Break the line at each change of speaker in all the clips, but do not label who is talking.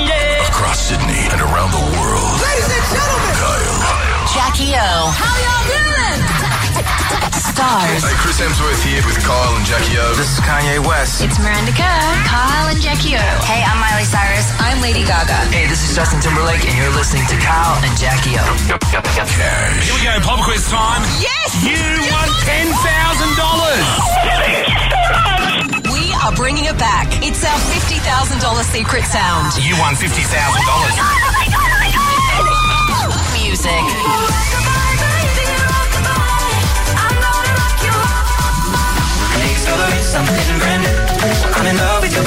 Across Sydney and around the world. Ladies and gentlemen. Kyle.
Jackie O. How y'all doing? Stars.
Hey, Chris Hemsworth here with Kyle and Jackie O. This is Kanye West.
It's Miranda Kerr, Kyle, and Jackie O. Hey, I'm Miley Cyrus. I'm Lady Gaga.
Hey, this is Justin Timberlake, and you're listening to Kyle and Jackie O.
Cash.
Here we go. Pop quiz time.
Yes!
You won ten thousand dollars.
We are bringing it back. It's our $50,000 secret sound.
You won fifty thousand dollars.
Music.
I'm in love with your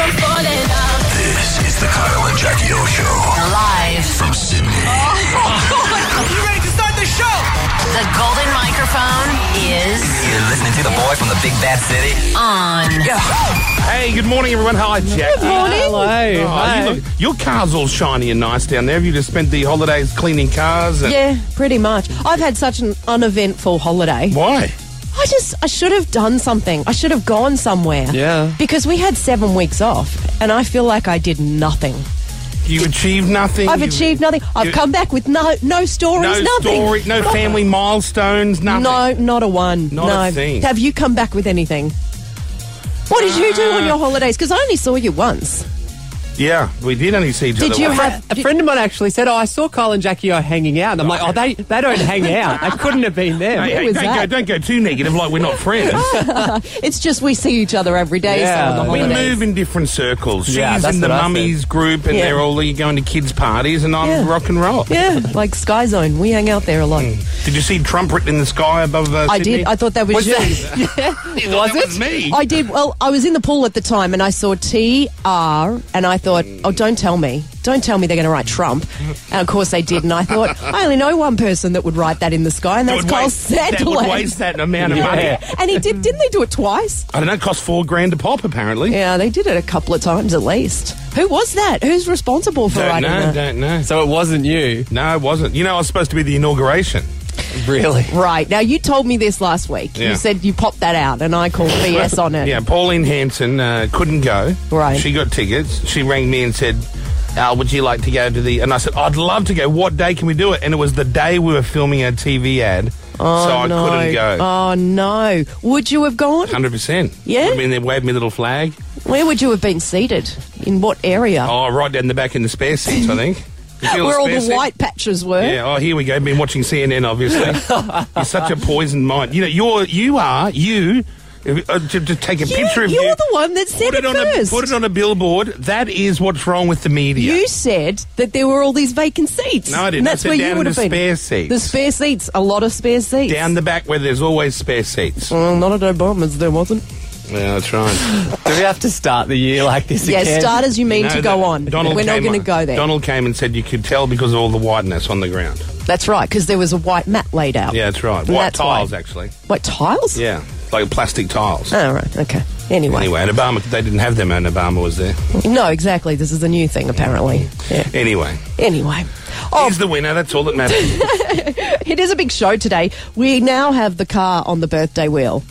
This is the Kyle and Jackie O show
Live.
from Sydney.
You ready to start the show?
The golden microphone is
You're listening to the boy from the big bad city.
on.
Hey, good morning, everyone. Hi, Jackie.
Hello.
Oh, you look- your car's all shiny and nice down there. Have you just spent the holidays cleaning cars? And
Yeah, pretty much. I've had such an uneventful holiday.
Why?
I just, I should have done something. I should have gone somewhere.
Yeah.
Because we had seven weeks off, and I feel like I did nothing.
You achieved nothing.
I've
You-
achieved nothing. I've
you-
come back with no, no stories,
No
nothing.
story, no family milestones, nothing.
No, not a one.
Not
no.
a thing.
Have you come back with anything? What did you
Uh,
do on your holidays? Because I only saw you once.
Yeah, we did only see each
Did
other
you
once.
have?
A friend of mine actually said, "Oh, I saw Kyle and Jackie O hanging out." And I'm like, "Oh, they they don't hang out. That couldn't have been them."
Hey,
Where
hey,
was
don't, Go,
that?
don't go too negative like we're not friends.
It's just we see each other every day.
Yeah.
so on the
we
holidays.
move in different circles. She's
Yeah, that's
in the
what I said.
mummies group and
Yeah.
they're all going to kids' parties and I'm
Yeah.
rock and roll. Mm.
Yeah, like Sky Zone. We hang out there a lot.
Did you see Trump written in the sky above uh,
I
Sydney?
did. I thought that was,
Was
you.
that-
yeah.
thought that was me?
I did. Well, I was in the pool at the time and I saw TR and I thought,
Mm.
oh, don't tell me. Don't tell me they're going to write Trump. And of course they did. And I thought, I only know one person that would write that in the sky, and
That
that's
would
Carl
waste- that would
Sandiland.
waste that amount of money.
And he did. Didn't they do it twice?
I don't know, it cost four grand to pop apparently.
Yeah, they did it a couple of times at least. Who was that? Who's responsible for
Don't
writing
know,
that?
don't know.
So it wasn't you,
No, it wasn't. You know, I was supposed to be the inauguration.
really.
Right. Now, you told me this last week.
Yeah.
You said you popped that out, and I called BS on it.
Yeah, Pauline Hanson uh, couldn't go.
Right.
She got tickets. She rang me and said, Al, would you like to go to the. And I said, I'd love to go. What day can we do it? And it was the day we were filming our TV ad. so I
Oh, no.
couldn't go.
Oh no! Would you have gone?
100%.
Yeah?
I mean, they waved me a little flag.
Where would you have been seated? In what area?
Oh, right down the back in the spare seats, I think. You feel
Where all
spare
the
seat?
white patches were.
Yeah, oh, here we go. Been watching CNN, obviously. You're such a poisoned mind. You know, you're, you are, you, uh, to, to take a
You,
picture of
you're
you.
the one that said
Put
it,
it, on a,
first.
put it on a billboard. That is what's wrong with the media.
You said that there were all these vacant seats.
No, I didn't.
And
I
that's
said
where
down
you
in
would
the
have been.
spare seats.
The spare seats. A lot of spare seats.
Down the back where there's always spare seats.
Well, not at Obama's. There wasn't.
Yeah, that's right.
Do we have to start the year like this
Yeah,
again?
start as you mean
No,
to
that-
go on.
Donald
We're not
came
going to
on-
go there.
Donald came and said you could tell because of all the whiteness on the ground.
That's right, because there was a white mat laid out.
Yeah, that's right.
And
White
that's why-
tiles, actually.
White tiles?
Yeah, like plastic tiles.
Oh, right. Okay.
Anyway, and Obama, they didn't have them, and Obama was there.
No, exactly. This is a new thing, apparently. Yeah.
Anyway,
Anyway. Oh,
he's the winner. That's all that matters.
it is a big show today. We now have the car on the birthday wheel.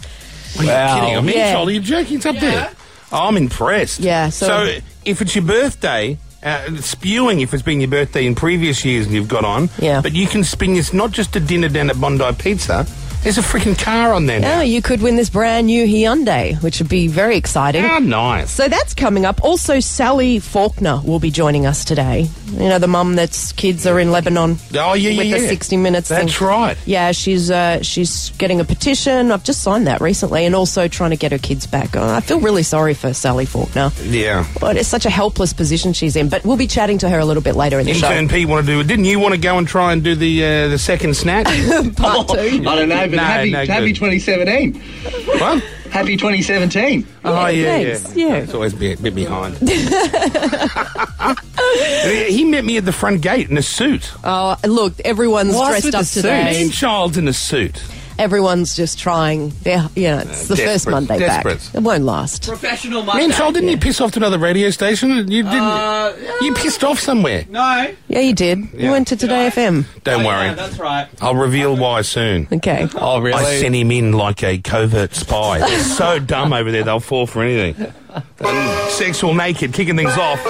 Are you kidding?
Wow.
I'm
Yeah.
in Charlie. You're joking. It's up there. I'm impressed.
Yeah, so-
if it's your birthday, uh, spewing if it's been your birthday in previous years and you've got on,
Yeah.
but you can spin this not just a dinner down at Bondi Pizza. There's a freaking car on there
Now
now.
Ah, you could win this brand new Hyundai, which would be very exciting.
How nice.
So that's coming up. Also, Sally Faulkner will be joining us today. You know, the mum that's kids are in Lebanon.
Oh, yeah, yeah,
With the
yeah.
60 Minutes
That's
thing.
right.
Yeah, she's uh, she's getting a petition. I've just signed that recently and also trying to get her kids back. Uh, I feel really sorry for Sally Faulkner.
Yeah.
But it's such a helpless position she's in. But we'll be chatting to her a little bit later in the show.
Intern Pete want to do it. Didn't you want to go and try and do the uh, the second snack?
Part two.
I don't know, but
No,
happy,
no
happy
good.
2017.
What?
Happy 2017.
Oh yeah, yeah,
thanks. Yeah.
It's always a bit, bit behind. he met me at the front gate in a suit.
Oh, look, everyone's
What's with
dressed
the
up
suit?
today.
Mean child's in a suit.
Everyone's just trying their, you know, it's the
Uh,
first
desperate-
Monday
desperate.
back. It won't last.
Professional
Man,
mustache.
child, didn't you piss off to another radio station? You didn't. you pissed off somewhere.
Uh, No.
Yeah, you did. You went to Today FM.
Don't worry.
Oh, Yeah, that's right.
I'll reveal why soon.
Okay.
Oh, really? I sent him in like a covert spy. They're so dumb over there, they'll fall for anything. And sexual naked, kicking things off.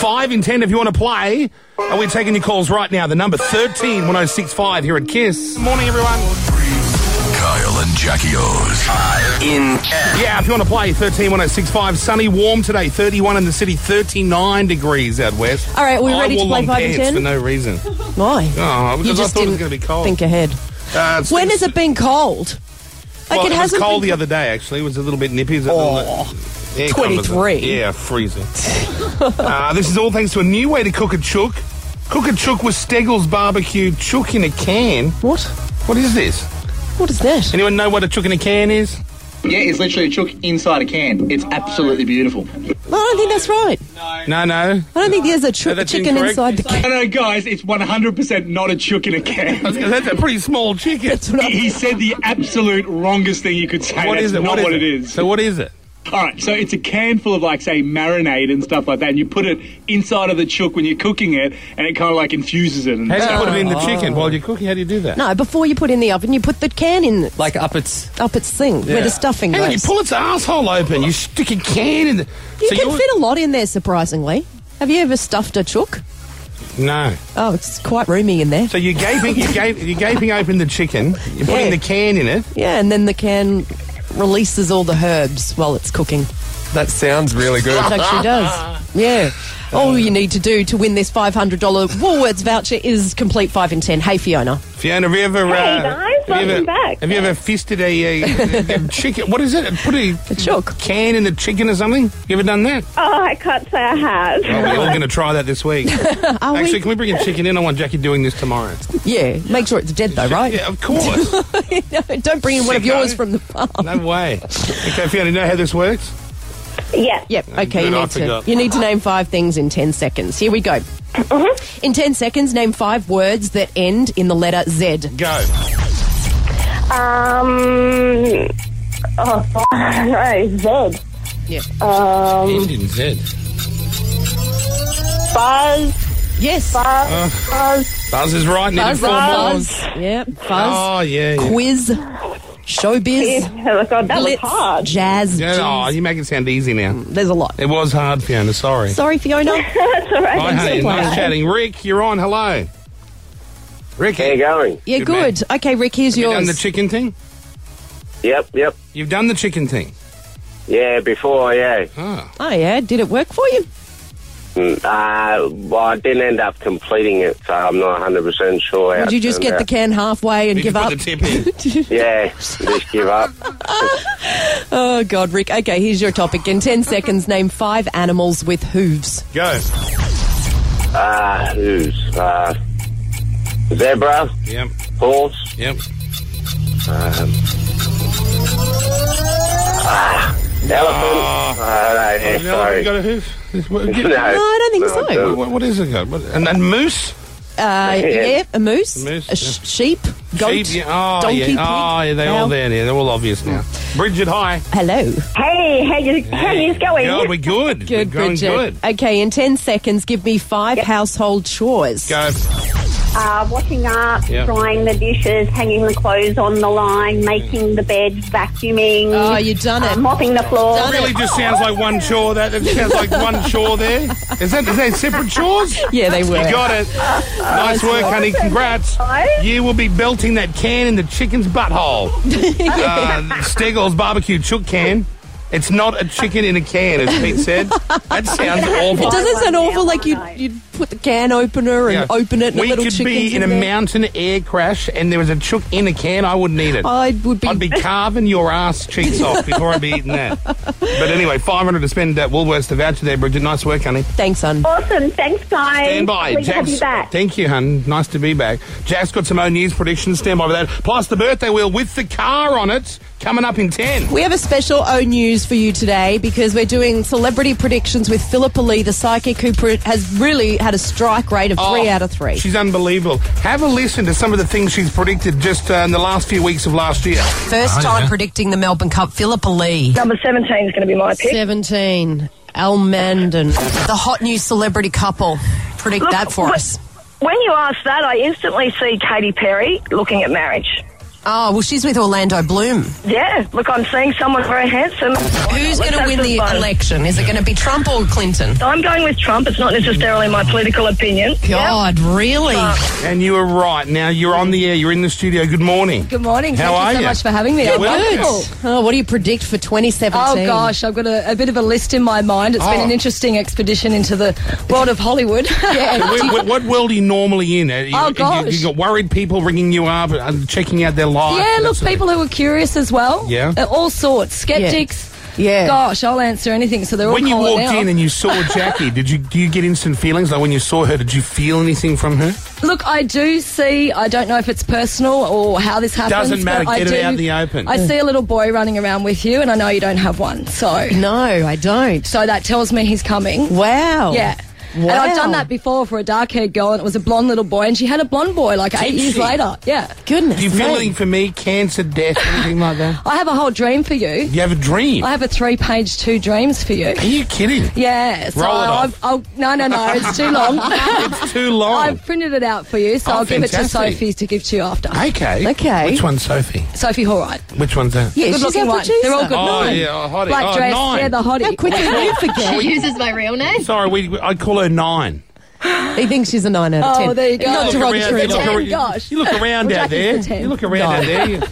Five in ten if you want to play. And we're taking your calls right now. The number 13 1065 here at KISS. Good morning, everyone.
Kyle and Jackie O's.
In
Yeah, if you want to play, 13 1065. Sunny, warm today, 31 in the city, 39 degrees out west.
All right, we
I
ready to
wore
play
long
five and
pants
ten?
for no reason.
Why?
Oh, because
you
I
just
thought it
didn't
was gonna be cold.
think ahead.
Uh, it's-
When has it been cold? Like
well,
it,
it, was
hasn't.
cold
been- Oh,
the other day, actually. It was a little bit nippy. It was a little bit- Yeah,
23.
covers it. Yeah, freezing. uh, this is all thanks to a new way to cook a chook. Cook a chook with Steggles barbecue chook in a can.
What?
What is this?
What is that?
Anyone know what a chook in a can is?
Yeah, it's literally a chook inside a can. It's absolutely beautiful.
No, I don't think that's right.
No, no.
I don't think there's a tr-
No, that's
chicken
incorrect.
inside the
No,
can.
no, guys, it's 100% not a chook in a can.
That's a pretty small chicken.
That's what I-
He he said the absolute wrongest thing you could say.
What
That's
is it?
Not what, it is.
So what is it?
All right, so it's a can full of like say marinade and stuff like that, and you put it inside of the chook when you're cooking it, and it kind of like infuses it. And
How do you put it in
Oh.
the chicken while you're cooking? How do you do that?
No, before you put it in the oven, you put the can in
Like up its.
up its thing where the stuffing
Hang on, you
goes.
pull its asshole open. You stick a can in. The,
You
so
can
you're-
fit a lot in there, surprisingly. Have you ever stuffed a chook?
No.
Oh, it's quite roomy in there.
So you're gaping, you're, ga- you're gaping open the chicken. You're putting
Yeah.
the can in it.
Yeah, and then the can releases all the herbs while it's cooking.
That sounds really good.
It actually does. Yeah.
Uh.
All you need to do to win this $500 Woolworths voucher is complete 5 in 10. Hey, Fiona.
Fiona, have you ever?
Hey,
uh,
guys,
have you
welcome
ever-
back.
Have you ever fisted a, uh, a chicken? What is it? Put a,
chook.
can in the chicken or something? You ever done that?
Oh, I can't say I have.
Oh, we're all going to try that this week.
Are
Actually,
we?
can we bring a chicken in? I want Jackie doing this tomorrow.
Yeah, make sure it's dead though, right?
Yeah, of course.
Don't bring in one of
Sicko.
yours from the farm.
no way. Okay, Fiona, you know how this works?
Yeah.
Yep. Okay, you
Good, I
need to
forgot.
you need to name five things in ten seconds. Here we go.
Mm-hmm.
In ten seconds, name five words that end in the letter Z.
Go.
Um. Oh, f- no, Zed.
Yeah.
Um,
Indian Z.
Buzz.
Yes.
Buzz.
Uh.
buzz.
Buzz is right. Needed
Buzz.
four balls.
Yeah. Fuzz.
Oh, yeah. yeah.
Quiz. Showbiz.
Yeah, oh, God, that was
Blitz.
hard.
Jazz.
Yeah,
jeez.
oh, you make it sound easy now.
There's a lot.
It was hard, Fiona. Sorry.
Mm, Sorry, Fiona.
That's all
Thanks
Hi,
right.
for
honey. Nice
playing.
chatting. Rick, you're on. Hello. Rick, how you going?
Yeah,
Good
good. Okay, Rick, here's
You
yours.
done the chicken thing?
Yep, yep.
You've done the chicken thing.
Yeah, before, yeah.
Ah.
oh yeah, did it work for you?
Mm, Uh, well, I didn't end up completing it, so I'm not 100% sure. how
Or did you
it turned
just get the
out.
can halfway and
You
give
put
up?
the tip in.
Yeah, just give up.
Oh God, Rick. Okay, here's your topic. In ten seconds, name five animals with hooves.
Go.
Uh, who's? Uh, zebra,
Yep.
horse,
Yep.
um, ah, elephant. I don't know, yeah,
You know what?
sorry.
You got a hoof? This- what-
No,
get-
No, I don't think
I
so.
don't.
what- what is it? got? What- And then moose?
Uh, yeah, a moose, a,
moose,
sh- sheep, goat,
Sheep? Yeah. Oh,
donkey,
yeah.
pig,
Oh, yeah, they're all
cow.
there. Yeah, they're all obvious now. Bridget, hi.
Hello.
Hey, how you, how you going?
Yeah, we're good.
Good,
we're going
Bridget. Okay, in 10 seconds, give me five household chores.
Go.
Uh, washing up,
Yep.
drying the dishes, hanging the clothes on the line, making the bed, vacuuming.
Oh, you done it.
uh, mopping the floor.
Done
Oh, Really just sounds like one chore. That it sounds like one chore there. Is that, is that separate chores?
Yeah, they were.
You got it. Nice work, honey. Congrats. You will be belting that can in the chicken's butthole. Uh, Steggles barbecue chook can. It's not a chicken in a can, as Pete said. That sounds awful.
It doesn't sound awful like you you put the can opener and
Yeah.
open it and
we
the little
could
chicken's
be in, a
there.
mountain air crash and there was a chook in a can. I wouldn't eat it.
I would be.
I'd be carving your ass cheeks off before I'd be eating that. But anyway, 500 to spend at Woolworths to voucher there, Bridget. Nice work, honey.
Thanks, son.
Awesome. Thanks, guys.
Stand by.
Please have
Jack's-
you back.
Thank you, hun. Nice to be back. Jack's got some own news predictions. Stand by for that. Plus the birthday wheel with the car on it coming up in 10.
We have a special O news for you today because we're doing celebrity predictions with Philippa Lee, the psychic who pre- has really had a strike rate of three out of three.
Oh, She's unbelievable. Have a listen to some of the things she's predicted just uh, in the last few weeks of last year.
Oh,
First time
predicting the Melbourne Cup, Philippa Lee.
Number 17 is going to be my pick.
17, Al Mandan. The hot new celebrity couple. Predict
Look,
that for
wh-
us.
When you ask that, I instantly see Katy Perry looking at marriage.
Oh, well, she's with Orlando Bloom.
Yeah, look, I'm seeing someone very handsome.
Who's
Let's
going to
have
win
some
the
fun.
election? Is it going to be Trump or Clinton?
I'm going with Trump. It's not necessarily my political opinion.
God, really?
And you were right. Now you're on the air. You're in the studio. Good morning.
Good morning.
How
Thank
are
you so
ya?
much for having me.
You're
I'm
welcome.
wonderful.
Oh, what do you predict for 2017?
Oh gosh, I've got a, a bit of a list in my mind. It's been
Oh.
an interesting expedition into the world of Hollywood.
So wh- wh- what world are you normally in? Are you,
Oh,
you-
gosh.
You, got worried people ringing you up, uh, checking out their life.
yeah,
that
look,
sort of-
people who are curious as well.
Yeah.
Uh, all sorts. Skeptics.
Yeah.
Gosh, I'll answer anything. So they're all
When you
calling
walked
now.
in and you saw Jackie, did you do you get instant feelings? Like when you saw her, did you feel anything from her?
Look, I do see. I don't know if it's personal or how this happens.
Doesn't
but
matter,
I
get it
do,
out in the open.
I
Yeah.
see a little boy running around with you, and I know you don't have one. So
no, I don't.
So that tells me he's coming.
Wow.
Yeah. And
Wow.
I've done that before for a dark-haired girl, and it was a blonde little boy, and she had a blonde boy like eight
Did
years
she?
later. Yeah.
Goodness.
Do you feel anything for me? Cancer, death, anything like that?
I have a whole dream for you.
You have a dream.
I have a three-page two dreams for you.
Are you kidding?
Yeah. So
Roll it off.
I've, I'll, no, no, no. It's too long.
it's too long.
I've printed it out for you, so
Oh,
I'll give it to
fantastic.
Sophie to give to you after.
Okay. Which one's Sophie?
Sophie Horright.
Which one's that?
good looking one. They're all good.
Oh,
nine.
yeah, oh, hottie.
Black
Oh,
dress.
nine.
Yeah, the hottie.
How quickly you forget.
She
uses my real name.
Sorry, we, I call her nine.
He thinks she's a 9 out of
Oh,
10.
there you go.
Not
Look around,
derogatory.
you look around-
Oh, Gosh.
You look around
Well,
out there.
Jackie's the
You look
ten.
around out
No.
there. You-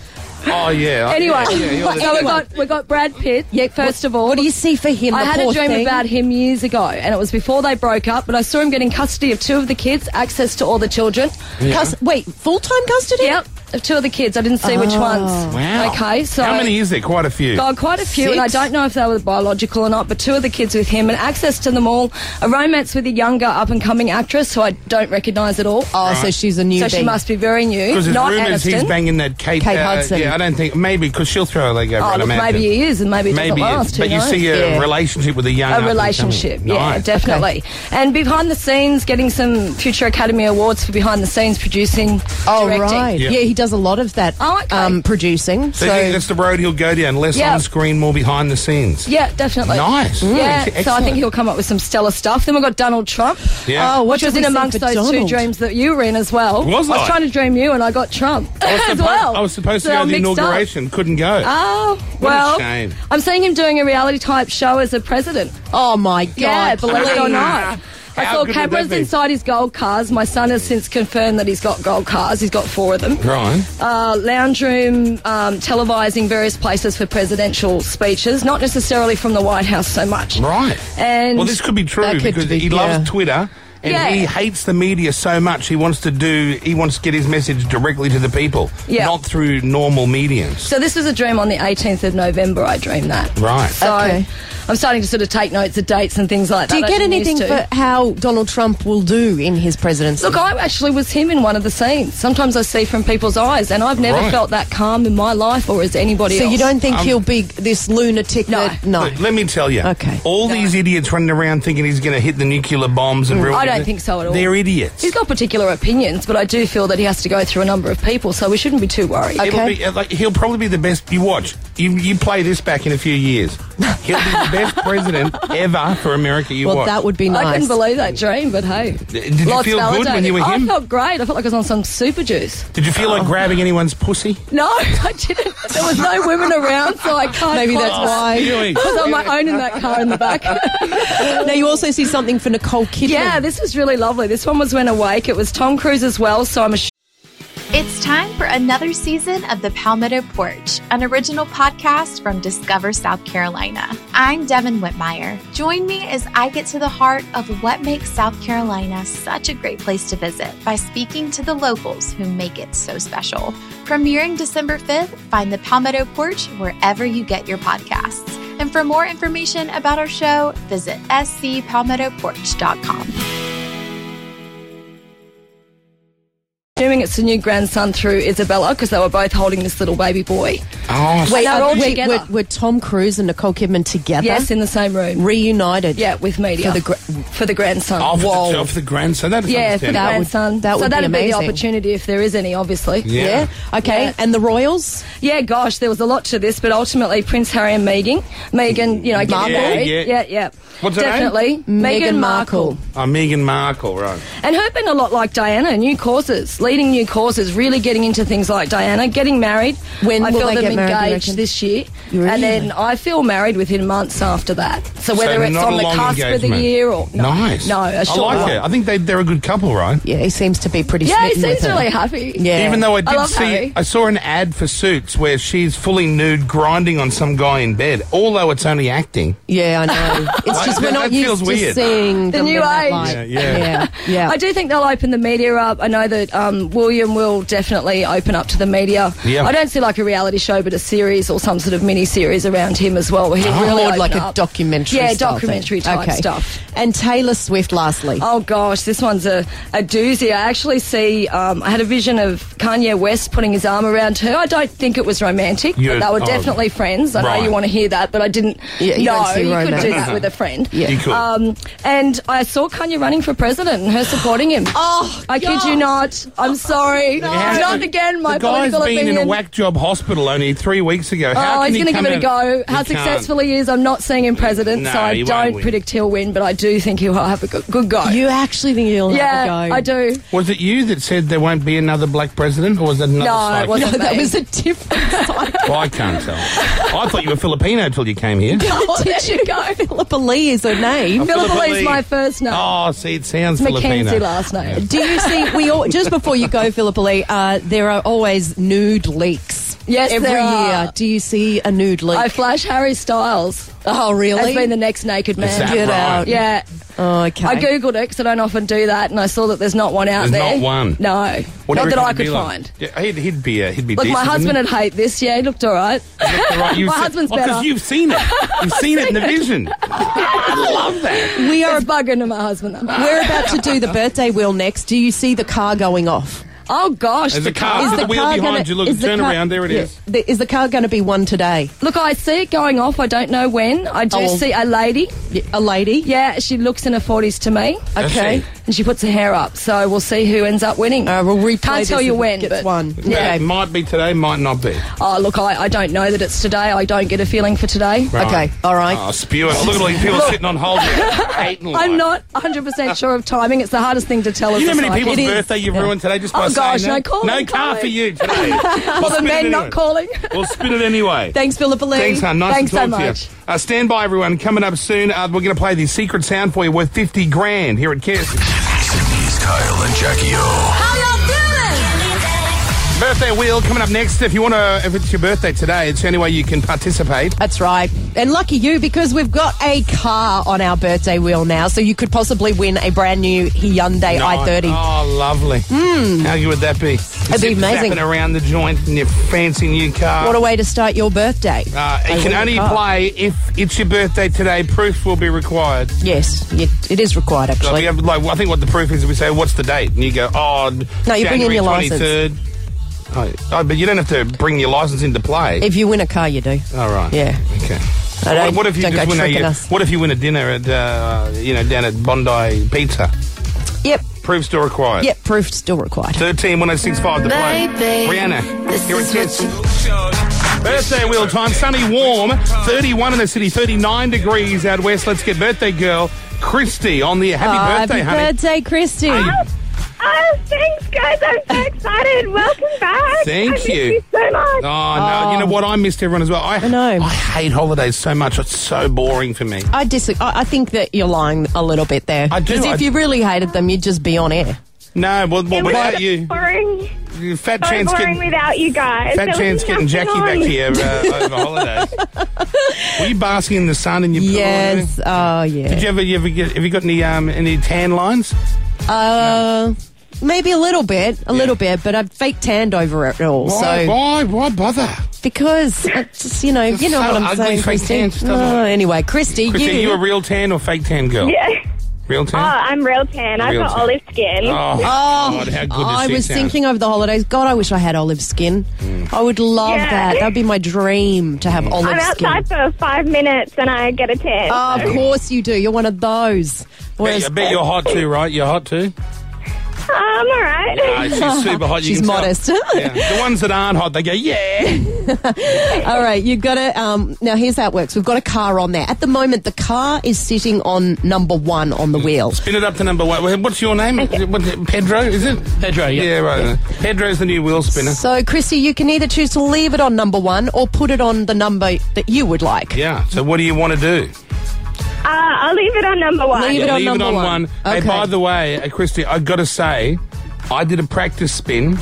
Oh yeah.
Anyway,
Yeah, yeah, you're the-
so we got we got Brad Pitt. Yeah, first of all, what do
you see for him?
I
the
had a
poor
dream
thing?
about him years ago, and it was before they broke up. But I saw him getting custody of two of the kids, access to all the children.
Yeah. Cus-
wait, full time custody? Yep, of two of the kids. I didn't see which ones.
Wow.
Okay, so
how many is there? Quite a few.
God, quite a few, and I
Six?
don't know if they were biological or not, but two of the kids with him, and access to them all, a romance with a younger up and coming actress who I don't recognise at all.
Oh, so Right. she's a newbie.
So she must be very new.
Because there's
not
rumours he's
Aniston.
banging that Kate.
Kate
uh,
Hudson.
yeah, I don't think maybe because she'll throw a leg over.
Oh,
I'd
look,
imagine.
maybe he is, and maybe it doesn't
Maybe
last, who
But you
knows?
see a
Yeah.
relationship with a young
a
up-and-coming.
relationship. Yeah,
Nice.
definitely. And behind the scenes, getting some future Academy Awards for behind the scenes producing.
Oh,
directing. Oh,
right.
Yeah.
Yeah. he does a lot of that um, producing.
So,
So,
you think that's the road he'll go down. Less
Yeah.
on screen, more behind the scenes.
Yeah, definitely.
Nice. Mm,
yeah,
ex-
so I
excellent.
think he'll come up with some stellar stuff. Then we've got Donald Trump.
Yeah. Oh, what
which
did
was
we
in
see
amongst
for
those two
Donald?
dreams that you were in as well.
Was I?
was trying to dream you, and I got Trump
I was
as
suppo-
well.
I was supposed
So
to go
I'm
to the
mixed up.
inauguration, couldn't go.
Oh,
What a
well.
shame.
I'm seeing him doing a reality type show as a president.
Oh my God.
Yeah, believe it or not. I
How
saw
good would that
cameras
be?
inside his gold cars. My son has since confirmed that he's got gold cars. He's got four of them.
Right.
Uh, lounge room um, televising various places for presidential speeches, not necessarily from the White House so much.
Right.
And
well, this could be true because he loves Twitter. And
Yeah.
he hates the media so much he wants to do he wants to get his message directly to the people,
Yeah.
not through normal mediums.
So this was a dream on the 18th of November. I dreamed that.
Right.
So I'm starting to sort of take notes of dates and things like that.
do you
I
get
didn't used
anything
to.
for how Donald Trump will do in his presidency?
Look, I actually was him in one of the scenes. Sometimes I see from people's eyes, and I've never
Right.
felt that calm in my life or as anybody
so
else.
you don't think
Um,
he'll be this lunatic? that- No.
Look, let me tell you. Okay. All these idiots running around thinking he's going to hit the nuclear bombs and
Mm.
ruin
I don't
it.
think so at all.
They're idiots.
He's got particular opinions, but I do feel that he has to go through a number of people, so we shouldn't be too worried.
It'll be, uh, like, he'll probably be the best. You watch. You, you play this back in a few years. He'll be the best president ever for America. You
well,
watch.
that would be nice. I couldn't believe that dream, but hey.
Did you
Lots
feel good when you were
validated.
him?
I felt great. I felt like I was on some super juice.
Did you feel
Oh.
like grabbing anyone's pussy?
No, I didn't. There was no women around, so I can't.
Maybe that's why. Really?
Because I'm my own in that car in the back.
now you also see something for Nicole Kidman.
yeah, this was really lovely. This one was when awake. It was Tom Cruise as well, so I'm.
It's time for another season of The Palmetto Porch, an original podcast from Discover South Carolina. I'm Devin Whitmire. Join me as I get to the heart of what makes South Carolina such a great place to visit by speaking to the locals who make it so special. Premiering December 5th, find The Palmetto Porch wherever you get your podcasts. And for more information about our show, visit scpalmettoporch.com.
Assuming it's the new grandson through Isabella because they were both holding this little baby boy.
Oh,
wait, they're all
wait,
together.
were, were Tom Cruise and Nicole Kidman together?
Yes, in the same room,
reunited.
Yeah, with media
for the gra-
for the grandson.
Oh, for the, for the grandson. That is
yeah, for the
understandable.
grandson.
that
so
would be
that'd the
amazing.
opportunity if there is any, obviously.
Yeah. Okay,
And the royals? Yeah, gosh, there was a lot to this, but ultimately Prince Harry and Megan, Megan, you know, get
Markle?
married.
Yeah, yeah.
yeah. yeah.
What's her name?
Definitely, Meghan Markle.
Oh, Meghan Markle, right.
And her being a lot like Diana, new causes, leading new causes, really getting into things like Diana, getting married.
When
I
will
feel
they
them
get married, you reckon?
engaged this year,
Really?
and then I feel married within months after that. So
So
whether it's
not
on
a
the
long
cusp of the
engagement.
year or no,
nice.
no, a short
I like
one.
it. I think they, they're a good couple, right?
Yeah, he seems to be pretty.
Yeah, he
smitten with
seems
her.
really happy.
Even though I did
love
see,
Harry.
I saw an ad for Suits where she's fully nude, grinding on some guy in bed. Although it's only acting.
Yeah, I know. It's
Like,
just we're
that-
not
that feels
used to
weird.
seeing
The
them
new
in that
age.
light.
Yeah, yeah.
yeah.
I do think they'll open the media up. I know that um, William will definitely open up to the media.
Yeah.
I don't see like a reality show, but a series or some sort of mini series around him as well. Where he
Oh.
really
More
open
like a
up.
documentary
Yeah,
style thing.
documentary type
Okay.
stuff.
And Taylor Swift, lastly.
Oh gosh, this one's a, a doozy. I actually see. Um, I had a vision of Kanye West putting his arm around her. I don't think it was romantic,
You-
but they were
oh,
definitely friends. I
right.
know you want to hear that, but I didn't.
Yeah, you
no,
don't see
you could do
romance.
that with a friend.
Yeah. You could.
Um, and I saw Kanye running for president and her supporting him. oh, I kid you not. I'm sorry.
Yeah.
Not again. My
the guy's
political
been
opinion.
in a whack job hospital only three weeks ago. How
oh,
can
he's
he
going to give it a go. How
successful?
successful he is, I'm not seeing him president,
No,
so I
he won't
don't
win.
predict he'll win, but I do think he'll have a good, good go. You
actually think he'll
yeah,
go?
I do.
Was it you that said there won't be another black president, or was that
No,
another?
it
psycho?
wasn't.
that was a different.
Well, I can't tell. I thought you were Filipino till you came here.
Oh,
Did you go? Philippa Lee is her name.
Oh, Philippa Philippa Lee's Lee. my
first
Oh, see, it sounds Filipino.
Mackenzie Do you see? We all just before you go, Philippa Lee. Uh, there are always nude leaks.
Yes,
every
there
year.
are.
Do you see a nude leak?
I flash Harry Styles.
Oh, really?
Has been the next naked man.
Is that Get right? out.
Yeah.
oh, okay.
I googled it because I don't often do that, and I saw that there's not one out
There's
there.
not one.
No,
What do
not
you
that
reckon
I
it'd be
could
like?
find.
Yeah, he'd, he'd be uh, he'd be.
Look,
decent,
my husband would
wouldn't
hate this. Yeah, he looked all right.
he? Right, you
my
said-
husband's
oh,
better.
because you've seen it. You've seen it in the vision. I love that.
We are
it's bugging to my husband. though.
We're about to do the birthday wheel next. Do you see the car going off?
Oh gosh,
There's a car. Look at the wheel behind you. Look,
is the
turn
car-
around. There it is.
The, is the car going to be one today?
Look, I see it going off. I don't know when. I do
Oh.
see a lady.
A lady?
Yeah, she looks in her 40s to me.
Does Okay. she?
And she puts her hair up. So we'll see who ends up winning.
Uh,
we'll replay
Can't
this
tell you
if it
when.
gets
but
won.
Yeah.
It might be today, might not be.
Oh, look, I, I don't know that it's today. I don't get a feeling for today.
Right. Okay,
all right.
Oh, spew it. Look at all these people sitting on hold. Hating life.
I'm not 100% sure of timing. It's the hardest thing to tell.
You know
as
how
a
many
psychic.
people's
It is.
birthday you've
Yeah.
ruined today just by
oh, gosh,
saying
no call.
No car Ah, for you today.
Well,
We'll
the
spin it
men
anyway.
not calling.
We'll spin it anyway.
Thanks, Philippa Lee.
Thanks, hon. Nice
Thanks
to
so
talk
much.
to you. Uh, stand by, everyone. Coming up soon, uh, we're going to play the secret sound for you worth 50 grand here at Kiss.
Sydney's Kyle and Jackie O.
How y'all feeling?
Birthday wheel coming up next. If you want to, if it's your birthday today, it's the only way you can participate.
That's right. And lucky you because we've got a car on our birthday wheel now, so you could possibly win a brand new Hyundai i30.
Oh, lovely. How good would that be?
Mm.
It'd
be amazing.
around the joint in your fancy new car.
What a way to start your birthday.
Uh,
They
it can
win the
only
car.
play if it's your birthday today. Proof will be required.
Yes, it, it is required,
So
actually.
we have, like, I think what the proof is, we say, "What's the date?" and you go, "Oh,
No, you bring in your license.
license." Oh, but you don't have to bring your license into play.
If you win a car, you do.
All right.
Yeah.
Okay.
I don't-
What, what if you
don't
just
go
win a
tricking us.
What if you win a dinner at uh, you know down at Bondi Pizza?
Yep.
Proof still required.
Yep, proof still required.
Thirteen one zero six five. The play.
Baby,
Rihanna.
this
Here it
is what
is. Birthday wheel time. Sunny, warm. Thirty-one in the city. Thirty-nine degrees out west. Let's get birthday girl Christy on the happy
Oh,
birthday,
happy
honey.
birthday, Christy.
Oh, thanks, guys. I'm so excited. Welcome back.
Thank
I miss
you.
so much.
Oh, no. You know what? I missed everyone as well. I, know. I hate holidays so much. It's so boring for me.
I disagree. I I think that you're lying a little bit there. I
do,
Because if
I-
you really hated them, you'd just be on air.
No, well, well
It
what
was
about you?
Boring.
fat
so
chance
boring
getting
without you guys.
fat
There was
chance getting
nothing
Jackie
on.
back here uh, over holidays. Were you basking in the sun in your pool?
Yes. Oh, yeah.
Did you ever, you ever get? Have you got any um any tan lines?
Uh, maybe a little bit, a little bit, but I'm fake tanned over it all.
Why-
so
why? Why bother?
Because it's just, you know,
It's
you know
so
what I'm
ugly,
saying,
fake
Christy.
tanned stuff.
No, anyway, Christy,
Christine,
you.
you a real tan or fake tan girl?
Yeah.
Real
Oh,
tan.
I'm real tan. I've
Real
got
tan.
olive skin.
Oh, God, how good
I
this
was
thing sounds.
thinking over the holidays. God, I wish I had olive skin.
Mm.
I would love
Yeah.
that. That'd be my dream to have olive
I'm
skin.
outside for five minutes and I get a tan.
Oh, of course you do. You're one of those.
Bet, I bet you're hot too, right? You're hot too.
I'm all right.
Yeah, she's super hot. You
She's
can tell.
modest.
Yeah. The ones that aren't hot, they go, yeah.
All right, you've got to. Um, now, here's how it works. We've got a car on there. At the moment, the car is sitting on number one on the wheel.
Spin it up to number one. What's your name? Is it- what's it- Pedro, is it? Pedro, yeah. Yeah, right. Pedro's the new wheel spinner.
So, Christy, you can either choose to leave it on number one or put it on the number that you would like.
yeah. So what do you want to do?
Uh, I'll leave it on number one.
Yeah, leave it on one. Hey, by the way, uh, Christy, I've got to say, I did a practice spin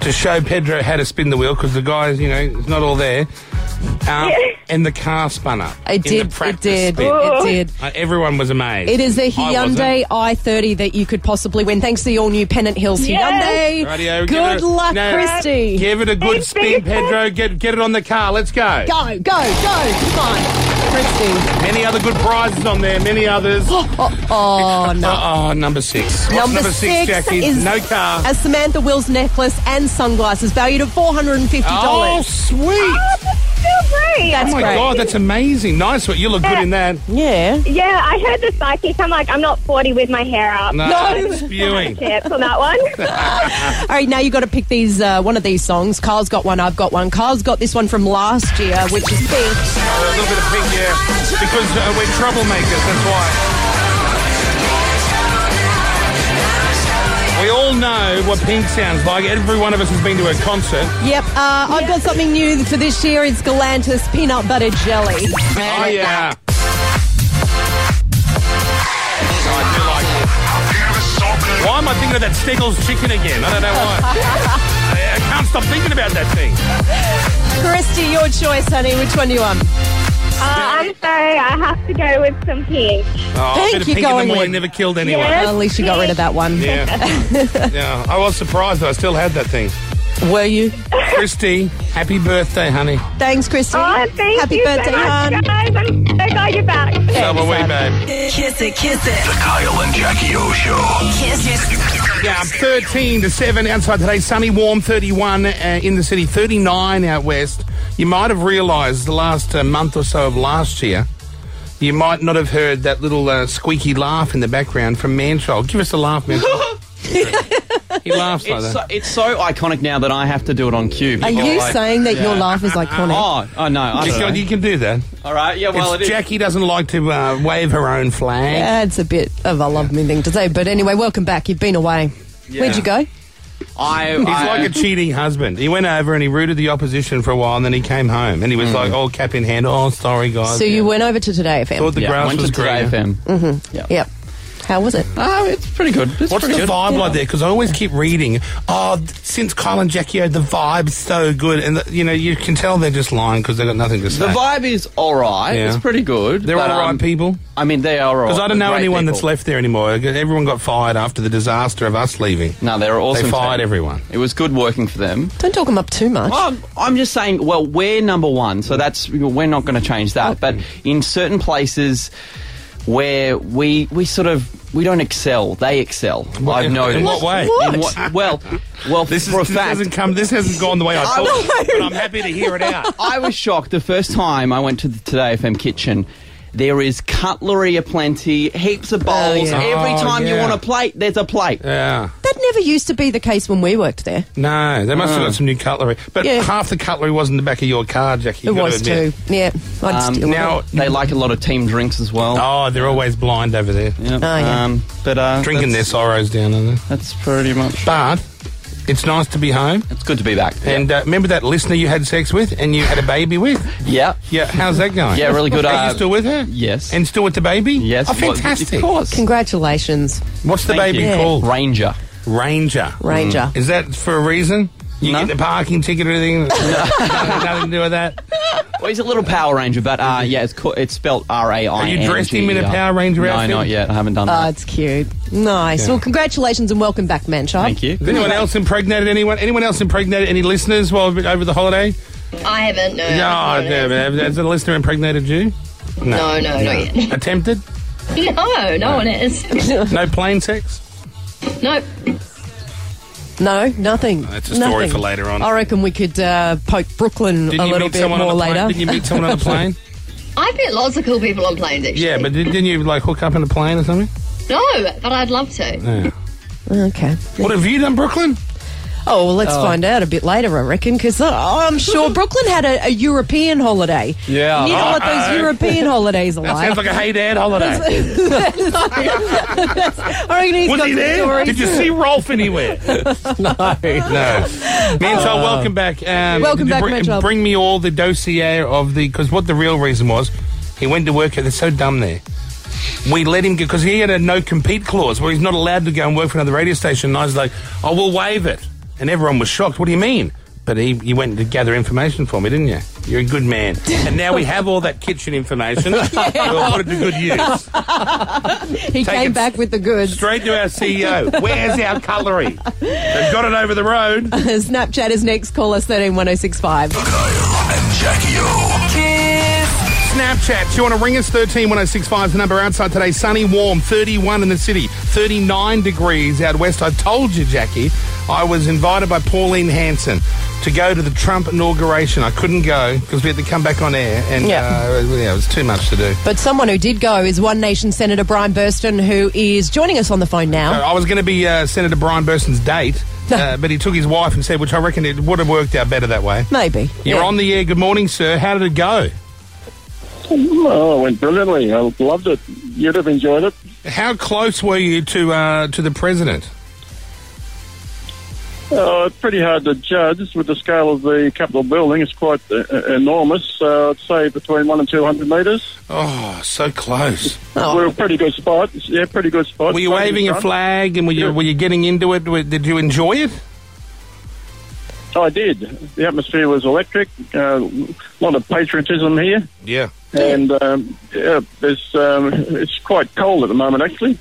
to show Pedro how to spin the wheel because the guys, you know, it's not all there. Um, And the car spun up.
It
in the
did, it
practice
did,
spin.
it did.
Uh, everyone was amazed.
It is the
I wasn't.
Hyundai i i30 that you could possibly win, thanks to the all new Pennant Hills Hyundai.
Rightio, give
Good
it a-
luck,
no,
Christy.
Give it a good spin, Pedro. Get get it on the car. Let's go.
Go, go, go. Come on, Christy.
Many other good prizes on there. Many others.
Oh, oh, oh, no.
Uh-oh, number six. What's
Number,
six, Jackie?
is
no car.
a Samantha Wills necklace and sunglasses valued at $450.
Oh, sweet.
Ah, That's
oh my
great.
god, that's amazing. Nice one. You look good in that.
Yeah.
Yeah, I heard the psychic. I'm like, I'm not 40 with my hair up.
No, No. spewing.
Tips on that one.
All right, now you've got to pick these uh, one of these songs. Carl's got one, I've got one. Carl's got this one from last year, which is Pink.
A little bit of pink, yeah. Because uh, we're troublemakers, that's why. We all know what pink sounds like. Every one of us has been to a concert.
Yep, uh, I've got something new for this year. It's Galantis peanut butter jelly.
Oh, yeah. I do like it. Why am I thinking of that Steggles chicken again? I don't know why. I I can't stop thinking about that thing.
Christy, your choice, honey. Which one do you want?
Uh, I'm sorry, I have to go with some pink.
Oh,
Pink
a bit of
you're
pink in
going
the morning
with.
never killed anyone.
Well, at least you got rid of that one.
Yeah. yeah. I was surprised that I still had that thing.
Were you?
Christy, happy birthday, honey.
Thanks, Christy.
Oh, thank
Happy
you
birthday,
so much,
hon.
guys. I'm so glad you're back.
So are we, babe.
Kiss it, kiss it.
The Kyle and Jackie O Show.
Kiss your.
Yeah, 13 to 7 outside today. Sunny, warm, 31 uh, in the city, 39 out west. You might have realised the last uh, month or so of last year, you might not have heard that little uh, squeaky laugh in the background from Manchild. Give us a laugh, Manchild. he laughs like
It's
that.
so, it's so iconic now that I have to do it on cue.
Are
People
you
like-
saying that your laugh is iconic?
Oh, oh no, I
You
don't
can,
know.
you can do that.
All right, yeah, well,
It's-
it is.
Jackie doesn't like to uh, wave her own flag.
Yeah, it's a bit of a love me thing to say. But anyway, welcome back. You've been away. Where'd you go?
I,
He's
I-
like a cheating husband. He went over and he rooted the opposition for a while, and then he came home and he was
Hmm.
like, "Oh, cap in hand. Oh, sorry guys."
So you went over to Today FM.
Thought the grass was greener.
Mm-hmm.
Yep.
Yep. How was it?
Oh, it's pretty good. It's
What's the
pretty good.
vibe
Yeah.
like there? Because I always keep reading, oh, th- since Kyle and Jackie O, the vibe's so good. And, the, you know, you can tell they're just lying because they've got nothing to say.
The vibe is all right.
Yeah.
It's pretty good.
They're
but,
all right
um,
people?
I mean, they are all right.
Because I don't know
Great
anyone
people.
that's left there anymore. Everyone got fired after the disaster of us leaving.
No, they're awesome.
They fired
team.
everyone.
It was good working for them.
Don't talk them up too much.
Well, I'm- I'm just saying. Well, we're number one, so that's we're not going to change that. But in certain places where we we sort of we don't excel, they excel. I've
in-
noticed.
in what way?
In
What?
what- well, well,
This, is,
for a
this
fact,
hasn't come. This hasn't gone the way I
I
thought.
know.
But I'm happy to hear it out.
I was shocked the first time I went to the Today FM kitchen. There is cutlery aplenty, heaps of bowls.
yeah.
Every
Oh,
time you
yeah.
want a plate, there's a plate.
Yeah.
That never used to be the case when we worked there.
No, they must have
Mm.
got some new cutlery. But
Yeah.
half the cutlery was in the back of your car, Jackie.
it
you
was
to
too.
admit.
Yeah. I'd
Um,
steal
now-
it.
They like a lot of team drinks as well.
Oh, they're always blind over there.
Yep.
Oh, yeah.
um, but uh,
Drinking their
that's-
sorrows down, aren't they?
That's pretty much.
But it's nice to be home.
It's good to be back.
And uh, remember that listener you had sex with and you had a baby with?
Yeah.
Yeah, how's that going?
Yeah, really good,
Are
uh,
you still with her?
Yes.
And still with the baby?
Yes.
Oh,
Well,
fantastic.
Of course.
Congratulations.
What's the
Thank
baby
you.
called?
Ranger.
Ranger. Mm.
Ranger.
Is that for a reason? You get the parking ticket or anything? Nothing nothing to do with that.
Well, he's a little Power Ranger, but uh, yeah, it's co- it's spelled R A I.
Are you dressed him in a Power Ranger
no,
outfit? Uh,
not yet. I haven't done that.
Oh, it's cute. Nice.
Yeah.
Well, congratulations and welcome back, man child.
Thank you.
Has anyone else impregnated anyone? Anyone else impregnated any listeners while over the holiday?
I haven't. No.
No, no, but has a listener impregnated you?
No, no, not yet.
Attempted?
No, no one is.
No plane sex?
Nope.
No, nothing.
that's a story
Nothing.
for later on.
I reckon we could uh, poke Brooklyn
Didn't
a
you
little
meet
bit
someone
more
on the plane?
later.
Didn't you meet someone on the plane?
I've met lots of cool people on planes, actually.
yeah, but didn't you like hook up in a plane or something?
No, but I'd love to.
Yeah.
Okay.
What have you done, Brooklyn?
Oh, well, let's
Oh.
find out a bit later, I reckon, because I'm sure Brooklyn had a, a European holiday.
Yeah.
You know what those
Uh-oh.
European holidays are
That
like.
sounds like a hey dad holiday.
That's- I reckon he's
Was
got
he
some
there?
stories.
Did you see Rolf anywhere? no. No. Manchel, welcome back. Um,
Welcome back,
bring,
Manchel.
bring me all the dossier of the. Because what the real reason was, he went to work. They're so dumb there. We let him go because he had a no compete clause where he's not allowed to go and work for another radio station. And I was like, I will waive it. And everyone was shocked. What do you mean? But he, you went to gather information for me, didn't you? You're a good man. And now we have all that kitchen information. We'll put it to good use.
He
Take
came
it
back with the goods.
Straight to our CEO. Where's our cutlery? They've got it over the road.
Snapchat is next. Call us 131065.
Jackie O.
Snapchat. Do you want to ring us? 131065 is the number outside today. Sunny, warm, 31 in the city, 39 degrees out west. I told you, Jackie, I was invited by Pauline Hanson to go to the Trump inauguration. I couldn't go because we had to come back on air and
Yeah.
uh, yeah, it was too much to do.
But someone who did go is One Nation Senator Brian Burston, who is joining us on the phone
So
now.
I was going to be uh, Senator Brian Burston's date, uh, but he took his wife and said, which I reckon it would have worked out better that way.
Maybe.
You're on the air. Good morning, sir. How did it go?
Oh, it went brilliantly. I loved it. You'd have enjoyed it.
How close were you to uh, to the president?
Uh, it's pretty hard to judge with the scale of the Capitol building. It's quite uh, enormous. Uh, I'd say between one and two hundred metres.
Oh, so close.
We're a pretty good spot. Yeah, pretty good spot.
Were you
Right in
waving a
front.
flag and were you, were you getting into it? Were- Did you enjoy it?
Oh, I did. The atmosphere was electric. Uh, a lot of patriotism here,
Yeah.
and um, yeah, there's, um, it's quite cold at the moment, actually.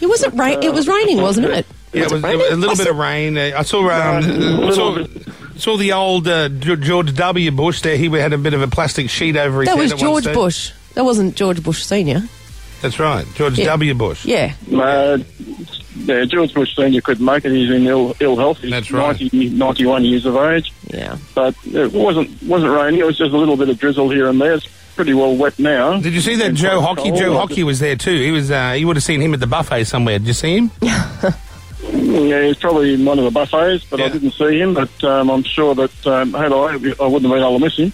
It wasn't rain. It was raining, wasn't it?
uh, Yeah, it was, it was a little bit of rain. Uh, I saw um, I saw, saw the old uh, Ge- George W. Bush there. He had a bit of a plastic sheet over his
That
head.
was
at one
George
stage.
Bush. That wasn't George Bush Senior.
That's right, George
Yeah.
W. Bush.
Yeah.
Uh, yeah, George Bush Senior couldn't make it. He's in ill, ill health. He's That's
right.
90, 91 years of age.
Yeah.
But eh, it wasn't wasn't raining. It was just a little bit of drizzle here and there. It's pretty well wet now.
Did you see that
It's
Joe
quite
Hockey?
cold.
Joe Hockey was there too. He was. Uh, you would have seen him at the buffet somewhere. Did you see him?
Yeah, he's probably in one of the buffets, but I didn't see him. But um, I'm sure that um, had I, I wouldn't have been able to miss him.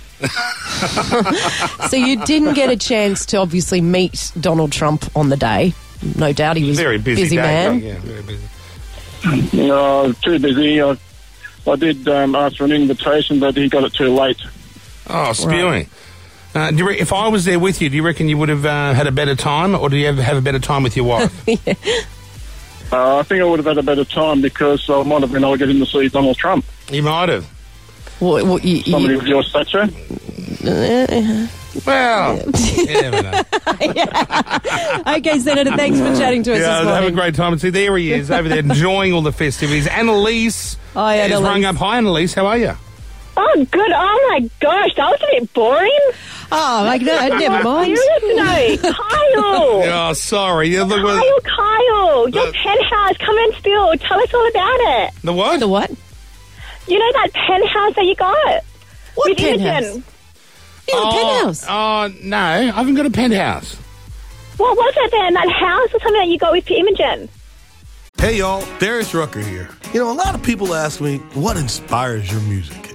So you didn't get a chance to obviously meet Donald Trump on the day. No doubt he was
Very busy day,
man.
yeah,
very busy.
You know, I was too busy. I, I did um, ask for an invitation, but he got it too late.
Oh, spewing. Uh, do you re- if I was there with you, do you reckon you would have uh, had a better time, or do you have, have a better time with your wife?
Uh, I think I would have had a better time because I might have been able to get in to see Donald Trump.
You might have.
Well, well, you, Uh, you-
Somebody with your stature.
Well,
okay, Senator. Thanks for chatting to us
yeah,
this
have a
morning.
great time. See, there he is over there enjoying all the festivities. Annalise
Hi,
has
Annalise.
rung up. Hi, Annalise. How are you?
Oh, good. Oh, my gosh. That was a bit boring.
Oh, like that. Never mind.
Serious note. Kyle.
Oh, sorry. Yeah, look,
Kyle,
well,
Kyle. Your penthouse. Come and spill. Tell us all about it.
the what?
The what?
You know that penthouse that you got?
What
With
penthouse?
Imogen.
oh, penthouse. Oh, no. I haven't got a penthouse.
What was it then? That house or something that you got with Imogen?
Hey y'all, Darius Rucker here. You know, a lot of people ask me, what inspires your music?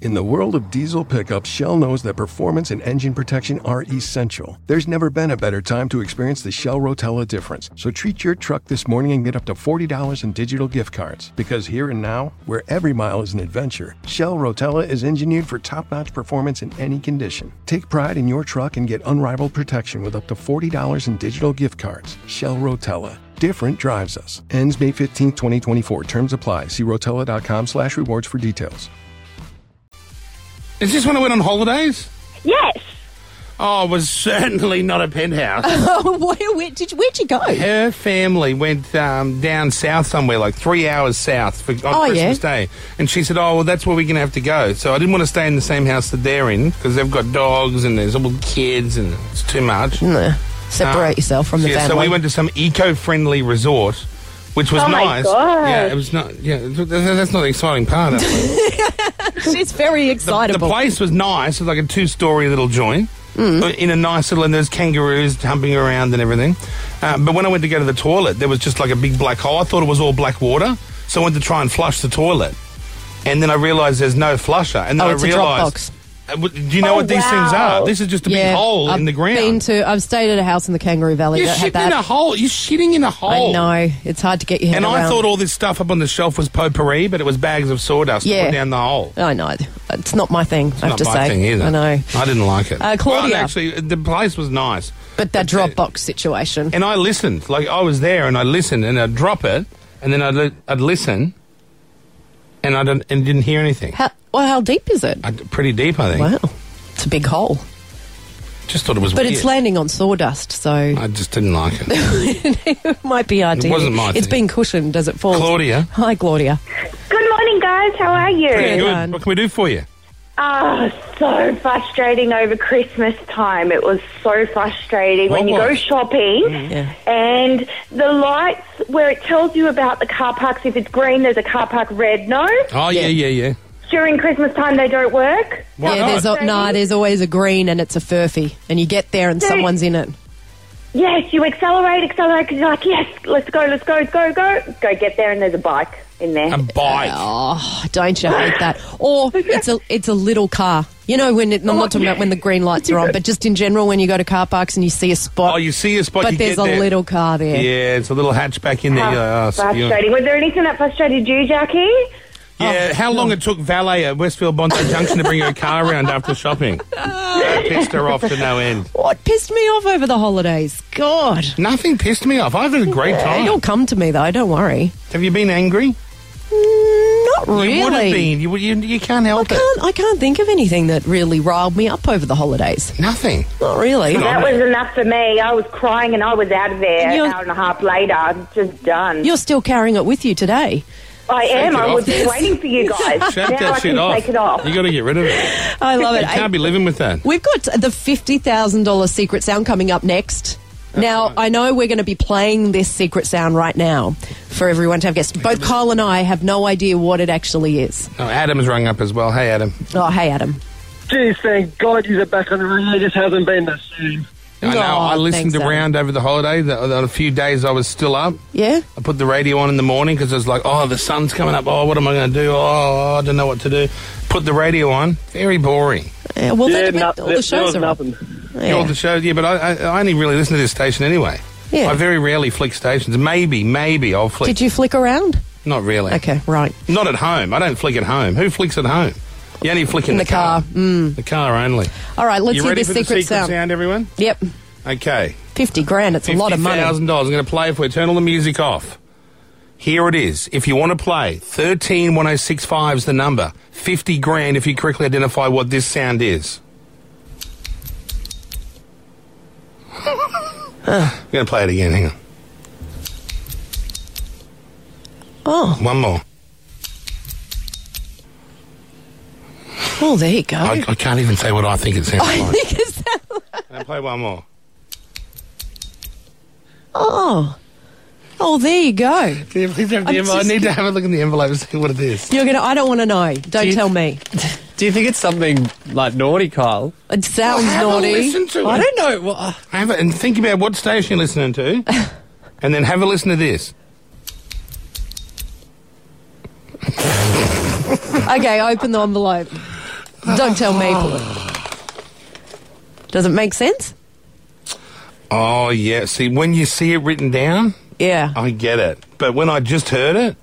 In the world of diesel pickups, Shell knows that performance and engine protection are essential. There's never been a better time to experience the Shell Rotella difference. So treat your truck this morning and get up to $40 in digital gift cards. Because here and now, where every mile is an adventure, Shell Rotella is engineered for top notch performance in any condition. Take pride in your truck and get unrivaled protection with up to $40 in digital gift cards. Shell Rotella. Different drives us. Ends May 15, 2024. Terms apply. See rotella.com slash rewards for details.
Is this when I went on holidays?
Yes.
Oh, it was certainly not a penthouse.
Oh. where, where, did, you- where'd you go?
Her family went um, down south somewhere, like three hours south for, on
Oh, yeah.
Christmas Day. And she said, Oh, well, that's where we're going to have to go. So I didn't want to stay in the same house that they're in because they've got dogs and there's all kids and it's too much.
No. Hmm, Separate yourself from the
Uh, yeah, So
family.
we went to some eco friendly resort, which was
Oh, my
nice.
God.
Yeah, it was not. Yeah, th- th- that's not the exciting part of it.
She's very
The
excitable.
place was nice. It was like a two story little joint.
Mm.
In a nice little, and there's kangaroos humping around and everything. Uh, but when I went to go to the toilet, there was just like a big black hole. I thought it was all black water, so I went to try and flush the toilet, and then I realised there's no flusher. And then
Oh,
I
it's a drop
realised,
box.
Uh, w- do you know
Oh,
what these things
wow.
are? This is just a
Yeah,
big hole
I've
in the ground.
Been to, I've stayed at a house in the Kangaroo Valley.
You're
that had
shitting
that.
in a hole. You're shitting in a hole.
I know. It's hard to get your head
and
around.
I thought all this stuff up on the shelf was potpourri, but it was bags of sawdust
Yeah.
put down the hole.
I know. It's not my thing, I have
not
to
my
say.
thing either.
I know.
I didn't like it.
Uh, Claudia.
Well, actually, the place was nice,
But that drop box situation.
and I listened. Like I was there, and I listened, and I'd drop it, and then I'd, li- I'd listen, and I didn't, and didn't hear anything.
How, well, how deep is it?
I- pretty deep, I think.
Wow. It's a big hole.
Just thought it was.
But
weird.
it's landing on sawdust, so
I just didn't like it.
it might be ideal.
wasn't my
It's
thing.
been cushioned as it falls.
Claudia.
Hi, Claudia.
Good morning, guys. How are you?
Pretty good. What can we do for you?
Oh, so frustrating over Christmas time. It was so frustrating when you go
Always.
shopping
Mm.
Mm.
and the lights where it tells you about the car parks. If it's green, there's a car park red. No,
Oh yeah, yeah, yeah.
during Christmas time they don't work.
yeah, there's a, nah, there's always a green and it's a furphy, and you get there and
Dude.
someone's in it.
Yes, you accelerate, accelerate. you you're like, yes, let's go, let's go, go, go, go. Get there, and there's a bike in there.
A bike.
Oh, don't you hate that? Or it's a it's a little car. You know when it, I'm
Oh,
not talking about when the green lights are on, but just in general when you go to car parks and you see a spot.
Oh, you see a spot.
but
you
there's
get
a
there.
little car there.
Yeah, it's a little hatchback in there.
How
You're like, oh, you know.
frustrating. Was there anything that frustrated you, Jackie?
Yeah,
Oh,
how long it took Valet at Westfield Bondi Junction to bring her car around after shopping? That pissed her off to no end.
What pissed me off over the holidays? God.
Nothing pissed me off. I've had a great time.
It'll come to me though. Don't worry. Mm,
Have you been angry?
Not really.
You would have been. You, you, you can't help
I
it.
can't, I can't think of anything that really riled me up over the holidays.
Nothing.
Not really.
That was enough for me. I was crying and I was out of there
And you're-
an hour and a half later. I'm just done.
You're still carrying it with you today.
I am.
Shake it
I
off.
was just waiting for you guys.
Shake
now
that
I
shit
can
off.
take it off.
You got to get rid of it.
I love it.
You can't
I-
be living with that.
We've got the $50,000 secret sound coming up next. now, I know we're going to be playing this secret sound right now for everyone to have guessed. Both Kyle and I have no idea what it actually is.
Oh, Adam's rung up as well. Hey, Adam.
Oh, hey, Adam.
Geez, thank God you're back on the ring. It just hasn't been the same.
I know. I listened around over the holiday. The, the, few days I was still up.
Yeah?
I put the radio on in the morning because was like, oh, the sun's coming up. Oh, what am I going to do? Oh, I don't know what to do. Put the radio on. Very boring.
Yeah, Uh, well,
Yeah,
that,
no-
all
there-
the
there
shows
was
are.
nothing.
Yeah.
Yeah.
the show, yeah, but I, I, I only really listen to this station anyway.
Yeah.
I very rarely flick stations. Maybe, maybe I'll flick.
Did you flick around?
Not really.
Okay, right.
Not at home. I don't flick at home. Who flicks at home? You only flick in,
In the car. Mm.
The car only.
All right, let's
you
hear
ready
this
for the
secret
secret sound. everyone?
Yep.
Okay.
50 grand. It's a lot of money.
$50,000. I'm going to play if we turn all the music off. Here it is. If you want to play, 131065 is the number. 50 grand if you correctly identify what this sound is. Ah, I'm going to play it again. Hang on.
Oh,
One more.
well, Oh, there you go.
I, I can't even say what I think it sounds
I
like.
think it's that.
And play one more.
Oh. Oh, there you go. I'm
I
just-
need to have a look in the envelope and see what it is.
You're gonna. I don't want to know. Don't
you-
tell me.
Do you think it's something like naughty, Kyle?
It sounds
Have a
naughty.
listen to
I
it.
don't know. Well, uh,
Have a, and think about what station you're listening to, and then have a listen to this.
Okay, open the envelope. Don't tell me. Does it make sense?
Oh, yeah. See, when you see it written down,
Yeah.
I get it. But when I just heard it,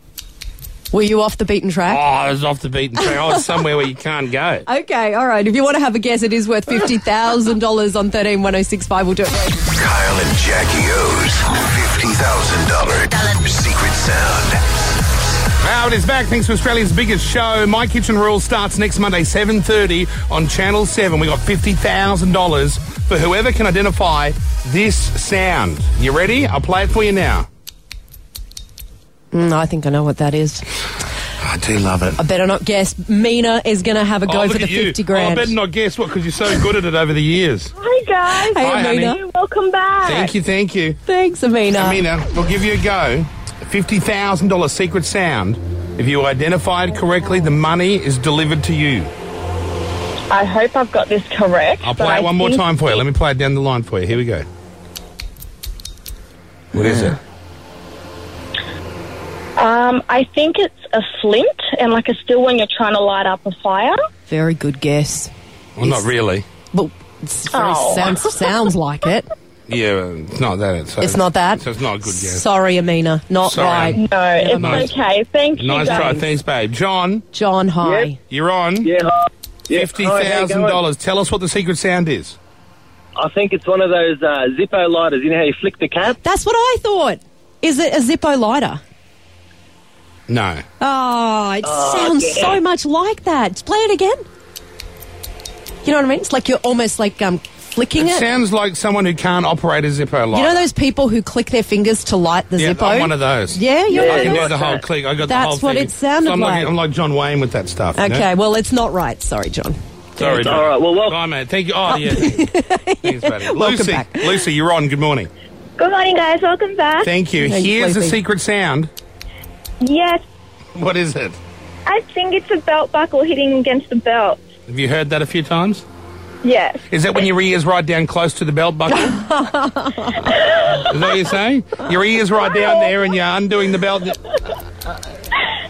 Were you off the beaten
oh,
track?
I was off the beaten track. I was somewhere where you can't go.
Okay, all right. If you want to have a guess, it is worth fifty thousand dollars on thirteen one zero six five. We'll do it.
Kyle and Jackie O's $50,000 secret sound.
Howard is back. Thanks for Australia's biggest show. My Kitchen Rules starts next Monday, 7.30 on Channel 7. We got $50,000 for whoever can identify this sound. You ready? I'll play it for you now.
Mm, I think I know what that is.
I do love it.
I better not guess. Mina is going to have a go
oh,
for
look
the
at you.
fifty
Oh, I
grand.
better not guess what, because you're so good at it over the years.
Hi, guys.
Hey, Hi, Amina. honey.
Welcome back.
Thank you, thank you.
Thanks, Amina.
Amina, we'll give you a go. $50,000 secret sound. If you identify it correctly, the money is delivered to you.
I hope I've got this correct.
I'll
but
play
I
it one more
think-
time for you. Let me play it down the line for you. Here we go. What is it?
Um, I think it's a flint and like a still when you're trying to light up a fire.
Very good guess.
Well, not really.
Well, it's very
Oh.
sounds sounds like it.
Yeah, um, it's not that. So
It's not that.
So it's not a good guess.
Sorry, Amina. Not
Sorry.
right.
No,
Never
it's
mind.
Okay, thank you.
nice
guys.
try. Thanks, babe. John,
John, hi.
you're on. Yeah. $50,000. Tell us what the secret sound is.
I think it's one of those uh, Zippo lighters. You know how you flick the cap?
That's what I thought. Is it a Zippo lighter?
No.
Oh, it sounds
yeah.
so much like that. Just Play it again. You know what I mean? It's like you're almost like um, flicking it.
It sounds like someone who can't operate a Zippo lighter.
you know those people who click their fingers to light the
yeah,
Zippo?
I'm one of those.
Yeah, you're
I
one
can
of
do
those.
the whole click. I got the
That's
whole
what
thing.
it sounded
So I'm
like.
I'm like John Wayne with that stuff. you know?
Okay, well, it's not right. Sorry, John.
Sorry, John. All right, well, welcome. Bye, mate. Thank you. Oh, yeah. Thanks, buddy. Lucy, Lucy, you're on. Good morning.
Good morning, guys. Welcome back.
Thank you. Here's the secret sound.
Yes,
What is it?
I think it's a belt buckle hitting against the belt.
Have you heard that a few times?
Yes.
Is that when your ears right down close to the belt buckle? is that what you're saying? Your ears right down there and you're undoing the belt.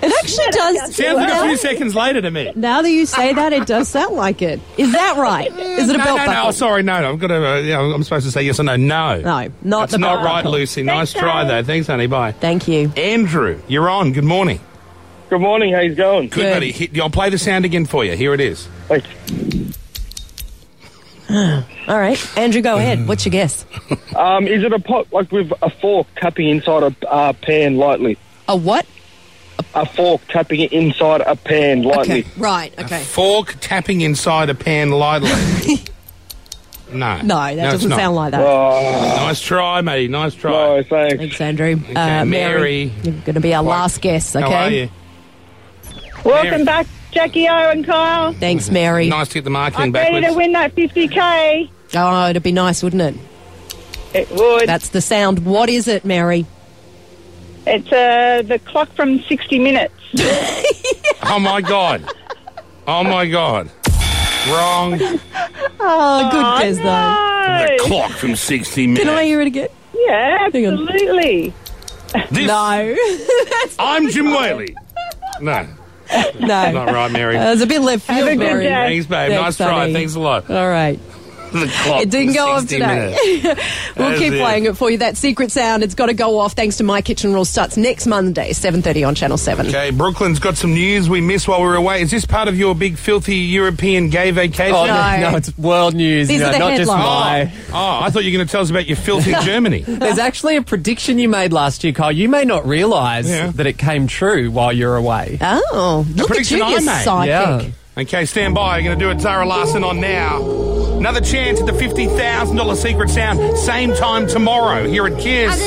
It actually does.
Sounds like a
now-
few seconds later to me.
Now that you say that, it does sound like it. Is that right? Is it a
no,
belt
no,
buckle?
No, sorry, no, no. I've got to, uh, yeah, I'm supposed to say yes or no. No.
No, not
That's
the
not
belt
right,
buckle.
Lucy. nice try, though. Thanks, honey. Bye.
Thank you.
Andrew, you're on. Good morning.
Good morning. How you going?
Good, buddy. Hit, I'll play the sound again for you. Here it is.
All right, Andrew, go ahead. What's your guess?
Um, is it a pot like with a fork tapping inside a uh, pan lightly?
A what?
A fork tapping it inside a pan lightly.
Right. Okay.
Fork tapping inside a pan lightly. no.
No, that
it's
doesn't
not.
sound like that.
Nice try, matey. Nice try.
Oh. thanks.
Andrew. Uh,
Okay, Mary.
You're going to be our last guess. Okay.
How are you?
Welcome
Mary.
back, Jackie O and Kyle.
Thanks, Mary.
Nice to get the marketing
I'm ready
backwards.
to win that 50k.
Oh, it'd be nice, wouldn't it?
It would.
That's the sound. What is it, Mary?
It's uh, the clock from 60 Minutes.
Oh my god. Oh my god. Wrong.
Oh, good guess though.
The clock from 60 minutes.
Can I hear it again?
Yeah,
Hang on.
absolutely.
This-
No,
I'm Jim Whaley. No.
no.
Not right, Mary.
Uh, it was a bit left field,
a good
Mary.
day.
Thanks, babe. nice
Thanks,
try.
honey.
Thanks a lot.
All right.
The clock.
It didn't
from
go off
60
today.
minutes.
we'll
That's
keep
it.
playing it for you. That secret sound, it's got to go off thanks to My Kitchen Rules starts next Monday, 7.30 on Channel 7.
Okay, Brooklyn's got some news we missed while we were away. Is this part of your big filthy European gay vacation?
Oh,
No.
no. no, it's world news.
These
you
are
know,
the
not just
headlines.
my.
Oh, I thought you were going to tell us about your filthy Germany.
There's actually a prediction you made last year, Kyle. You may not realise
Yeah.
that it came true while you're away.
Oh, look at you,
prediction I
you
made.
psychic.
Yeah.
Okay, stand by. You're going to do it. Zara Larson on now. Another chance at the $50,000 secret sound. Same time tomorrow here at Kiss.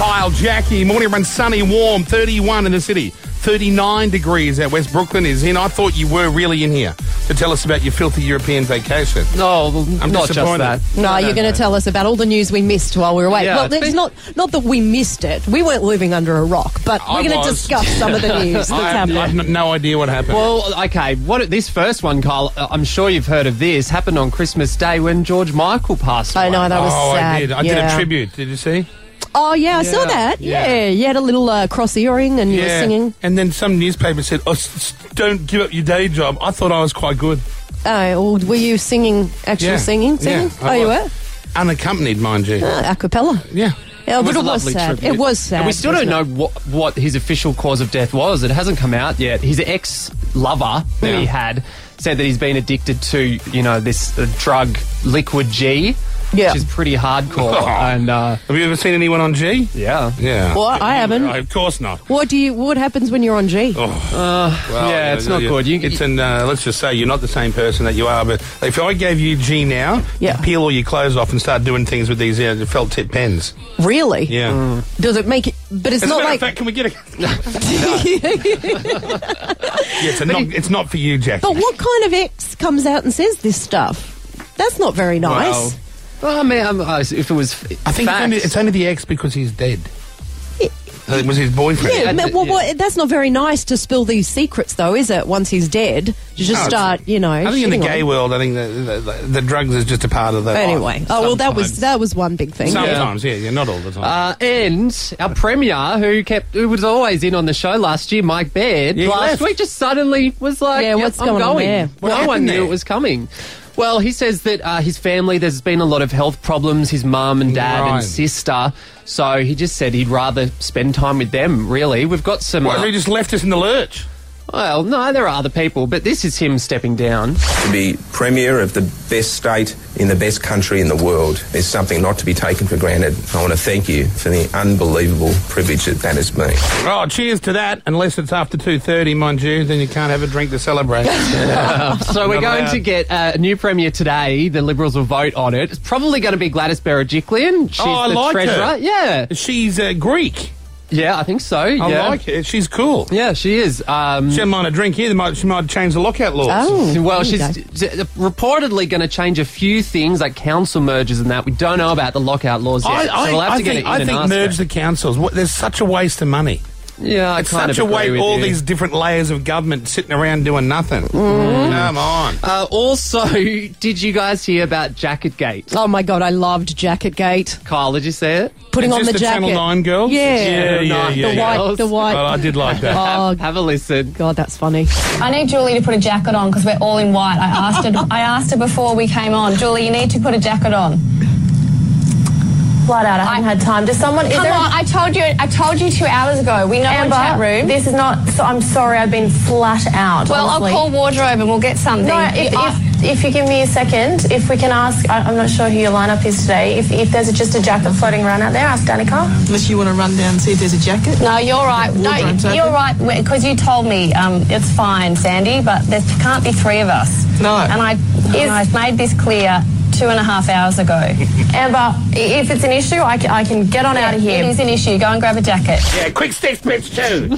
Kyle, Jackie, morning run sunny, warm, 31 in the city. 39 degrees at West Brooklyn is in. I thought you were really in here to tell us about your filthy European vacation.
No, well,
I'm
not just
disappointed.
that.
No, you're going to tell us about all the news we missed while we were away.
Yeah,
well,
it's
it's
been-
not not that we missed it. We weren't living under a rock, but
I
we're going
was.
to discuss some of the news that's
I have,
happening.
I have n- no idea what happened.
Well, okay. What this first one, Kyle? uh, I'm sure you've heard of this. Happened on Christmas Day when George Michael passed.
I know that was
oh,
sad.
I did. I
yeah.
did a tribute. Did you see?
Oh, yeah, I saw
Yeah.
that.
Yeah.
Yeah. you had a little uh, cross earring and you were singing.
And then some newspaper said, "Oh, s- s- don't give up your day job." I thought I was quite good.
Oh, well, were you singing, actual
Yeah.
singing? singing?
Yeah, I
oh, you were?
was. Unaccompanied, mind you.
Ah, a cappella.
Yeah.
Yeah, Oh, but it was sad. It was sad.
And we still don't
wasn't
know what, what his official cause of death was. It hasn't come out yet. His ex lover that he had said that he's been addicted to, you know, this uh, drug liquid G,
Yeah.
which is pretty hardcore. and uh,
Have you ever seen anyone on G?
Yeah.
Oh. Yeah.
Well, I haven't.
No, of course not.
it? What do you? What happens when you're on G?
Oh, Well,
yeah,
you
it's
know,
not
you-
good. You,
it's an, uh, let's just say you're not the same person that you are. But if I gave you G now, yeah. peel all your clothes off and start doing things with these uh, felt tip pens.
Really? Mm.
Yeah.
Does it make it? But it's
As a
not
matter
like.
of fact, can we get Yeah, it's, a not, it's not for you, Jack.
but what kind of ex comes out and says this stuff? That's not very nice.
Well,
oh,
well, I mean, um, uh, if it was, I
I think it's only, it's only the ex because he's dead. Uh, It was his boyfriend.
yeah, ma- well, what- that's not very nice to spill these secrets, though, is it? Once he's dead, you
No,
just
Oh, it's-
start, you know.
I think in the
shitting on
gay
him.
world, I think the, the, the, the drugs is just a part of the.
Anyway, oh well, that was that was one big thing.
Sometimes, yeah, yeah, not all the time.
Uh, and our premier, who kept who was always in on the show last year, Mike Baird,
Yeah, he
last
left.
week just suddenly was like,
Yeah,
"Yep,
what's
I'm
going on
going."
there? What
no one
happened
knew
there?
it was coming. Well, he says that uh, his family, there's been a lot of health problems, his mum and dad
Right.
and sister. So he just said he'd rather spend time with them, really. We've got some. uh,
Well, he just left us in the lurch.
Well, no, there are other people, but this is him stepping down.
To be Premier of the best state in the best country in the world is something not to be taken for granted. I want to thank you for the unbelievable privilege that that has been.
Oh, cheers to that! Unless it's after two thirty, mind you, then you can't have a drink to celebrate.
so we're
Not
going
allowed.
to get uh, a new premier today. The Liberals will vote on it. It's probably going to be Gladys Berejiklian. She's
oh, I
the
like
treasurer.
her.
Yeah,
she's uh, Greek.
Yeah, I think so.
I
yeah.
like it. She's cool.
Yeah, she is. Um,
she doesn't mind a drink here. They might- She might change the lockout laws.
well, she's d- d- reportedly going to change a few things like council mergers and that. We don't know about the lockout laws yet.
I, I,
so we'll have
I
to get
think,
it in
I
and
think
ask
merge
her.
the councils. What, there's such a waste of money.
Yeah, I
it's
kind
such
of
a
agree
waste.
with
All
you.
these different layers of government sitting around doing nothing. Come on.
Uh, also, did you guys hear about Jacket Gate?
Oh my god, I loved Jacket Gate.
Kyle, did you see it?
Putting
Is
on
this
the,
the
jacket.
Channel 9 girls?
Yeah,
It's Channel
yeah,
9
yeah,
the
yeah.
white, the white.
Well, I did like that.
Oh,
Have a listen.
God, that's funny.
I need Julie to put a jacket on because we're all in white. I asked her. I asked her before we came on. Julie, you need to put a jacket on. Blood out. I haven't had time. Does someone?
is
Come
there a-
on! I told you. I told you two hours ago. We know
Amber,
in chat room.
this is not. So I'm sorry, I've been flat out.
Well, I'll
honestly.
call wardrobe and we'll get something.
No, if,
I-
if, if you give me a second, if we can ask, I, I'm not sure who your lineup is today. If, if there's just a jacket floating around out there, ask Danica.
Unless you want to run down and see if there's a jacket. No, you're right. No,
Wardrobe's open.
you're right because you told me um, it's fine, Sandy, but there can't be three of us.
No.
And I, and I made this clear two and a half hours ago. Amber, i- if it's an issue, I can, I can get on out of here. It is an issue. Go and grab a jacket.
Yeah, quick sticks, bitch, too.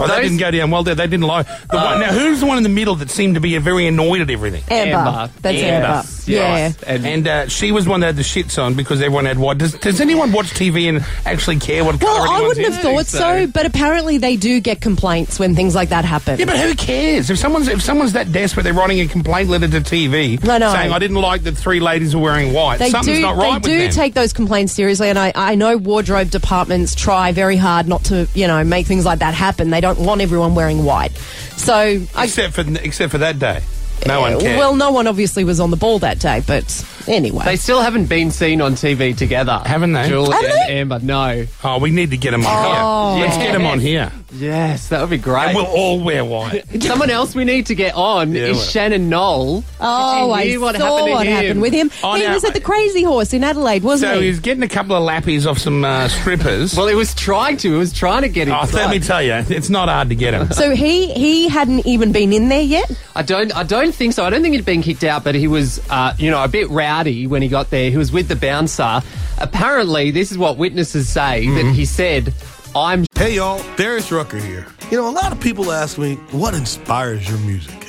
oh, that didn't go down well there. They didn't lie. The
Uh,
one, now, who's the one in the middle that seemed to be very annoyed at everything?
Amber. Amber. That's Amber.
Yes. And, uh, she was the one that had the shits on because everyone had what? Does, does anyone watch TV and actually care what
Well,
colour
I
anyone's
wouldn't
in?
have thought so. but apparently they do get complaints when things like that happen.
Yeah, but who cares? If someone's if someone's that desperate, they're writing a complaint letter to TV
I know.
saying I didn't like that three ladies were wearing white.
They
Something's
do.
not right
they
with
do
them.
take those complaints seriously, and I, I know wardrobe departments try very hard not to, you know, make things like that happen. They don't want everyone wearing white. So,
except for except for that day, no one cared.
well, no one obviously was on the ball that day, but anyway.
They still haven't been seen on TV together, haven't
they?
Julie
Have
and Amber, no.
Oh, we need to get them
Oh.
on here. Let's
Yeah.
get them on here.
Yes, that would be great.
And we'll all wear white.
Someone else we need to get on
Yeah,
is
well.
Shannon Knoll.
Oh,
Did you
I
hear what
saw
happened to
what
him?
happened with him.
Oh,
he
now-
was at the Crazy Horse in Adelaide, wasn't
So
he?
he's getting a couple of lappies off some uh, strippers. Well,
he was trying to. He was trying to get
him. Oh, let me tell you, it's not hard to get him.
So he he hadn't even been in there yet.
I don't. I don't think so. I don't think he'd been kicked out, but he was, uh, you know, a bit rowdy when he got there. He was with the bouncer. Apparently, this is what witnesses say
Mm-hmm.
that he said, "I'm."
Hey y'all, Darius Rucker here. You know, a lot of people ask me, what inspires your music?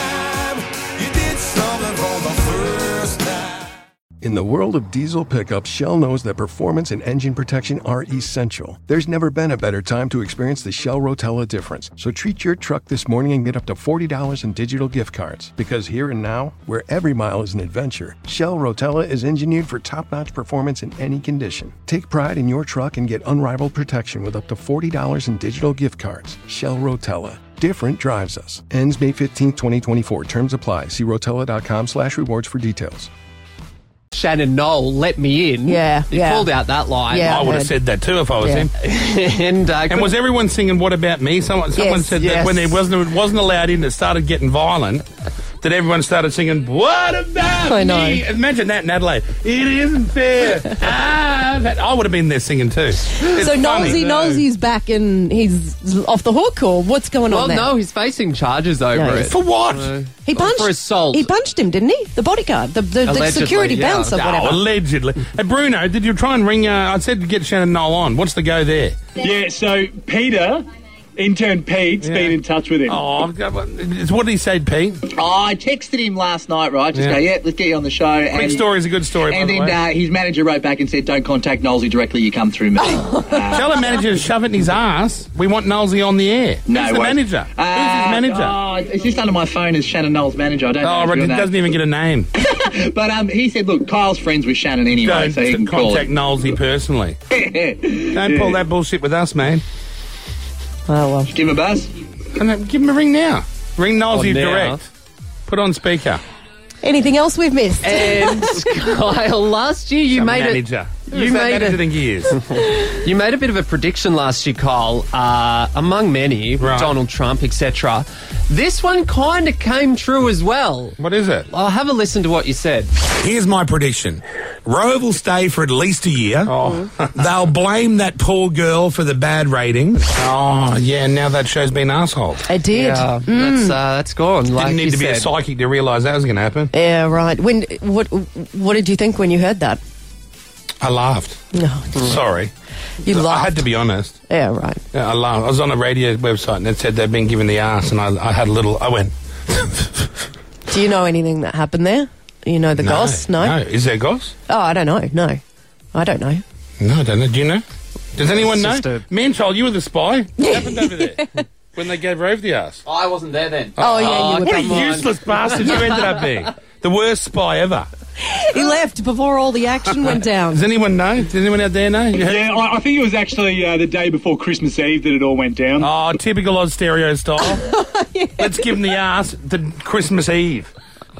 You did so
In the world of diesel pickups, Shell knows that performance and engine protection are essential. There's never been a better time to experience the Shell Rotella difference. So treat your truck this morning and get up to $40 in digital gift cards. Because here and now, where every mile is an adventure, Shell Rotella is engineered for top notch performance in any condition. Take pride in your truck and get unrivaled protection with up to $40 in digital gift cards. Shell Rotella. Different drives us. Ends May 15, 2024. Terms apply. See rotella.com slash rewards for details.
Shannon Knoll let me in. Yeah, he
yeah.
called out that line.
Yeah, I I would have heard. said that too if I was him.
and uh,
And was everyone singing "What About Me"? Someone, someone
Yes,
said
yes.
that when they wasn't it wasn't allowed in, it started getting violent. That everyone started singing "What About
I know.
Me"? Imagine that in Adelaide. It isn't fair. I've had- I would have been there singing too. It's
so
funny.
Nolsey, Nolsey's back and he's off the hook, or what's going
well,
on there?
no, he's facing charges over
Yeah,
it.
he's- For
what?
Uh,
he punched
for assault.
He punched him, didn't he? The bodyguard, the the, the
Allegedly,
security
yeah.
bouncer,
Oh,
whatever.
allegedly. Hey, Bruno, did you try and ring? Uh, I said to get Shannon Knoll on. What's the go there?
Yeah, so Peter, intern Pete's been in touch with him.
Oh, I've got- what did he say, Pete?
Oh, I texted him last night, right? Just
Yeah.
go, yeah, let's get you on the show.
Quick story's a good story, by
And
the
then
way.
Uh, his manager wrote back and said, don't contact Knowlesy directly, you come through me.
Oh, Tell the manager to shove it in his ass. We want Nolsey on the air.
No
Who's the
way.
manager? Who's
Uh,
his manager?
Oh, it's just under my phone as Shannon Knowles' manager. I don't know.
Oh,
his
Rick,
real
it
name.
doesn't even get a name.
but um, he said, look, Kyle's friends with Shannon anyway,
Don't
so he can call.
contact Nolsey personally. Don't pull that bullshit with us, man.
Oh well.
Give him a buzz.
give him a ring now. Ring Nolsey
Oh, now?
direct. Put on speaker.
Anything else we've missed?
And Kyle, last year you
Some
made
manager.
it.
Who's that manager think he
is? you made a bit of a prediction last year, Kyle. Uh, among many, Donald Trump, etc. This one kind of came true as well.
What is it?
I'll have a listen to what you said.
Here's my prediction. Roe will stay for at least a year. Oh. They'll blame that poor girl for the bad ratings. Oh, yeah, now that show's been assholed.
It did.
Yeah,
Mm.
that's, uh, that's gone. Didn't
Didn't need to be a psychic to realise that was going to happen.
Yeah, right. When what what did you think when you heard that?
I laughed.
No,
Sorry.
You
I had to be honest.
yeah, right.
Yeah, I laughed. I was on a radio website and it said they'd been given the arse, and I, I had a little. I went,
Do you know anything that happened there? You know the goss? No.
no. Is there goss?
Oh, I don't know. No, I don't know.
No, I don't know. Do you know? Does anyone
It's
know?
just
Man, child, you were the spy. What happened over there when they gave Rove the arse?
I wasn't there then.
Oh,
Oh,
Oh,
What a useless bastard you ended up being. The worst spy ever.
He left before all the action went down.
Uh, Does anyone know? Does anyone out there know? You heard-
Yeah, I, I think it was actually uh, the day before Christmas Eve that it all went down.
Oh, typical Oz stereo style. Let's give him the arse the Christmas Eve.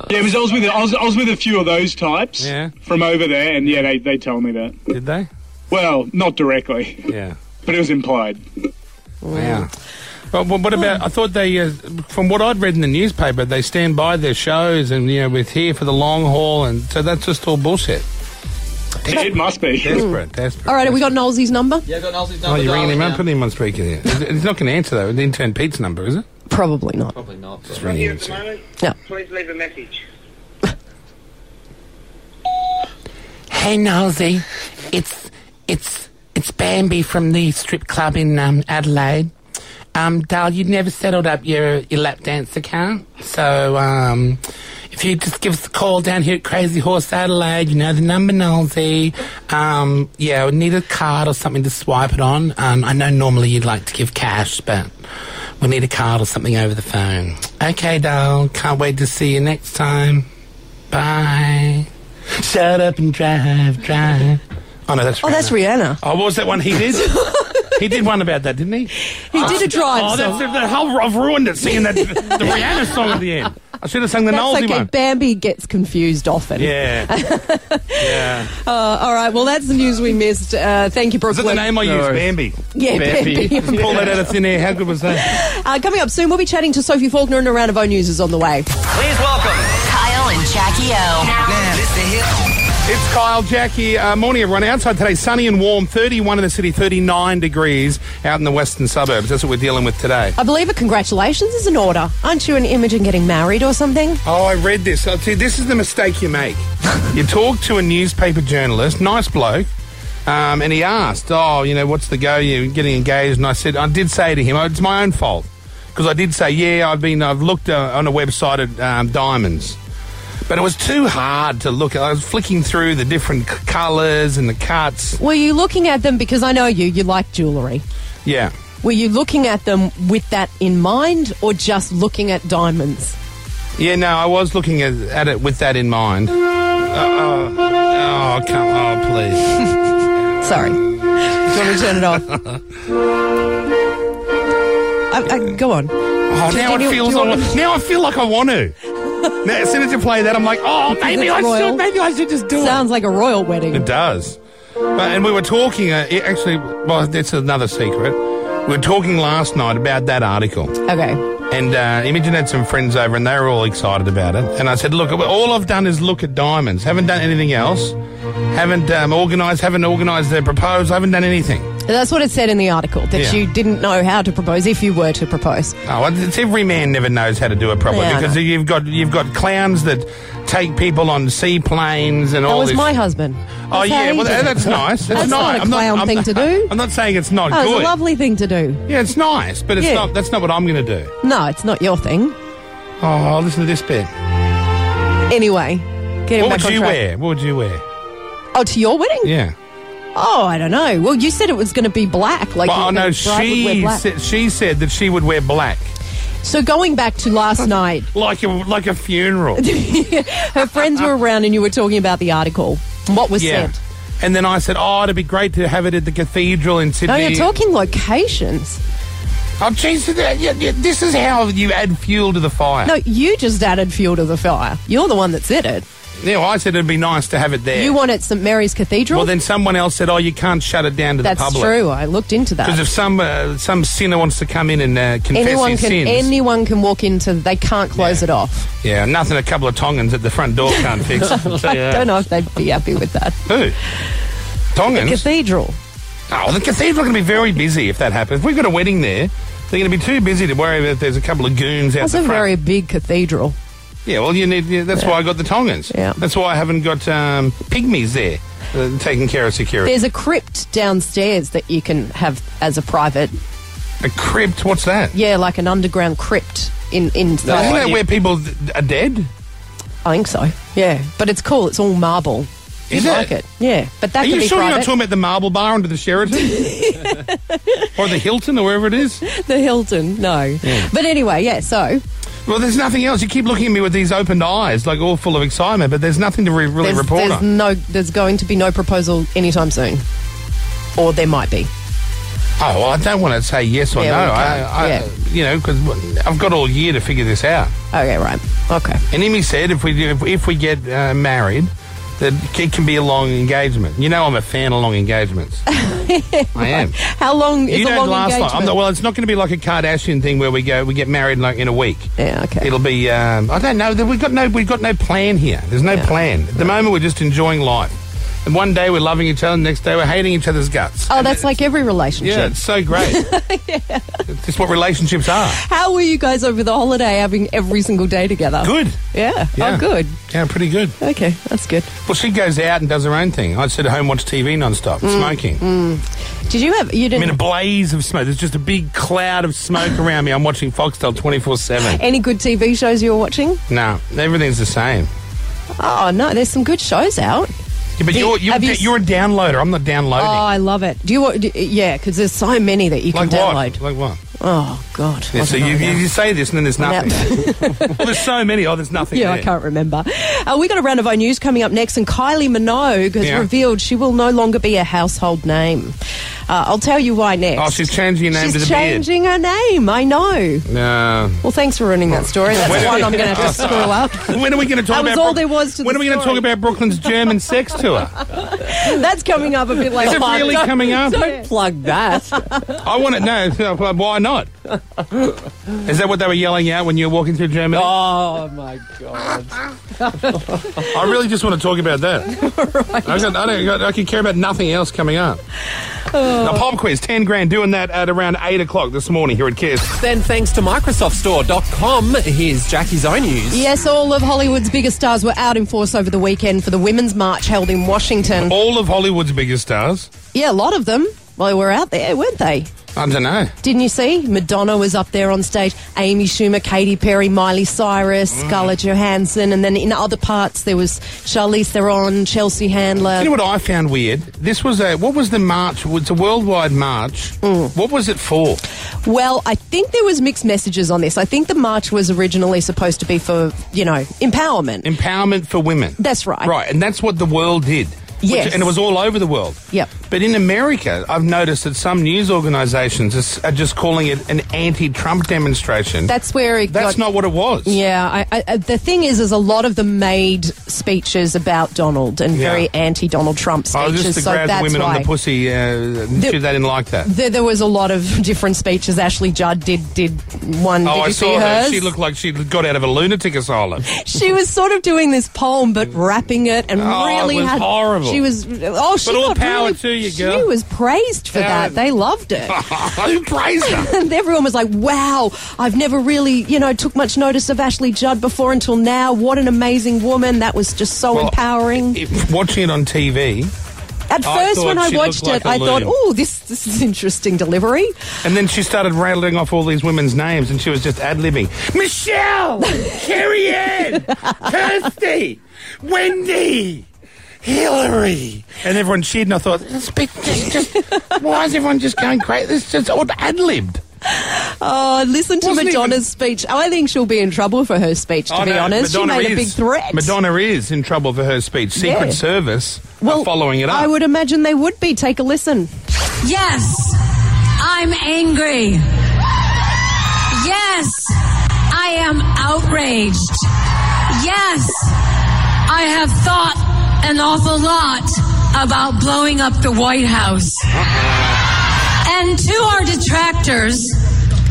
Yeah, it was, I, was with, I, was, I was with a few of those types
Yeah.
from over there, and yeah, they, they tell me that.
Did they?
Well, not directly.
Yeah.
But it was implied.
Wow. Well, well, what about? I thought they, uh, from what I'd read in the newspaper, they stand by their shows and you know with here for the long haul, and so that's just all bullshit. Hmm.
It must be
desperate, desperate.
All right, have we got Nolsey's number? Yeah,
got Nolsey's
Oh, you're ringing him up, putting him on speaker. Here. He's not going to answer though. The intern Pete's number, is it?
Probably not.
Probably not.
Just ring him.
Yeah.
Please leave a message.
Hey Nosey, it's it's it's Bambi from the strip club in um, Adelaide. Um, Dal, you'd never settled up your your lap dance account, so um, if you just give us a call down here at Crazy Horse Adelaide, you know the number, Nosey. Um, yeah, we need a card or something to swipe it on. Um, I know normally you'd like to give cash, but we need a card or something over the phone. Okay, Dal, can't wait to see you next time. Bye. Shut up and drive, drive. Oh no, that's
Oh, that's Rihanna.
Oh, what was that one he did? he did one about that, didn't he?
He did a drive
Oh, that's
song.
the whole. I've ruined it singing that the Rihanna song at the end. I should have sung the
That's
Nolsey
okay.
one.
Bambi gets confused often.
Yeah. yeah.
Uh, all right. Well, that's the news we missed. Uh, thank you,
Is
Brooklyn.
it the name I used? Bambi.
Yeah, Bambi.
Just pull that out of thin air. How good was that?
Uh, coming up soon, we'll be chatting to Sophie Faulkner, and a round of O News is on the way.
Please welcome Kyle and Jackie O. Now, this the hit.
It's Kyle, Jackie. Uh, morning, everyone. Outside today, sunny and warm. 31 in the city, 39 degrees out in the western suburbs. That's what we're dealing with today.
I believe a congratulations is an order. Aren't you and Imogen getting married or something?
Oh, I read this. I'll tell you, this is the mistake you make. you talk to a newspaper journalist, nice bloke, um, and he asked, "Oh, you know, what's the go? You're getting engaged?" And I said, "I did say to him, oh, it's my own fault because I did say, yeah, I've been, I've looked uh, on a website at um, diamonds." But it was too hard to look at. I was flicking through the different c- colours and the cuts.
Were you looking at them because I know you, you like jewellery?
Yeah.
Were you looking at them with that in mind or just looking at diamonds?
Yeah, no, I was looking at, at it with that in mind. Uh, oh, oh, come on, please.
Sorry. Do you want me to turn it off? I, I, go on.
Oh,
Do-
now
do
it
you-
feels
do you
on,
want-
now I feel like I want to. now, as soon as you play that, I'm like, oh,
Because
maybe
it's
I
royal.
should, maybe I should just do it.
Sounds like a royal wedding.
It does. But, and we were talking, uh, it actually, well, that's another secret. We were talking last night about that article.
Okay.
And uh, Imogen had some friends over and they were all excited about it. And I said, look, all I've done is look at diamonds. Haven't done anything else. Haven't um, organised, haven't organised their proposal. Haven't done anything.
That's what it said in the article that
Yeah.
you didn't know how to propose if you were to propose.
Oh, well, it's every man never knows how to do it properly
Yeah, I
because
know.
you've got you've got clowns that take people on seaplanes and
That
all
was
this.
my husband.
oh
That's how
yeah,
he
well
did it.
that's nice. That's,
That's
nice.
not a
I'm
clown
I'm-
thing to do.
I'm not saying it's not
Oh,
good.
it's a lovely thing to do.
yeah, it's nice, but it's
Yeah.
not. That's not what I'm going to do.
No, it's not your thing.
Oh, listen to this bit.
Anyway, getting
what
back
would
on
you
track.
wear? What would you wear?
Oh, to your wedding?
Yeah.
Oh, I don't know. Well, you said it was going to be black. Like, you
oh
were
no,
gonna- bride would wear
she
black.
said, she said that she would wear black,
So going back to last night,
like a like a funeral.
her friends were around and you were talking about the article. and What was
yeah.
said?
And then I said, oh, it'd be great to have it at the cathedral in Sydney.
No, you're talking locations.
Oh, jeez, this is how you add fuel to the fire.
No, you just added fuel to the fire. You're the one that said it.
Yeah, well, I said it'd be nice to have it there.
You want at St Mary's Cathedral?
well, then someone else said, oh, you can't shut it down to
That's
the public.
true. I looked into
Because
that.
if some uh, some sinner wants to come in and uh, confess
Anyone
his
can
sins,
anyone can walk into. They can't close it off.
yeah, nothing a couple of Tongans at the front door can't fix. I'll tell
I
you that.
don't know if they'd be happy with that.
Who?
The
Tongans?
cathedral.
oh, the cathedral going to be very busy if that happens. If we've got a wedding there, they're going to be too busy to worry about there's a couple of goons out
That's
the
a
front.
very big cathedral.
Yeah, well, you need. Yeah, that's why I got the Tongans. Yeah. That's why I haven't got um, pygmies there uh, taking care of security.
There's a crypt downstairs that you can have as a private.
a crypt. What's that?
Yeah, like an underground crypt in in.
No, isn't that where people th- are dead?
I think so. Yeah, but it's cool. It's all marble.
Is
You'd
it?
like it? Yeah, but that
are
could
you
be
sure you're not
private.
talking about the Marble Bar under the Sheraton or the Hilton or wherever it is?
the Hilton, no. But anyway, yeah. So
Well, there's nothing else. You keep looking at me with these opened eyes, like all full of excitement, but there's nothing to re- really
there's,
report
there's
on.
no, there's going to be no proposal anytime soon, or there might be.
Oh, well, I don't want to say yes or
Yeah,
no.
well, you
I,
can't.
I,
Yeah.
you know, because I've got all year to figure this out.
Okay, right. Okay.
And Emmy said if we do, if, if we get uh, married, that it can be a long engagement. You know, I'm a fan of long engagements. I am.
How long is
you
a
don't
long
last
engagement?
long. I'm not, well, it's not going to be like a Kardashian thing where we go we get married like in a week.
Yeah, okay.
It'll be. Um, I don't know. We've got no. We've got no plan here. There's no plan. At the moment, we're just enjoying life. And one day we're loving each other, and the next day we're hating each other's guts.
oh, that's like every relationship.
Yeah, it's so great. It's just what relationships are.
How were you guys over the holiday having every single day together?
Good.
Yeah.
Yeah.
Oh, good.
Yeah, pretty good.
Okay, that's good.
Well, she goes out and does her own thing. I sit at home, watch TV nonstop,
Mm,
smoking.
mm. Did you have? You
I'm in
didn't.
a blaze of smoke. There's just a big cloud of smoke around me. I'm watching Foxtel 24 7.
Any good TV shows you were watching?
No, everything's the same.
Oh no, there's some good shows out.
Yeah, but
Do-
you're, you're,
have you
d-
s-
you're a downloader. I'm not
Oh,
downloading.
I love it. Do you? wa- Do, yeah, because there's so many that you
like
can
what?
download.
Like what?
Oh God.
Yeah, so
Wasn't
you,
I
you,
there?
you say this and then there's
Yep.
nothing. well, there's so many. Oh, there's nothing.
Yeah, I
there.
can't remember. Uh, we got a round of our news coming up next, and Kylie Minogue has
Yeah.
revealed she will no longer be a household name. Uh, I'll tell you why next.
Oh, she's changing your name
She's
to the
changing her name. I know.
beard. No.
Well, thanks for ruining that story. That's
When-
one I'm going to have to screw up.
When are we going to talk
That
about?
was all
Brook-
there was to
When
the
are we going to
story.
talk about Brooklyn's German sex tour?
That's coming up a bit later.
Is it really
Don't-
coming up?
Don't plug that.
I want to know. well, Why not? Is that what they were yelling out when you were walking through Germany?
Oh my god.
I really just want to talk about that. I, got, I, don't, got- I could care about nothing else coming up.
Oh.
Now, pop quiz, 10 grand, doing that at around 8 o'clock this morning here at Kiss.
Then thanks to MicrosoftStore.com, here's Jackie's own news.
Yes, all of Hollywood's biggest stars were out in force over the weekend for the Women's March held in Washington.
All of Hollywood's biggest stars.
Yeah, a lot of them. Well, they were out there, weren't they?
I don't know.
Didn't you see? Madonna was up there on stage, Amy Schumer, Katy Perry, Miley Cyrus,
Mm.
Scarlett Johansson, and then in other parts there was Charlize Theron, Chelsea Handler.
You know what I found weird? This was a what was the march? It's a worldwide march. What was it for?
Well, I think there was mixed messages on this. I think the march was originally supposed to be for, you know, empowerment.
Empowerment for women.
That's right.
Right, and that's what the world did. Which-
Yes.
and it was all over the world.
Yep.
But in America, I've noticed that some news organisations is- are just calling it an anti-Trump demonstration.
That's where it
That's
got-
not what it was.
Yeah, I, I, I- the thing is, is a lot of them made speeches about Donald and
Yeah.
very anti-Donald Trump
Oh,
speeches.
just to
so
grab the
that's
women
why.
on the pussy. Uh, she- they didn't like that.
There, there was a lot of different speeches. Ashley Judd did did one.
oh,
did you
I
see
saw her.
hers?
She looked like she got out of a lunatic asylum.
She was sort of doing this poem, but rapping it, and
Mm. Oh, it
really
was
had
horrible.
She was oh, she
But all
got
power
really-
to you,
She
girl.
was praised for
Yeah.
that. They loved it.
Who praised her?
and everyone was like, "Wow, I've never really, you know, took much notice of Ashley Judd before until now. What an amazing woman! That was just so
Well,
empowering."
If- watching it on TV.
At
I
first,
thought
when I
she
watched
looked
it, I
like a
thought,
loon.
"Oh, this this is interesting delivery."
And then she started rattling off all these women's names, and she was just ad libbing. Michelle, Carrie Ann, Kirsty, Wendy, Hillary, and everyone cheered. And I thought, it's a bit, it's just, why is everyone just going crazy? It's just all ad libbed.
Oh, listen to
Wasn't even-
Madonna's speech. I think she'll be in trouble for her speech. To
I
be
know,
honest,
Madonna
she made a big
is-
threat.
Madonna is in trouble for her speech. Secret
Yeah.
Service are following it up.
I would imagine they would be. Take a listen.
Yes, I'm angry. Yes, I am outraged. Yes, I have thought an awful lot about blowing up the White House. And to our detractors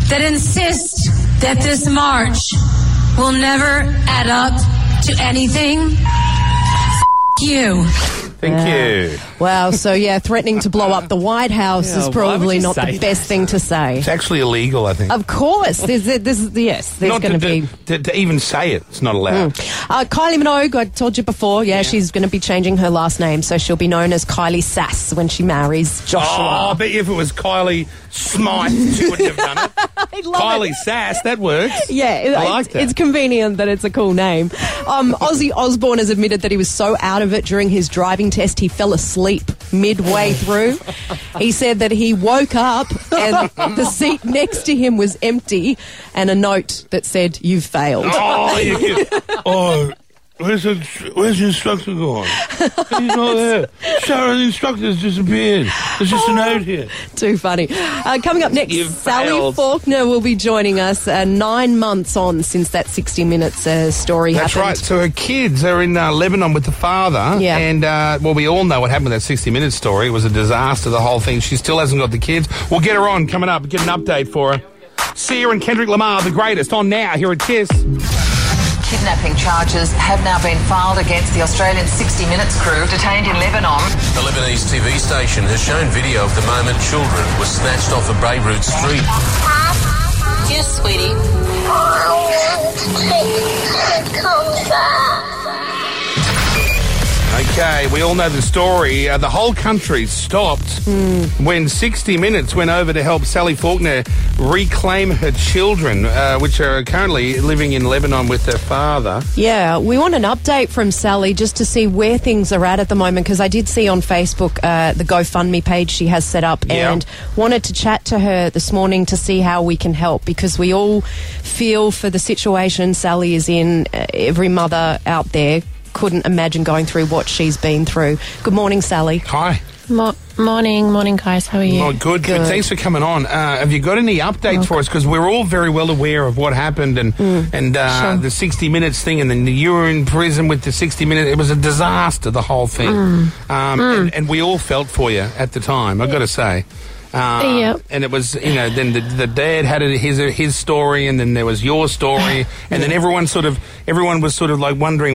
that insist that this march will never add up to anything, f- you.
Thank you.
Wow. So yeah, threatening to blow up the White House
Yeah,
is
why would
probably
you
not
say
the
that?
best thing to say.
It's actually illegal, I think.
Of course, there's, there's yes, there's
Not
going to
to,
be.
to, to even say it, it's not allowed.
Mm. Uh, Kylie Minogue, I told you before, yeah, she's going to be changing her last name, so she'll be known as Kylie Sass when she marries Joshua.
Oh, I bet you if it was Kylie Smythe, she wouldn't have done it. Kylie Sass, that works.
Yeah, it-
I like
it's,
that.
it's convenient that it's a cool name. Um, Ozzy Osbourne has admitted that he was so out of it during his driving test he fell asleep midway through. He said that he woke up and the seat next to him was empty and a note that said, You've failed.
Oh, you kid- oh, where's the, where's the instructor gone? He's not there. Sarah, the instructor's disappeared. There's just a note here.
Too funny. Uh, coming up next,
You've
Sally
failed.
Faulkner will be joining us uh, nine months on since that 60 Minutes uh, story
That's right.
happened.
So her kids are in uh, Lebanon with the father.
Yeah.
And, uh, well, we all know what happened with that 60 Minutes story. It was a disaster, the whole thing. She still hasn't got the kids. We'll get her on coming up, get an update for her. Sia and Kendrick Lamar, the greatest, on now here at Kiss.
Kidnapping charges have now been filed against the Australian 60 Minutes crew detained in Lebanon.
The Lebanese TV station has shown video of the moment children were snatched off a Beirut street.
Yes, sweetie.
Okay, we all know the story. Uh, the whole country stopped when 60 Minutes went over to help Sally Faulkner reclaim her children, uh, which are currently living in Lebanon with their father.
Yeah, we want an update from Sally just to see where things are at at the moment because I did see on Facebook uh, the GoFundMe page she has set up
Yeah.
and wanted to chat to her this morning to see how we can help because we all feel for the situation Sally is in. Uh, every mother out there couldn't imagine going through what she's been through. Good morning, Sally.
Hi.
Mo- morning, morning, guys. How are you?
Oh, good. good. Thanks for coming on. Uh, have you got any updates for us? Because we're all very well aware of what happened and and uh,
Mm. Sure.
the 60 Minutes thing, and then you were in prison with the 60 Minutes. It was a disaster, the whole thing.
Mm.
Um,
Mm.
And, and we all felt for you at the time, I've got to say. Um,
Yeah.
And it was, you know, then the, the dad had it- his his story, and then there was your story, and then everyone sort of everyone was sort of like wondering.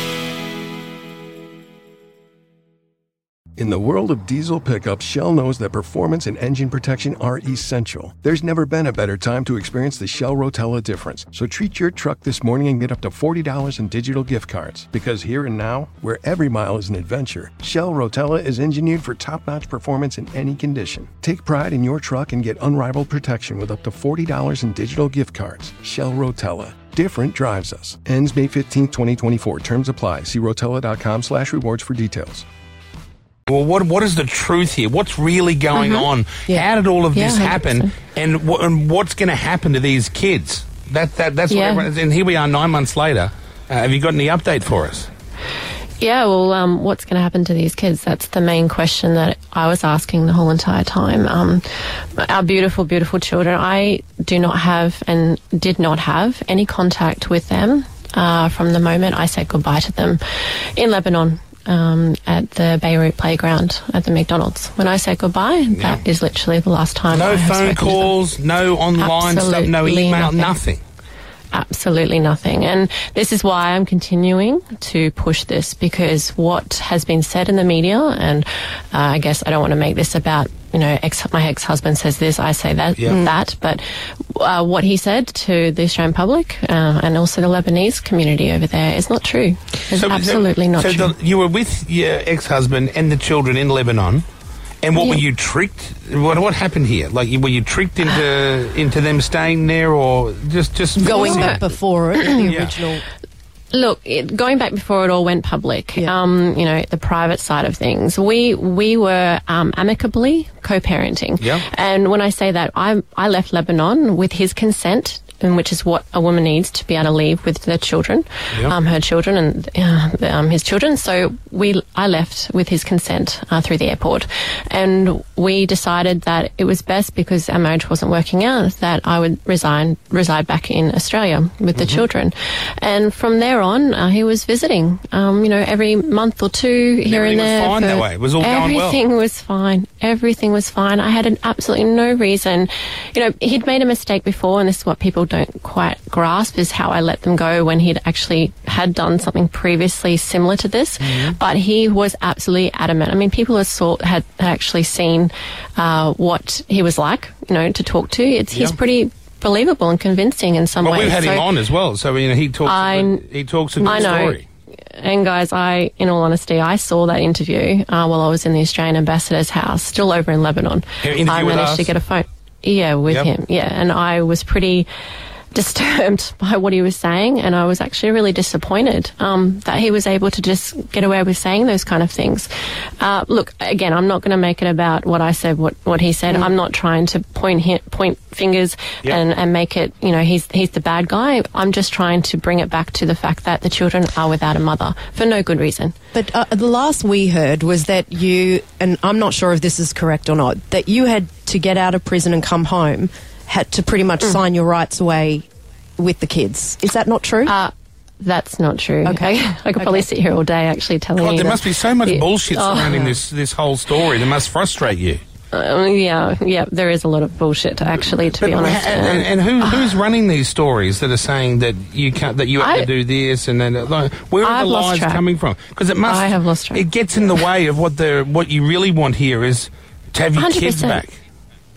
In the world of diesel pickups, Shell knows that performance and engine protection are essential. There's never been a better time to experience the Shell Rotella difference. So treat your truck this morning and get up to $40 in digital gift cards. Because here and now, where every mile is an adventure, Shell Rotella is engineered for top notch performance in any condition. Take pride in your truck and get unrivaled protection with up to $40 in digital gift cards. Shell Rotella. Different drives us. Ends May 15, 2024. Terms apply. See rotella.com slash rewards for details.
Well, what what is the truth here? What's really going
Mm-hmm.
Uh-huh.
on?
Yeah.
How did all of
Yeah,
this happen?
100%.
And, wh- and what's going to happen to these kids? That that that's
Yeah.
what everyone, and here we are nine months later. Uh, have you got any update for us?
Yeah, well, um, what's going to happen to these kids? That's the main question that I was asking the whole entire time. Um, our beautiful, beautiful children. I do not have and did not have any contact with them uh, from the moment I said goodbye to them in Lebanon. Um, at the Beirut playground at the McDonald's. When I say goodbye, that is literally the last time. I
No
have
phone
spoken to them.
calls, no online stuff, no
Absolutely
email, nothing.
nothing. Absolutely nothing. And this is why I'm continuing to push this because what has been said in the media, and uh, I guess I don't want to make this about, you know, ex- my ex husband says this, I say that,
Yeah. Mm.
that, but uh, what he said to the Australian public uh, and also the Lebanese community over there is not true. It's absolutely not
so
true.
the- you were with your ex-husband and the children in Lebanon, and what were you tricked? What what happened here? Like, you- were you tricked into into them staying there, or just just
Going
forcing
back
it?
before it,
the Yeah.
original. Look, it, going back before it all went public, um, you know, the private side of things, we we were um, amicably co-parenting.
Yeah.
And when I say that, I I left Lebanon with his consent. And which is what a woman needs to be able to leave with their children,
Yeah.
um, her children and uh, um, his children. So we, I left with his consent uh, through the airport, and we decided that it was best because our marriage wasn't working out that I would resign, reside back in Australia with
Mm-hmm.
the children, and from there on, uh, he was visiting, um, you know, every month or two here and
everything was
there.
fine
for-
that way. It was all going well.
everything was fine. Everything was fine. I had an absolutely no reason. You know, he'd made a mistake before, and this is what people don't quite grasp is how I let them go when he'd actually had done something previously similar to this.
Mm-hmm.
But he was absolutely adamant. I mean, people had saw, had actually seen uh, what he was like. You know, to talk to. It's he's
Yeah.
pretty believable and convincing in some
Well,
ways.
we've had him
So-
on as well, so you know he talks. a
I-
good- he talks a good
I know.
story.
And guys, I, in all honesty, I saw that interview uh, while I was in the Australian ambassador's house, still over in Lebanon.
An interview
I
with
managed
us?
to get a phone. Yeah, with
Yep.
him. Yeah, and I was pretty disturbed by what he was saying, and I was actually really disappointed um, that he was able to just get away with saying those kind of things. Uh, look, again, I'm not going to make it about what I said, what what he
Mm.
said. I'm not trying to point hi- point fingers
Yep.
and and make it, you know, he's he's the bad guy. I'm just trying to bring it back to the fact that the children are without a mother for no good reason.
But uh, the last we heard was that you, and I'm not sure if this is correct or not, that you had to get out of prison and come home, had to pretty
Mm.
much sign your rights away with the kids. Is that not true?
Uh, that's not true.
Okay.
I, I could probably sit here all day actually telling
God,
you.
there
that-
must be so much
Yeah.
bullshit
Oh.
surrounding this this whole story. That must frustrate you.
Uh, yeah, yeah, there is a lot of bullshit actually, to be honest.
And,
Um,
and, and who who's running these stories that are saying that you can't that you have to
I-
do this and then like, where are
I've
the
lost
lies
track.
coming from? Because it must
I have lost track.
it gets in the way of what the what you really want here is to have your kids
100%.
back.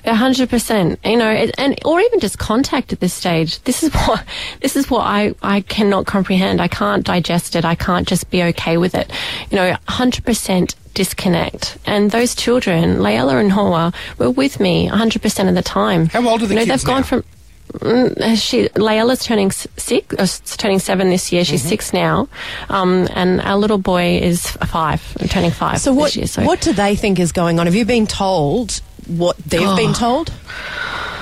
A hundred percent, you know, it, and or even just contact at this stage. This is what this is what I I cannot comprehend. I can't digest it. I can't just be okay with it. You know, a hundred percent disconnect. And those children, Layla and Hoa, were with me a hundred percent of the time. How
old are the
you know,
kids
They've gone
now?
from. Mm, uh, she Layla's turning s- six, uh, s- turning seven this year.
Mm-hmm.
She's six now, um, and our little boy is f- five, turning five
so what,
this year. So
what do they think is going on? Have you been told what they've been told?
Oh.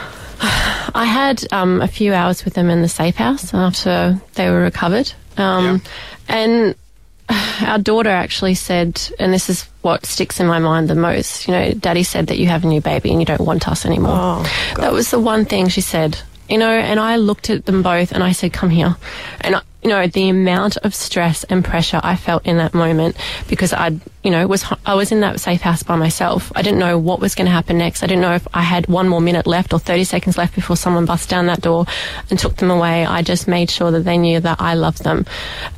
I had um, a few hours with them in the safe house after they were recovered. Um, And our daughter actually said, and this is what sticks in my mind the most, you know, daddy said that you have a new baby and you don't want us anymore.
Oh,
that was the one thing she said, you know, and I looked at them both and I said, come here. And, I, you know, the amount of stress and pressure I felt in that moment because I'd you know, was h- I was in that safe house by myself. I didn't know what was going to happen next. I didn't know if I had one more minute left or 30 seconds left before someone bust down that door and took them away. I just made sure that they knew that I loved them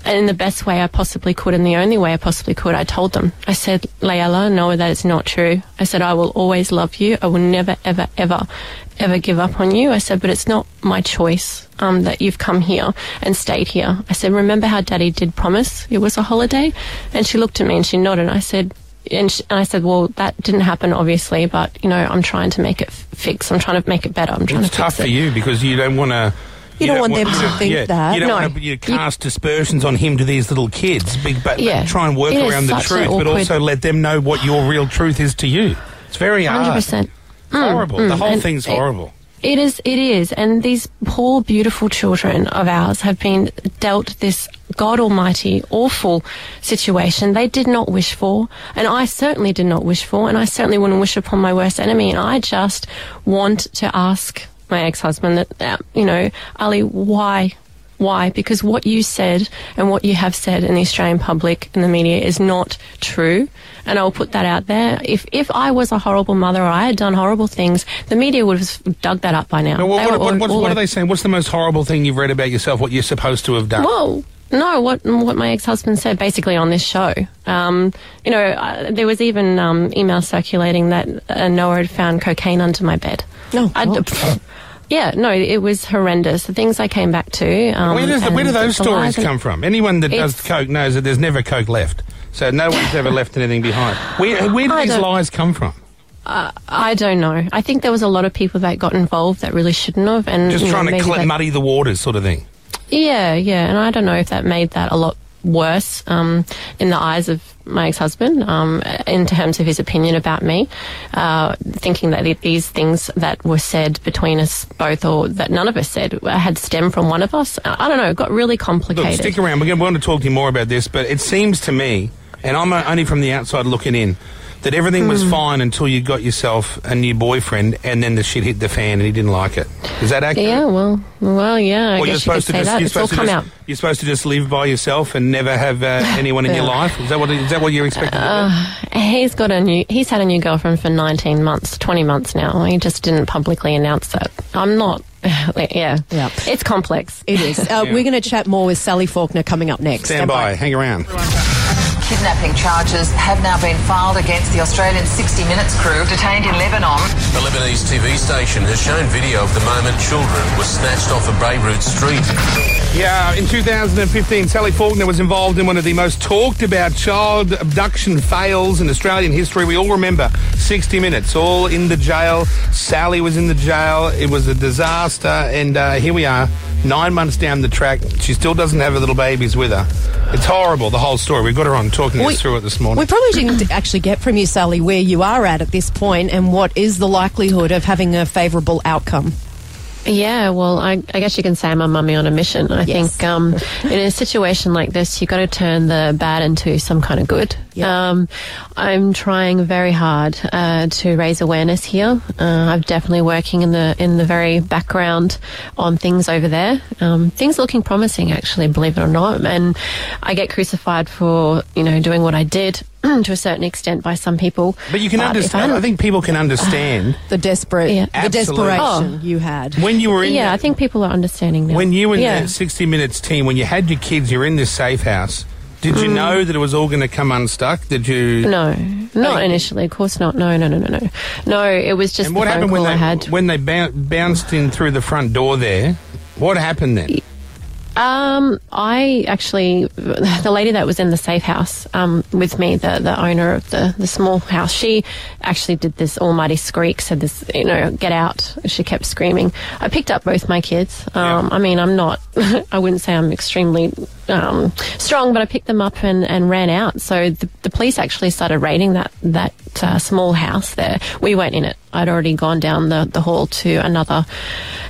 and in the best way I possibly could and the only way I possibly could. I told them, I said, Layla, no, that is not true. I said, I will always love you. I will never, ever, ever ever give up on you. I said, but it's not my choice um, that you've come here and stayed here. I said, remember how daddy did promise it was a holiday? And she looked at me and she nodded. I said, and, sh and I said, well, that didn't happen, obviously, but, you know, I'm trying to make it f- fix. I'm trying to make it better. I'm trying
It's
to fix
tough
it.
for you because you don't want to.
You don't want them to think
yeah,
that.
You don't
No.
want to cast dispersions on him to these little kids, big, but
Yeah.
but try and work
It is
around the
such an
truth, but
awkward-
also let them know what your real truth is to you. It's very hard.
100%.
It's horrible.
Mm,
the
mm,
whole
and
thing's
it-
horrible.
It is, it is. And these poor, beautiful children of ours have been dealt this God Almighty, awful situation they did not wish for. And I certainly did not wish for. And I certainly wouldn't wish upon my worst enemy. And I just want to ask my ex husband that, uh, you know, Ali, why? Why? Because what you said and what you have said in the Australian public and the media is not true. And I'll put that out there. If if I was a horrible mother or I had done horrible things, the media would have dug that up by now.
No, what,
They
what,
were
what,
all-
what,
all
what are
over-
they saying? What's the most horrible thing you've read about yourself? What you're supposed to have done?
Well, no, what what my ex husband said basically on this show. Um, you know, I, there was even um, email circulating that uh, Noah had found cocaine under my bed. No, yeah, no, it was horrendous. The things I came back to. Um,
where, does the, where do
and
those
the lies
stories
and-
come from? Anyone that does
It's-
coke knows that there's never coke left, so no one's ever left anything behind. Where, where do
I
these
don't-
lies come from?
Uh, I don't know. I think there was a lot of people that got involved that really shouldn't have, and
Just
you know,
trying to
maybe
cl-
that-
muddy the waters, sort of thing.
Yeah, yeah, and I don't know if that made that a lot worse um, in the eyes of my ex-husband um, in terms of his opinion about me, uh, thinking that th- these things that were said between us both, or that none of us said, had stemmed from one of us. I I don't know. It got really complicated.
Look, stick around. We're going to want to talk to you more about this, but it seems to me, and I'm uh, only from the outside looking in, that everything
Hmm.
was fine until you got yourself a new boyfriend, and then the shit hit the fan, and he didn't like it. Is that accurate?
yeah, well, well, yeah. I
Well,
guess you could say that. It's all
supposed to
come out.
just- you're supposed to just live by yourself and never have uh, anyone in your
Yeah.
life. Is that what is that what you're expected? to do?
Uh, he's got a new. He's had a new girlfriend for 19 months, 20 months now. He just didn't publicly announce that. I'm not. Yeah, yeah. It's complex.
It is. Uh,
Yeah.
We're going to chat more with Sally Faulkner coming up next.
Stand by. Hang around.
Kidnapping charges have now been filed against the Australian 60 Minutes crew detained in Lebanon.
The Lebanese TV station has shown video of the moment children were snatched off a Beirut street.
Yeah, in 2015, Sally Faulkner was involved in one of the most talked about child abduction fails in Australian history. We all remember 60 Minutes, all in the jail. Sally was in the jail. It was a disaster. And uh, here we are, nine months down the track. She still doesn't have her little babies with her. It's horrible, the whole story. We've got her on talking
We-
us through it this morning.
We probably didn't actually get from you, Sally, where you are at at this point and what is the likelihood of having a favourable outcome.
Yeah, well, I, I guess you can say I'm a mummy on a mission. I think um, in a situation like this, you've got to turn the bad into some kind of good. Um, I'm trying very hard uh, to raise awareness here. Uh, I'm definitely working in the in the very background on things over there. Um, things looking promising, actually, believe it or not. And I get crucified for you know doing what I did to a certain extent by some people.
But you can
if
understand.
hadn't-
I think people can understand.
The desperate, the
Absolutely.
desperation you had.
When you were in
Oh. yeah, I think people are understanding now.
When you and
yeah.
the 60 Minutes team, when you had your kids, you're in this safe house. Did you
Mm.
know that it was all going to come unstuck? Did you?
No, not initially. Of course not. No, no, no, no, no. No, it was just
And what
the phone
happened
call
when
I
they
had.
when they bou- bounced in through the front door? There, what happened then?
Um, I actually, the lady that was in the safe house um, with me, the, the owner of the, the small house, she actually did this almighty squeak, said this, you know, get out. She kept screaming. I picked up both my kids. Um, I mean, I'm not, I wouldn't say I'm extremely um, strong, but I picked them up and, and ran out. So the, the police actually started raiding that, that uh, small house there. We weren't in it. I'd already gone down the, the hall to another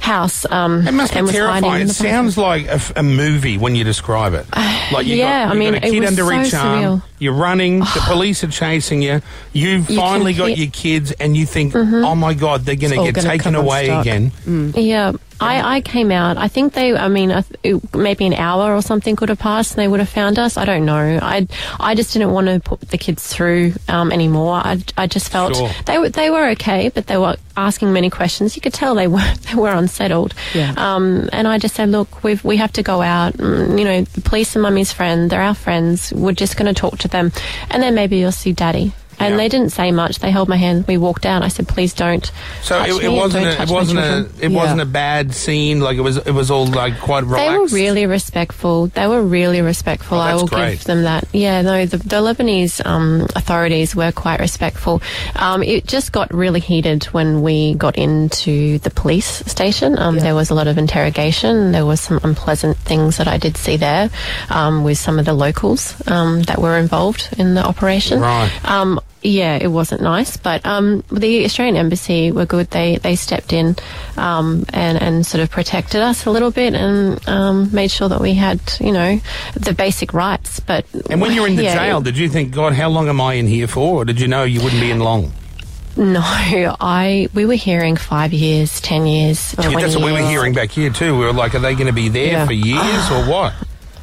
house. Um,
It must be
and was hiding
terrifying.
in
It
the bathroom.
sounds like a, f- a movie when you describe it. Like you
yeah, I
got, you
mean,
got a
it
kid
was
under
so
each
surreal.
arm. You're running. the police are chasing you. You've
You can
finally got
hear-
your kids, and you think, "Oh my God, they're going
It's
to
all
get
gonna
taken
come
away
unstuck.
again."
Yeah, I, I came out. I think they. I mean, I th- it- maybe an hour or something could have passed, and they would have found us. I don't know. I I just didn't want to put the kids through um, anymore. I, I just felt
Sure.
they were they were okay, but they were asking many questions. You could tell they were they were unsettled.
Yeah.
Um, and I just said, look, we we have to go out. Mm, You know, the police are mummy's friend. They're our friends. We're just going to talk to them, and then maybe you'll see daddy. And they didn't say much. They held my hand. We walked out. I said, "Please don't."
So
touch
it,
me
it
and
wasn't
don't
a,
touch
it
my
wasn't a
children."
it wasn't a bad scene. Like it was it was all like quite
They
relaxed.
were really respectful. They were really respectful.
Oh,
I
that's
will
great.
give them that. Yeah, no, the, the Lebanese um, authorities were quite respectful. Um, it just got really heated when we got into the police station. Um, There was a lot of interrogation. There was some unpleasant things that I did see there um, with some of the locals um, that were involved in the operation.
Right.
Um, yeah, it wasn't nice, but um, the Australian embassy were good. They they stepped in um, and and sort of protected us a little bit and um, made sure that we had you know the basic rights. But
And when you're in the
yeah,
jail, did you think, God, how long am I in here for? Or did you know you wouldn't be in long?
no, I we were hearing five years, ten years,
Yeah,
twenty
that's what we were
years.
hearing back here too. We were like, are they going to be there
Yeah.
for years or what?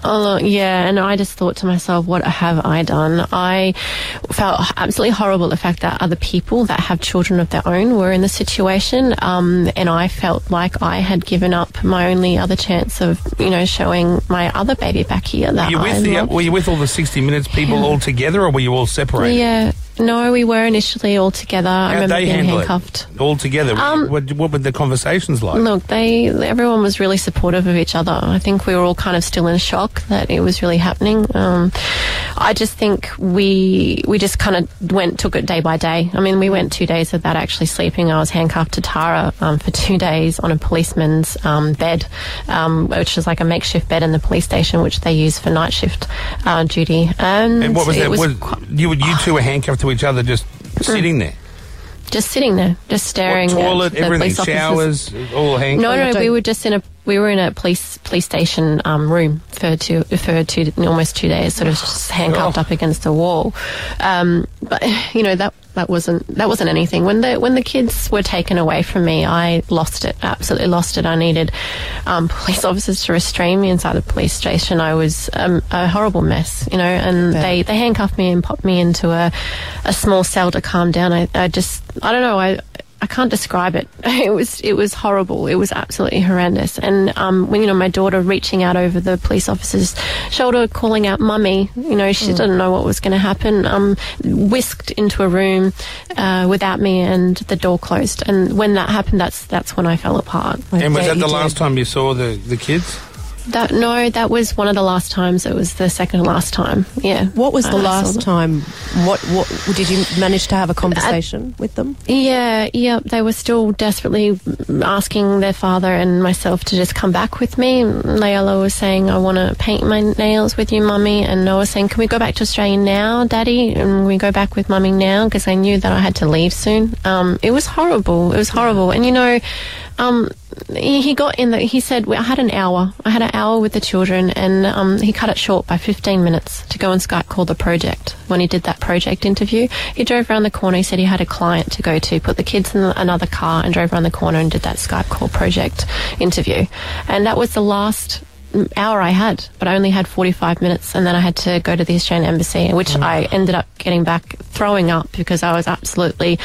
Oh yeah, and I just thought to myself, what have I done? I felt absolutely horrible the fact that other people that have children of their own were in this situation, um, and I felt like I had given up my only other chance of, you know, showing my other baby back here
Were
that
you
I
with the,
loved.
were you with all the 60 Minutes people all together, or were you all separated?
Yeah, no, we were initially all together. I
How'd
remember
they
being
handle
handcuffed. Um,
it all together? what, what were the conversations like?
Look, they everyone was really supportive of each other. I think we were all kind of still in shock that it was really happening. Um, I just think we we just kind of went took it day by day. I mean, we went two days without actually sleeping. I was handcuffed to Tara um, for two days on a policeman's um, bed, um, which is like a makeshift bed in the police station, which they use for night shift uh, duty. And,
and what was
it
that?
was
Was, you you two were handcuffed to each other, just sitting there.
just sitting there, just staring.
Toilet,
at the
everything,
police officers.
showers, all hanged.
No, no, we were just in a we were in a police police station um, room for two for two almost two days, sort of just handcuffed up against the wall. Um, but you know that that wasn't that wasn't anything. When the when the kids were taken away from me, I lost it. Absolutely lost it. I needed um, police officers to restrain me inside the police station. I was um, a horrible mess, you know. And they they handcuffed me and popped me into a a small cell to calm down. I, I just I don't know. I I can't describe it. It was it was horrible. It was absolutely horrendous. And um, when you know my daughter reaching out over the police officer's shoulder, calling out "mummy," you know
Mm.
she didn't know what was going to happen. Um, whisked into a room uh, without me, and the door closed. And when that happened, that's that's when I fell apart.
and was that the last time you saw the, the kids?
That no, that was one of the last times. It was the second to last time. Yeah.
What was the
Uh, I saw
last
them.
time? What what did you manage to have a conversation with them?
Yeah, yeah. They were still desperately asking their father and myself to just come back with me. Layla was saying, I want to paint my nails with you, mummy. And Noah was saying, Can we go back to Australia now, daddy? And we go back with mummy now because I knew that I had to leave soon. Um, it was horrible. It was horrible. And you know, um, he he got in the, he said, well, I had an hour. I had an hour with the children and um, he cut it short by 15 minutes to go and Skype call the project. When he did that project interview, he drove around the corner. He said he had a client to go to, put the kids in another car and drove around the corner and did that Skype call project interview. And that was the last mm, hour I had, but I only had 45 minutes and then I had to go to the Australian Embassy, which
Mm.
I ended up getting back throwing up because I was absolutely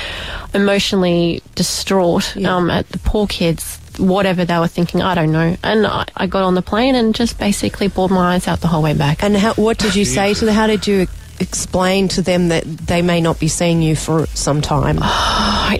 emotionally distraught um, at the poor kids, whatever they were thinking, I don't know. And I, I got on the plane and just basically bawled my eyes out the whole way back.
And how, what did you say to them? How did you explain to them that they may not be seeing you for some time?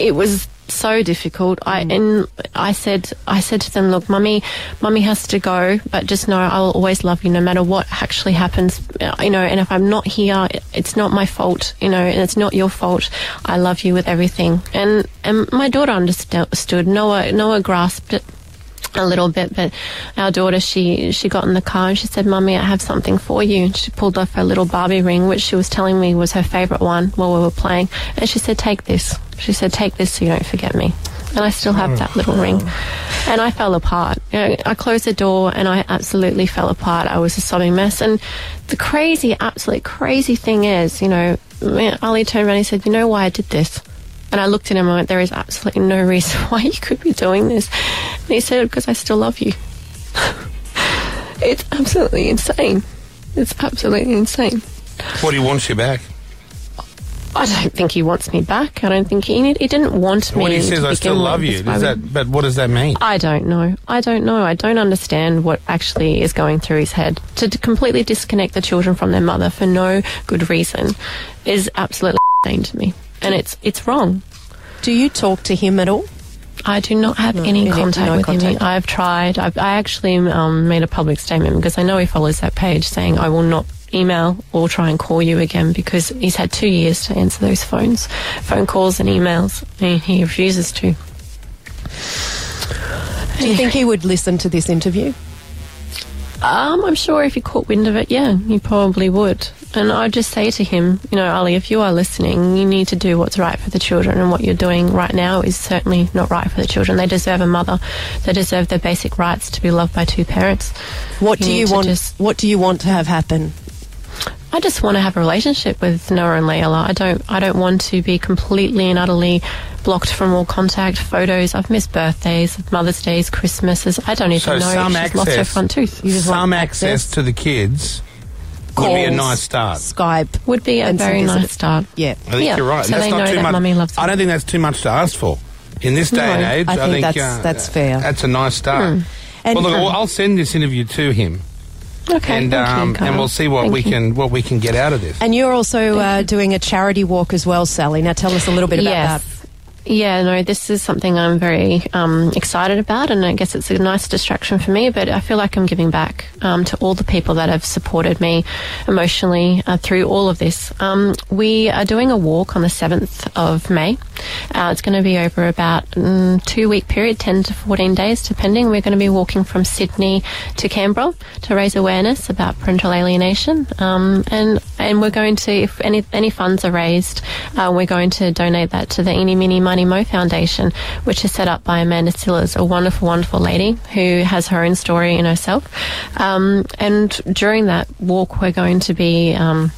it was so difficult. I and I said I said to them, look, mummy, mummy has to go, but just know I will always love you no matter what actually happens. Uh, You know, and if I'm not here, it- it's not my fault. You know, and it's not your fault. I love you with everything. And and my daughter understood. Noah Noah grasped it a little bit, but our daughter, she she got in the car and she said, "Mummy, I have something for you." And she pulled off her little Barbie ring, which she was telling me was her favorite one while we were playing, and she said, "Take this." She said, "Take this so you don't forget me." And I still have that little ring, and I fell apart. You know, I closed the door and I absolutely fell apart. I was a sobbing mess. And the crazy, absolute crazy thing is, you know, Ali turned around and said, "You know why I did this?" And I looked at him and went, There is absolutely no reason why you could be doing this. And he said, Because I still love you. it's absolutely insane. It's absolutely insane.
What do you want you back?
I don't think he wants me back. I don't think he, he didn't want me.
When he
to
says I still
begin
love
with, Uh,
you,
is
does
why we-
that? But what does that mean?
I don't know. I don't know. I don't understand what actually is going through his head. To d- completely disconnect the children from their mother for no good reason is absolutely insane to me, and it's it's wrong.
Do you talk to him at all?
I do not have
No, you
any
don't-
contact
no
with him.
contact.
I've tried. I've, I actually um, made a public statement because I know he follows that page saying I will not email or try and call you again because he's had two years to answer those phones, phone calls and emails, and he refuses to.
Do you think he would listen to this interview?
Um, I'm sure if he caught wind of it, yeah, he probably would. And I'd just say to him, you know, Ali, if you are listening, you need to do what's right for the children, and what you're doing right now is certainly not right for the children. They deserve a mother. They deserve their basic rights to be loved by two parents.
What do
need
you
to
want?
just-
what do you want to have happen?
I just want to have a relationship with Noah and Layla. I don't. I don't want to be completely and utterly blocked from all contact, photos. I've missed birthdays, Mother's Days, Christmases. I don't even
So
know.
some
if she's lost her
access-
front tooth. You just want
Some access to the kids would be a
Calls.
nice start.
Skype
would be a
and some
very
visitors.
nice start.
Yeah,
I think
yeah.
you're right.
So
that's
they
not
know
too
that
much.
mummy loves.
I don't think that's too much to ask for in this day
No,
and age.
I
I
think
think,
that's-
uh,
that's fair.
That's a nice start.
Hmm.
Well,
And,
look,
um,
I'll- I'll send this interview to him,
Okay,
and
thank you,
um, and
Kyle.
we'll see what
Thank
we
you.
can what we can get out of this.
And you're also uh, doing a charity walk as well, Sally. Now tell us a little bit about
Yes.
that.
Yeah, no, this is something I'm very um, excited about, and I guess it's a nice distraction for me. But I feel like I'm giving back um, to all the people that have supported me emotionally uh, through all of this. Um, we are doing a walk on the 7th of May. Uh, it's going to be over about mm, two week period, 10 to 14 days, depending. We're going to be walking from Sydney to Canberra to raise awareness about parental alienation, um, and and we're going to if any any funds are raised, uh, we're going to donate that to the Eeny Meeny Miny Mo Foundation, which is set up by Amanda Sillers, a wonderful, wonderful lady who has her own story in herself. Um, and during that walk, we're going to be. Um,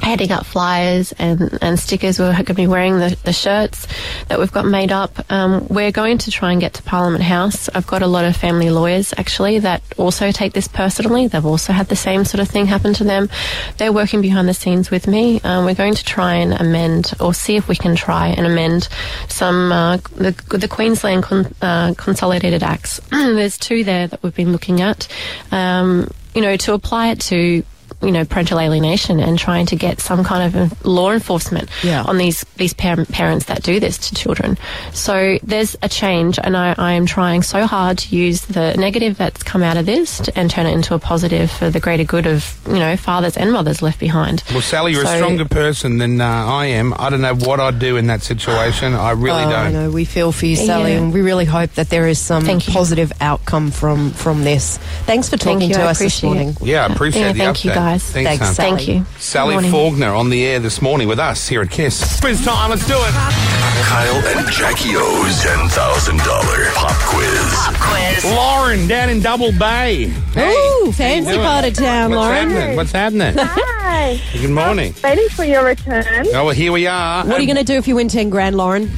heading up flyers and, and stickers. We're going to be wearing the, the shirts that we've got made up. Um, we're going to try and get to Parliament House. I've got a lot of family lawyers actually that also take this personally. They've also had the same sort of thing happen to them. They're working behind the scenes with me. Um, we're going to try and amend or see if we can try and amend some uh, the, the Queensland con- uh, Consolidated Acts. There's two there that we've been looking at. Um, you know, to apply it to you know, parental alienation and trying to get some kind of law enforcement on these these par- parents that do this to children. So there's a change, and I, I am trying so hard to use the negative that's come out of this t- and turn it into a positive for the greater good of you know fathers and mothers left behind.
Well, Sally, you're a
So-
stronger person than uh, I am. I don't know what I'd do in that situation. I really
oh,
don't.
No, we feel for you,
Yeah.
Sally, and we really hope that there is some positive outcome from from this. Thanks for
Thank
talking
you,
to
I
us this
appreciate it.
morning.
Yeah, I appreciate
Yeah,
the
thank you,
update.
guys.
Thanks,
Thanks,
hon.
Thank you.
Sally
Morning.
Faulkner on the air this morning with us here at Kiss. Quiz time. Let's do it.
Kyle and Jackie O's $10,000 pop quiz.
Quiz. Lauren down in Double Bay.
Ooh, fancy part of town,
What's
Lauren.
happening? What's happening?
Hi.
Good morning.
Waiting for your return.
Oh, well, here we are.
What are you going to do if you win ten grand, Lauren?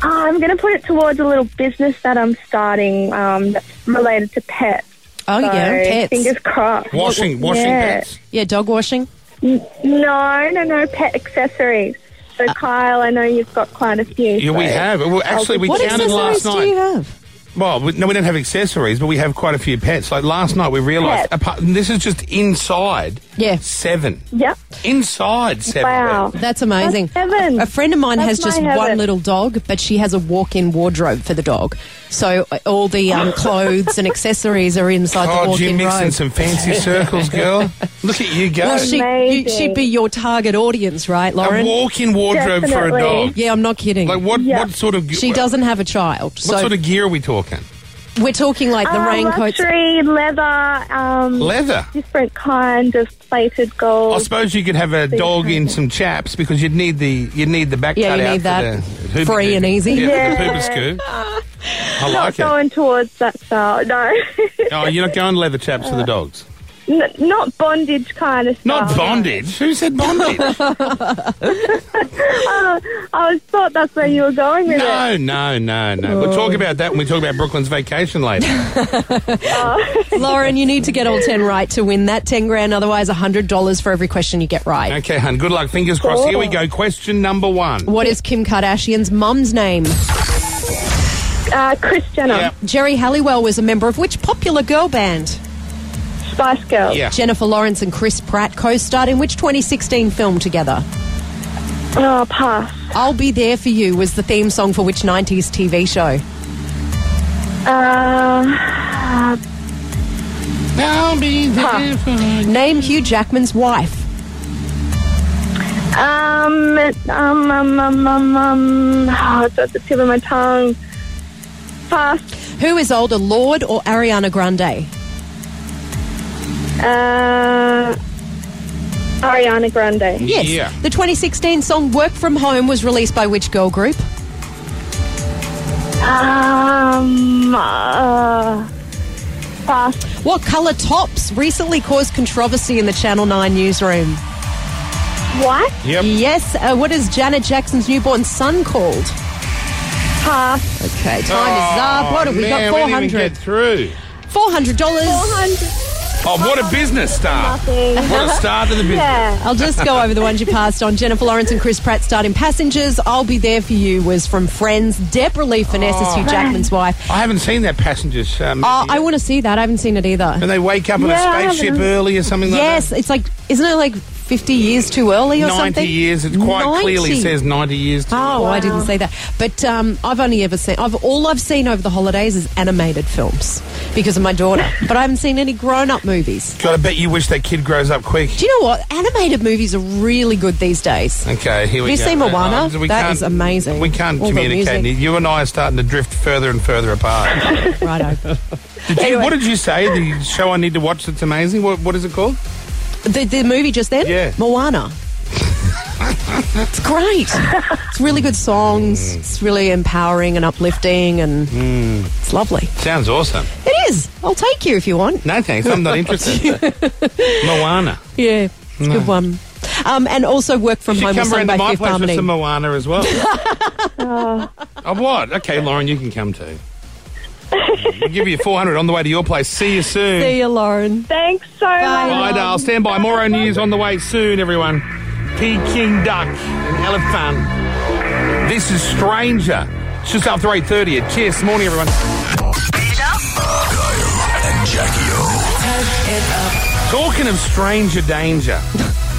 Uh, I'm going to put it towards a little business that I'm starting um, that's related to pets.
Oh,
so
yeah, pets.
Fingers crossed.
Washing- washing
yeah.
pets?
Yeah, dog washing.
N- No, no, no, pet accessories. So,
Uh,
Kyle, I know you've got quite a few.
Yeah, we
so
have. Well, actually, we
I'll-
counted last night.
have?
Well, we, no, we don't have accessories, but we have quite a few pets. Like last night, we realised.
Pets.
apart- and This is just inside.
Yeah.
Seven.
Yep.
Inside seven. pets.
That's amazing. A- A friend of mine
That's
has just
my
one
heaven.
little dog, but she has a walk in wardrobe for the dog. So uh, all the um, clothes and accessories are inside the
God,
walk
you're
in
Oh, mixing
robe.
some fancy circles, girl. Look at you go.
Well, she, you, she'd be your target audience, right, Lauren?
walk-in wardrobe for a dog. Definitely.
Yeah, I'm not kidding.
Like what? What sort of?
She doesn't have a child.
What
so
sort of gear are we talking?
we're talking like the
Uh,
raincoats.
Luxury, leather. Um,
Leather?
Different kind of plated gold.
I suppose you could have a
These
dog
kind
in
of-
some chaps because you'd need the you'd need the back
Yeah,
cut
you
out
need
for
that.
the hoop-
Free and easy.
Yeah, for
Yeah.
the pooper scoop. I
Not
like it.
going towards that style, no.
Oh, you're not going leather chaps for the dogs.
N- not bondage kind of stuff.
Not bondage. Who said bondage?
Oh, I was thought that's where you were going with it.
no, no, no, no. We'll
Oh.
talk about that when we talk about Brooklyn's vacation later.
Lauren, you need to get all 10 right to win that 10 grand, otherwise $100 for every question you get right.
Okay, hun. Good luck. Fingers crossed. Here we go. Question number one.
What is Kim Kardashian's mum's name?
Uh, Chris Jenner.
Jerry Halliwell was a member of which popular girl band?
Spice Girls. Yeah.
Jennifer Lawrence and Chris Pratt co starred in which 2016 film together?
Oh, pass.
I'll Be There For You was the theme song for which 90s TV show?
Uh,
I'll be there
Name Hugh Jackman's wife.
um, um, um, um, um, um, oh, it's at the tip of my tongue. Pass.
Who is older, Lord or Ariana Grande?
Uh, Ariana Grande.
Yes. The 2016 song Work From Home was released by which girl group?
Um, uh, pass.
What colour tops recently caused controversy in the Channel 9 newsroom?
What?
Yep.
Yes. Uh, what is Janet Jackson's newborn son called?
Pass.
Okay, time is up. What have we
Oh, man,
got?
We didn't
400
even get through.
$400.
Oh, what a business start. Ah. What a start to the business.
I'll just go over the ones you passed on. Jennifer Lawrence and Chris Pratt starred in Passengers. I'll Be There For You was from Friends. Deborah Lee Finesse is Hugh
Oh.
Jackman's wife.
I haven't seen that passengers. Um,
Uh, I want to see that. I haven't seen it either.
and they wake up on
Yeah, I
a spaceship
haven't.
early or something like
yes,
that.
it's like, isn't it like 50 years too early or
90
something?
years. It quite
90.
clearly says 90 years. To
Oh, I didn't say that. But um, I've only ever seen, I've, all I've seen over the holidays is animated films because of my daughter. but I haven't seen any grown up movies.
God, I bet you wish that kid grows up quick.
Do you know what? Animated movies are really good these days.
Okay, here
Have
we
you
go.
seen Moana?
Uh, we
that
can't-
is amazing.
We can't
All the
communicate.
music.
You and I are starting to drift further and further apart.
Righto.
Did you, What did you say? The show I need to watch that's amazing? What, what is it called?
The, the movie just then? Yeah. Moana. it's great. It's really good songs.
Mm.
It's really empowering and uplifting and it's lovely.
Sounds awesome.
It is. I'll take you if you want.
No thanks, I'm not interested. Moana.
Yeah, it's a good one. Um, and also work from
She
home was
come
sung
round to
by
my
Fifth
place with
Harmony.
some Moana as well. oh, what? Okay, Lauren, you can come too. we'll give you 400 on the way to your place. See you soon.
See you, Lauren.
Thanks so much.
Bye, Dale. Stand by. More on news on the way soon, everyone. Peking duck and elephant. This is Stranger. It's just after 8.30 at Kiss. Morning, everyone.
And Jackie O.
Talking of stranger danger,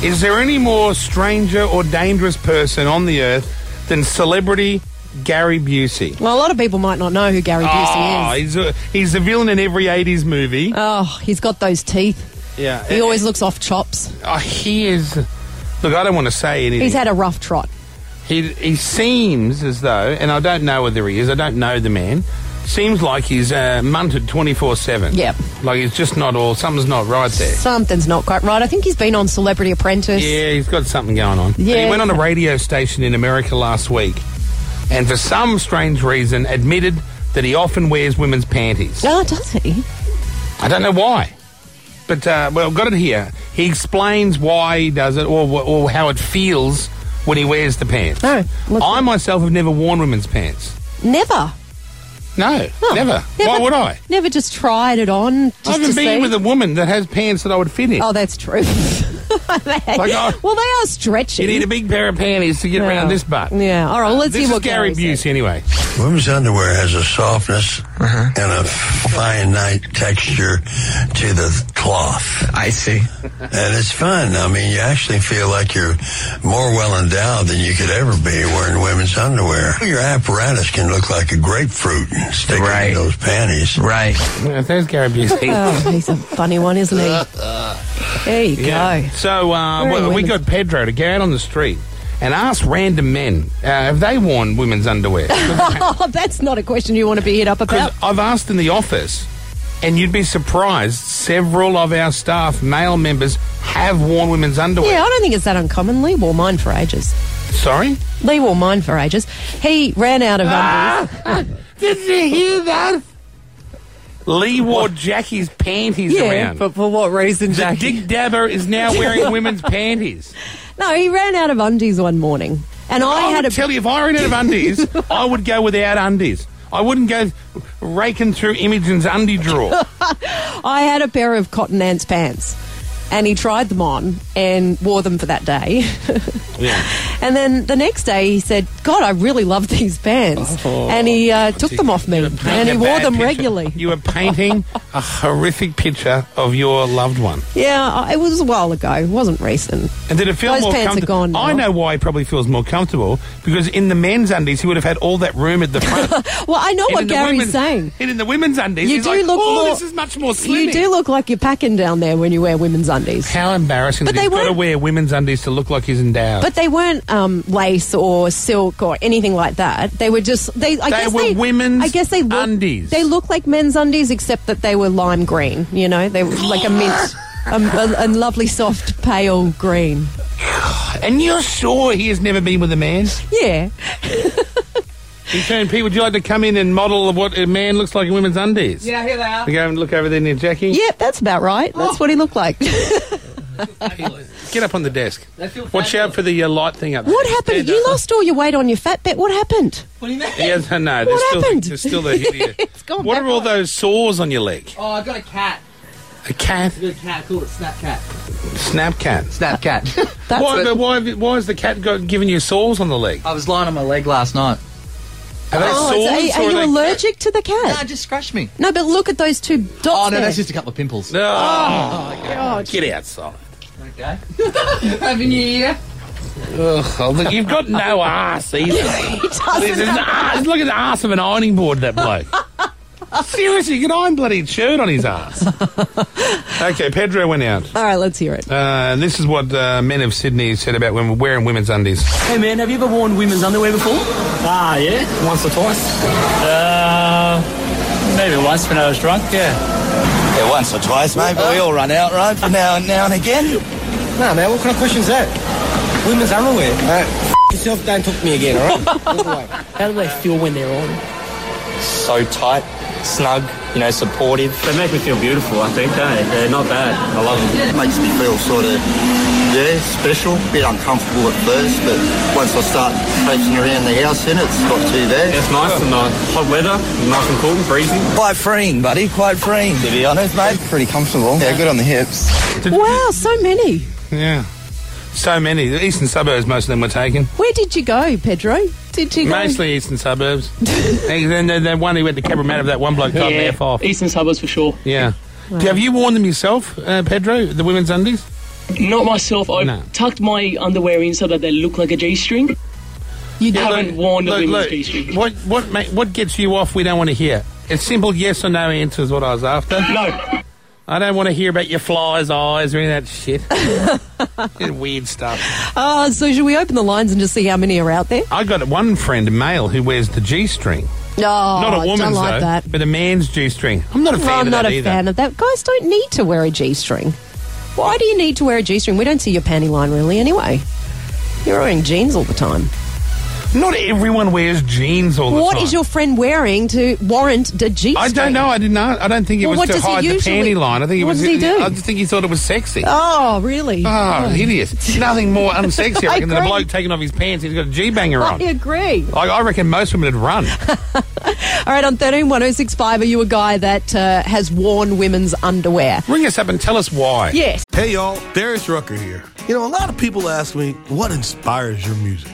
is there any more stranger or dangerous person on the earth than celebrity Gary Busey?
Well, a lot of people might not know who Gary Busey
Ah,
is.
he's a, he's a villain in every 80s movie.
Oh, he's got those teeth.
yeah.
He always looks off chops.
Oh, he is. Look, I don't want to say anything.
He's had a rough trot.
He he seems as though, and I don't know whether he is. I don't know the man. Seems like he's uh, munted twenty four seven.
Yep.
Like it's just not all. Something's not right there.
Something's not quite right. I think he's been on Celebrity Apprentice.
Yeah, he's got something going on. And
Yeah.
he went on a radio station in America last week, and for some strange reason, admitted that he often wears women's panties.
Oh, does he?
I don't know why. But, uh, well, got it here. He explains why he does it or, wh- or how it feels when he wears the pants.
Oh,
No. I myself have never worn women's pants.
Never.
No, never. Why
Never-
would I?
Never just tried it on. Oh. Just
I
to
haven't been
see.
with a woman that has pants that I would fit in.
Oh, that's true. They-
Like, oh,
well, they are stretchy.
you need a big pair of panties to get
Yeah.
around this butt.
Yeah. All right. Well, let's
this
hear
is
what
Gary
Gary said.
Busey, anyway.
Women's underwear has a softness and a finite texture to the cloth. I see. And it's fun. I mean, you actually feel like you're more well endowed than you could ever be wearing women's underwear. Your apparatus can look like a grapefruit sticking in those panties. Right.
Yeah, there's Gary Busey.
Oh, he's a funny one, isn't he? There you
Yeah.
go.
So uh,
Very
we, we got Pedro to go out on the street and ask random men, uh, have they worn women's underwear?
That's not a question you want to be hit up about.
Because I've asked in the office, and you'd be surprised, several of our staff, male members, have worn women's underwear.
Yeah, I don't think it's that uncommon. Lee wore mine for ages.
Sorry?
Lee wore mine for
Ah!
ages. He ran out of undies.
Did you hear that? Lee wore Jackie's panties
Yeah,
around.
but for what reason, Jackie?
Dick Dabber is now wearing women's panties.
No, he ran out of undies one morning, and I,
I
had
would
a
tell you if I ran out of undies, I would go without undies. I wouldn't go raking through Imogen's undie drawer.
I had a pair of cotton ants pants, and he tried them on and wore them for that day.
Yeah.
and then the next day, he said, "God, I really love these pants,"
Oh,
and he uh, took them off me, and he
A
wore
bad
them
picture.
regularly.
You were painting a horrific picture of your loved one.
Yeah, I- it was a while ago. It wasn't recent.
And did it feel
Those
more
pants are
comfortable?
gone now.
I know why he probably feels more comfortable because in the men's undies he would have had all that room at the front.
Well, I know
And in
what
the
Gary's
women-
saying.
And in the women's undies,
You
he's
do
like,
look
"Oh,
more.
this is much more
You
slimming."
do look like you're packing down there when you wear women's undies.
How embarrassing!
But
that he's
they
got to wear women's undies to look like he's endowed.
But they weren't um, lace or silk or anything like that. They were just they. I
They
guess
were
they,
women's
I guess they look,
undies.
They look like men's undies, except that they were lime green. You know, they were like a mint, a, a, a lovely soft pale green.
and you're sure he has never been with a man?
Yeah.
In turn, Pete, would you like to come in and model what a man looes like in women's undies?
Yeah, here they are. Oh.
We go and look over there near Jackie.
Yep, that's about right. That's what he looked like.
Get up on the desk. Watch out for the uh, light thing up there.
what happened? You lost all your weight on your fat bet. What happened?
Yes, I know. There's
What
still,
happened?
There's still the hideous.
it's gone.
What are all those sores on your leg?
Oh, I got a cat.
A cat?
A good cat. Called it Snap Cat.
Snap cat.
Snap Cat.
why, but why, why has the cat got giving you sores on the leg? I was lying on my leg last night. Are they
Oh,
sores?
it's- are, are
or
you
they-
allergic to the cat? No,
just scratched me.
No, but look at those two dots.
Oh, no,
there.
that's just a couple of pimples.
No.
Oh,
God.
Get outside.
Okay. Happy New Year.
Ugh, look, you've got no ass either. There's an
have-
arse- Look at the ass of an ironing board, that bloke. Seriously, you can iron bloody shirt on his ass. okay, Pedro went out.
All right, let's hear it.
Uh, this is what uh, men of Sydney said about women wearing women's undies.
Hey man, have you ever worn women's underwear before? Ah, yeah, once or twice. Uh, maybe once when I was drunk. Yeah.
Yeah, once or twice, mate, but we all run out, right? From now, now and again. Nah, man, what kind of question is that? Women's underwear. Uh, f- yourself, don't talk to me again, all right?
How do they feel when they're on?
so tight, snug, you know, supportive. They make me feel beautiful, I think, eh? They're not bad. I love them.
makes me feel sort of yeah special bit uncomfortable at first but once i start traipsing around the house in it, it's not too bad
It's nice and uh, hot weather, nice and cool, breezy.
quite freeing buddy quite freeing to be honest mate pretty comfortable yeah good on the hips
Wow, so many.
Yeah. So many. The eastern suburbs, most of them were taken.
Where did you go, Pedro? Did you go?
Mostly eastern suburbs. and then the, the one who went to Cabramatta, that one bloke got
Yeah,
an F off.
Eastern suburbs for sure.
Yeah. Do- Have you worn them yourself, uh, Pedro, the women's undies?
Not myself. I tucked my underwear in so that they look like a g-string.
You
haven't worn a
look,
women's
look.
g-string.
What, what, ma- what gets you off we don't want to hear? A simple yes or no answer is what I was after.
No.
I don't want to hear about your fly's eyes or any of that shit. Yeah, Weird stuff.
Uh, so should we open the lines and just see how many are out there?
I got one friend, a male, who wears the G string.
No,
Uh, not a woman's,
Oh, don't like
though,
that.
but a man's G string. I'm not a fan
I'm
of
not
that
a
either.
fan of that. Guys don't need to wear a g-string. Why do you need to wear a g-string? We don't see your panty line really anyway. You're wearing jeans all the time.
Not everyone wears jeans all the
What
time.
is your friend wearing to warrant a g-string?
I don't know. I didn't. know. I don't think it
Well, what
was to
does he
hide the
usually-
panty line. I think it
What
was.
does he do?
I just think he thought it was sexy.
Oh, really?
Oh, hideous! Nothing more unsexy
I
I reckon, than a
agree.
bloke taking off his pants. He's got a g banger
I
on.
agree.
I, I reckon most women would run.
All right, on 131065, are you a guy that uh, has worn women's underwear?
Ring us up and tell us why.
Yes.
Hey y'all, Darius Rucker here. You know, a lot of people ask me, what inspires your music?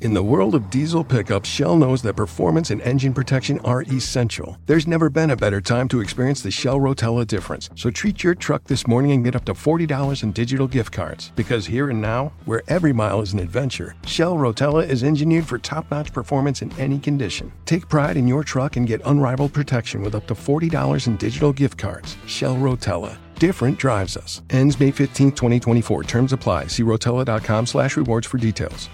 In the world of diesel pickups, Shell knows that performance and engine protection are essential. There's never been a better time to experience the Shell Rotella difference. So treat your truck this morning and get up to $40 in digital gift cards. Because here and now, where every mile is an adventure, Shell Rotella is engineered for top notch performance in any condition. Take pride in your truck and get unrivaled protection with up to $40 in digital gift cards. Shell Rotella. different drives us. Ends May 15, 2024. Terms apply. See rotella.com slash rewards for details.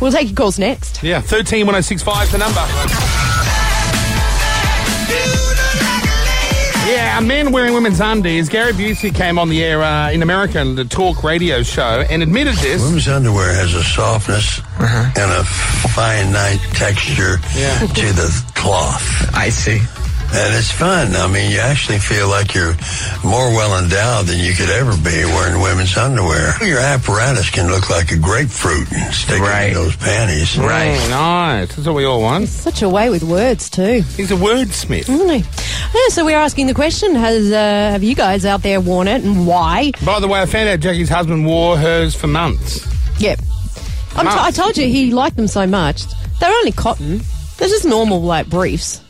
We'll take your calls next.
Yeah, 131065 is the number. Yeah, men wearing women's undies. Gary Busey came on the air uh, in America on the talk radio show and admitted this.
Women's underwear has a softness and a finite texture
Yeah.
to the cloth. I see. And it's fun. I mean, you actually feel like you're more well endowed than you could ever be wearing women's underwear. Your apparatus can look like a grapefruit and stick it in those panties.
Mm, nice. That's what we all want.
Such a way with words too.
He's a wordsmith.
Really?
Mm-hmm.
Yeah, so we're asking the question: Has uh, have you guys out there worn it, and why?
By the way, I found out Jackie's husband wore hers for months.
Yep. I'm t-
Nice.
I told you he liked them so much. They're only cotton. They're just normal like briefs.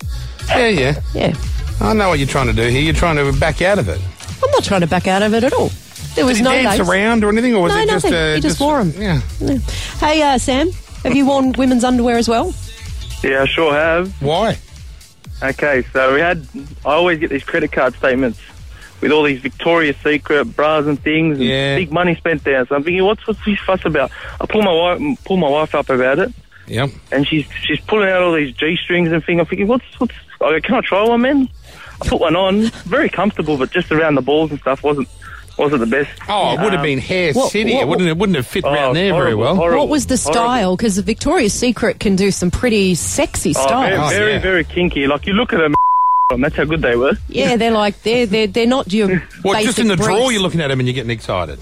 Hmm? Yeah, yeah.
Yeah.
I know what you're trying to do here. You're trying to back out of it.
I'm not trying to back out of it at all. There was
Did he
no
dance
lace.
around or anything, or was
no,
it just,
nothing.
uh,
he just,
just-
wore them.
Yeah.
Hey, uh, Sam, have you worn women's underwear as well?
Yeah, I sure have.
Why?
Okay, so we had. I always get these credit card statements with all these Victoria's Secret bras and things, and big money spent there. So I'm thinking, what's what's this fuss about? I pull my wife pull my wife up about it,
Yep.
and she's she's pulling out all these g strings and things. I'm thinking, what's what's? I go, can I try one, man? I put one on, very comfortable, but just around the balls and stuff wasn't wasn't the best. Um,
Oh, it would have been hair
What-
city.
what-
it wouldn't. It wouldn't have fit
Oh,
around there very
horrible,
well.
what was the style? Because Victoria's Secret can do some pretty sexy
Oh,
styles.
very, very, very kinky. Like you look at them, that's how good they were.
Yeah, they're like they're they're they're not your
What?
basic
just in the
briefs.
drawer, you're looking at him and you're getting excited.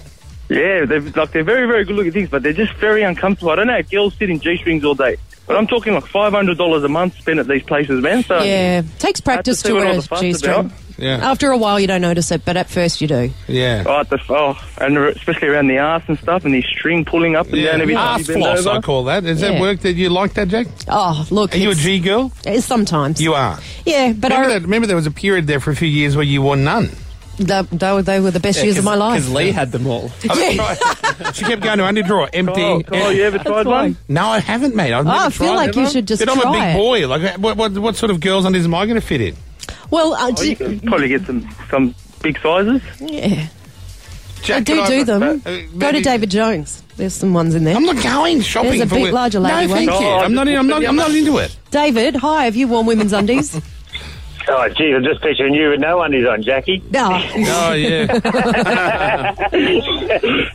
Yeah, they're like they're very, very good looking things, but they're just very uncomfortable. I don't know how girls sit in G strings all day. But I'm talking like five hundred dollars a month spent at these places, man. So
Yeah, takes practice
see
to
what all
wear a
the fuss
g string.
about. Yeah.
After a while, you don't notice it, but at first you do.
Yeah.
Right, the, oh, and especially around the arse and stuff, and these string pulling up and down every time
Ass
you bend
floss,
over.
I call that. Is
Yeah.
that work that you like that, Jack?
Oh, look.
Are you a
it's-
G girl?
It's sometimes.
You are.
Yeah, but
remember,
I,
that, remember there was a period there for a few years where you wore none.
that, they, were, they were the best years of my life.
had them all.
Yeah.
Oh, she kept going to under drawer, empty.
Carl, Carl, you ever
empty.
tried one?
No, I haven't, mate. I've
Oh,
never
I feel
tried
like
it,
you
have I?
should just
But I'm
try
a big
it.
boy. Like, uh, what, what, what sort of girls on this am I going to fit in?
Well, I
Oh, you
do,
can probably get some some big sizes.
yeah.
Jack,
I do
can I-
do them.
uh,
Go to
maybe-
David Jones. There's some ones in there. I'm
not going shopping
There's a
for
bit
wi-
larger
No,
lady.
thank
one.
Oh,
you. I'm not in- I'm not- I'm not into it.
David, hi. Have you worn women's undies?
Oh, geez, I'm just picturing you with no undies on, Jackie.
No.
Oh, yeah.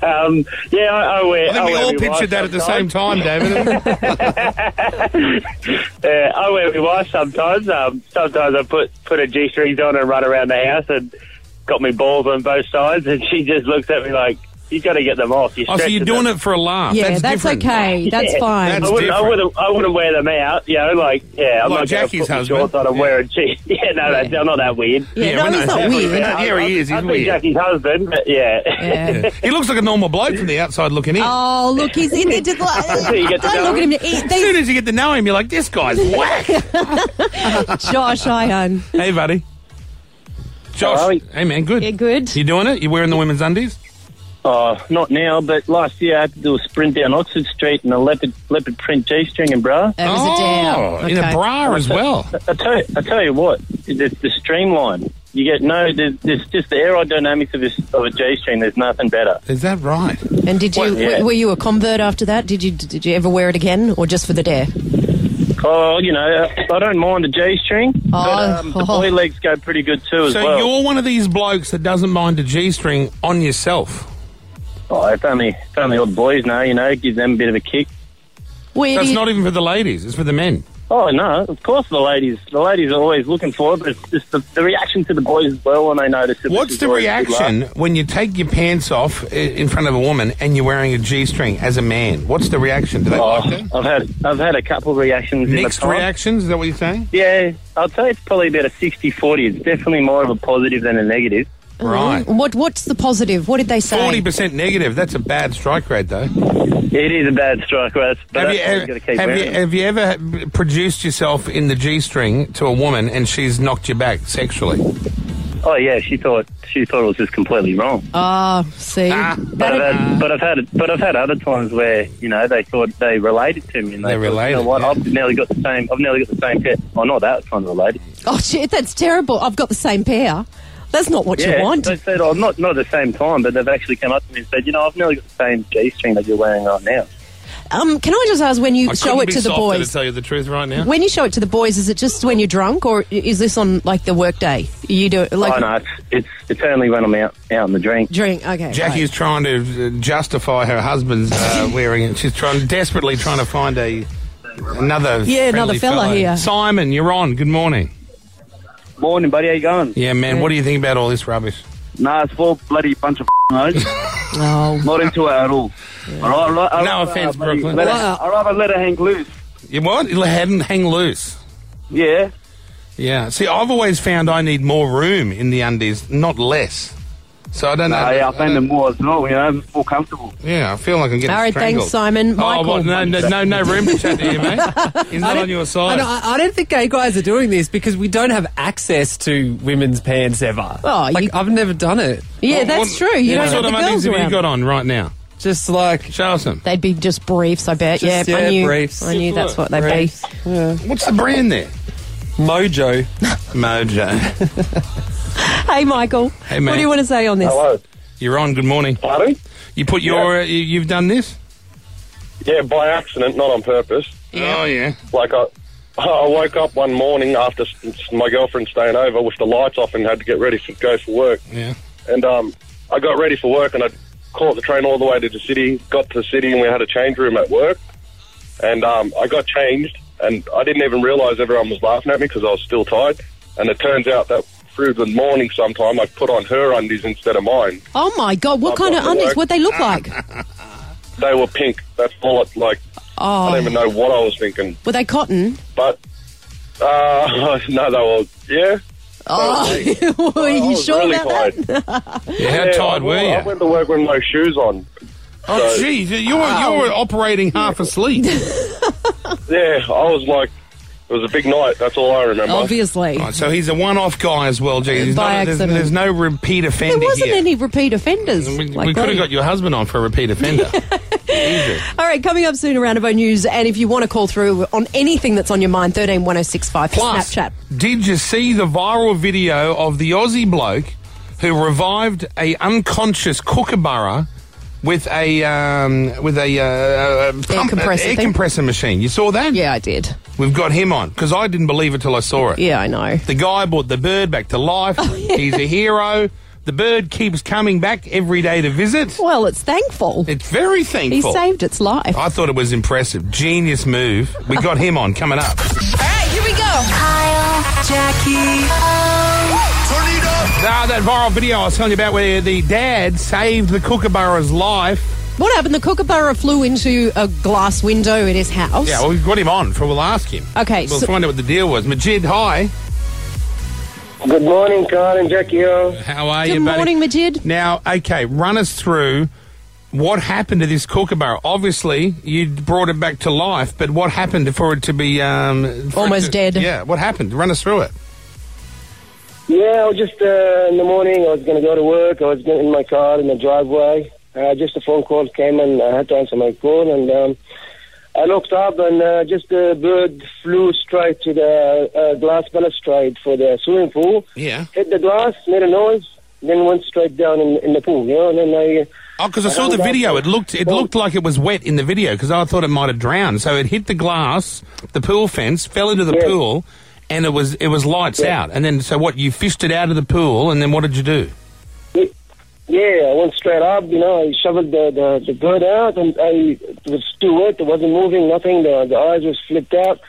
um, yeah, I, I wear.
I think
I
we
wear
all
my wife
pictured that at the same time, David.
Yeah, I wear my wife sometimes. Um, sometimes I put put a g string on and run around the house and got my balls on both sides, and she just looks at me like, "You got to get them off." You
Oh, so you're doing it for a laugh.
Yeah,
that's,
that's
different.
okay. That's fine.
That's
I wouldn't, I
different.
wouldn't. I wouldn't wear them out. You know, like yeah, I'm
Like
not
Jackie's
going to put my
husband.
shorts on and wear a jeans. Yeah, no, that's I'm not that weird.
Yeah, Yeah, no, we're he's not- not weird. we're not- here he is, he's
I'd be
weird.
Jackie's husband, but yeah.
Yeah. He looks like a normal bloke from the outside looking in.
Oh, look, he's in there. Just like,
You get to
don't
know
look at
him.
him. He-
as soon as you get to know him, you're like, this guy's whack.
Josh Ihan.
hey, buddy. Josh. Hey, man, good. Yeah,
good.
You doing it? You wearing the women's undies?
Oh, not now, but last year I had to do a sprint down Oxford Street in a leopard leopard print G string and bra.
That was a dare. Oh, in a Okay. bra as well.
I, tell you, I tell you what, the, the streamline. You get no, there's, there's just the aerodynamics of, this, of a G string. There's nothing better.
Is that right?
And did you
Yeah.
were, were you a convert after that? Did you did you ever wear it again, or just for the dare?
Oh, you know, I don't mind a G string, but um, the boy legs go pretty good too as
so
well.
you're one of these blokes that doesn't mind a G string on yourself.
Oh, it's only it's only old boys now. You know, give them a bit of a kick.
Where
That's
do you-
not even for the ladies, it's for the men.
Oh no! Of course, the ladies. The ladies are always looking for it, but it's just the, the reaction to the boys as well when they notice it.
What's the reaction when you take your pants off i- in front of a woman and you're wearing a G string as a man? What's the reaction? Do they like that?
Oh, I've had I've had a couple of reactions.
Mixed
in the past.
reactions? Is that what you're saying?
Yeah, I'd say it's probably about a 60-40. It's definitely more of a positive than a negative.
Right.
What what's the positive? What did they say?
Forty percent negative. That's a bad strike rate, though.
It is a bad strike rate. But
Have you,
that's why
have,
you got to keep
have
wearing
you,
it.
have you ever produced yourself in the G string to a woman and she's knocked you back sexually?
Oh yeah, she thought she thought it was just completely wrong.
Ah, see.
But I've, had, but I've had but I've had other times where you know they thought they related to me and they,
They
thought, you know
related,
what I've nearly got the same I've nearly got the same pet. Oh, not that kind of related.
Oh shit, that's terrible. I've got the same pair. That's not what
you
you want.
They
said, oh, not, not at the same time, but they've actually come up to me and said, you know, I've nearly got the same G string that you're wearing right now.
Um, can I just ask when you
I
show
couldn't
it
be
to the
softer
boys?
To tell you the truth, right now.
When you show it to the boys, is it just when you're drunk, or is this on like the workday? You do it like
oh, no, it's, it's, it's only when I'm out, out in the drink.
drink. Okay,
Jackie is trying to uh, justify her husband's uh, wearing it. She's trying desperately trying to find a another
Yeah, another fella
friendly fellow.
here.
Simon, you're on. Good morning.
Morning, buddy. How you going?
Yeah, man. What do you think about all this rubbish?
Nah, it's all bloody bunch of hoes.
no.
Not into it at all. All right, all right, all
No
right,
offense,
uh, bloody-
Brooklyn.
Let
Wow.
her, I'd rather let her hang loose.
You what? It hadn't hang loose.
Yeah.
Yeah. See, I've always found I need more room in the undies, not less. So I don't know.
Nah, yeah, I find them more as well, you know, more comfortable.
Yeah, I feel like I'm getting
All right,
strangled.
thanks, Simon. Michael.
Oh, what, no, no, no, no room to chat to you, mate. He's not on your
I
side.
don't, I don't think gay guys are doing this because we don't have access to women's pants ever.
Oh,
like I've never done it.
Yeah, What- that's what- true. You don't
what
have
sort
the
of undies
girls
have you
around.
got on right now?
Just like
show us them.
They'd be just briefs, I bet.
Just,
Uh, yeah, I
yeah,
knew.
briefs.
I knew that's what they'd
Briefs.
be. Yeah.
What's the brand there?
Mojo.
Mojo.
Hey, Michael.
Hey, mate.
What do you want to say on this?
You're on. Good morning.
Pardon?
You put your. Uh, you- you've done this.
Yeah, by accident, not on purpose.
Yeah. Oh yeah.
Like I, I woke up one morning after s- s- my girlfriend staying over with the lights off and had to get ready to go for work.
Yeah.
And um, I got ready for work and I caught the train all the way to the city. Got to the city and we had a change room at work. And um, I got changed and I didn't even realise everyone was laughing at me because I was still tired. And it turns out that through the morning sometime I put on her undies instead of mine.
Oh my God! What
I've
kind
got
of
the
undies?
work.
What they look like?
They were pink. That's all. It, like I
Oh,
don't even know what I was thinking.
were they cotton?
But uh, no, they were yeah.
Oh, are
I
you
was
sure
really
about that?
tired.
Yeah, how tired were
I,
you?
I went to work with no shoes on.
Oh,
So-
geez, you were you were operating half asleep.
Yeah, I was like, it was a big night. That's all I remember.
Obviously.
Right, so he's a one-off guy as well. Geez, He's
By
not- there's,
accident.
there's no repeat offender
There wasn't
here.
any repeat offenders.
we
like
could
that.
have got your husband on for a repeat offender. Easy.
All right, coming up soon, a round of our news. And if you want to call through on anything that's on your mind, 131065 for
Plus,
Snapchat.
Did you see the viral video of the Aussie bloke who revived a unconscious kookaburra with a um, with a, uh, uh, pump-
compressor
air
thing.
compressor machine? You saw that?
Yeah, I did.
We've got him on because I didn't believe it till I saw it.
Yeah, I know. Oh,
The guy brought the bird back to life. He's a hero. The bird keeps coming back every day to visit.
Well, it's thankful.
It's very
He
thankful.
saved its life.
I thought it was impressive. Genius move. We got him on coming up.
All right, here we go. Kyle, Jackie, turn it up.
Ah, that viral video I was telling you about where the dad saved the kookaburra's life.
What happened? The kookaburra flew into a glass window at his house.
Yeah, well, we've got him on, for we'll ask him.
Oh, Okay,
We'll
so-
find out what the deal was. Majid, hi.
Good morning, Kyle and Jackie.
How are
Good
you, buddy?
morning, Majid.
Now, okay, run us through what happened to this kookaburra. Obviously, you brought it back to life, but what happened for it to be... Um, for it
Almost
to-
dead.
Yeah, what happened? Run us through it.
Yeah, I was just uh, in the morning. I was going to go to work. I was getting in my car in the driveway. Uh, just a phone call came and I had to answer my call. And um, I looked up and uh, just the bird flew straight to the uh, glass balustrade for the swimming pool.
Yeah.
Hit the glass, made a noise, then went straight down in, in the pool. You know, and then I.
Oh, because I saw the
hung up.
video. It looked it looked like it was wet in the video because I thought it might have drowned. So it hit the glass, the pool fence, fell into the
Yeah.
pool, and it was it was lights
Yeah.
out. And then so what? You fished it out of the pool, and then what did you do?
Yeah, I went straight up. You know, I shoveled the, the, the bird out, and I it was too wet. It wasn't moving, nothing. The, the eyes was flipped out.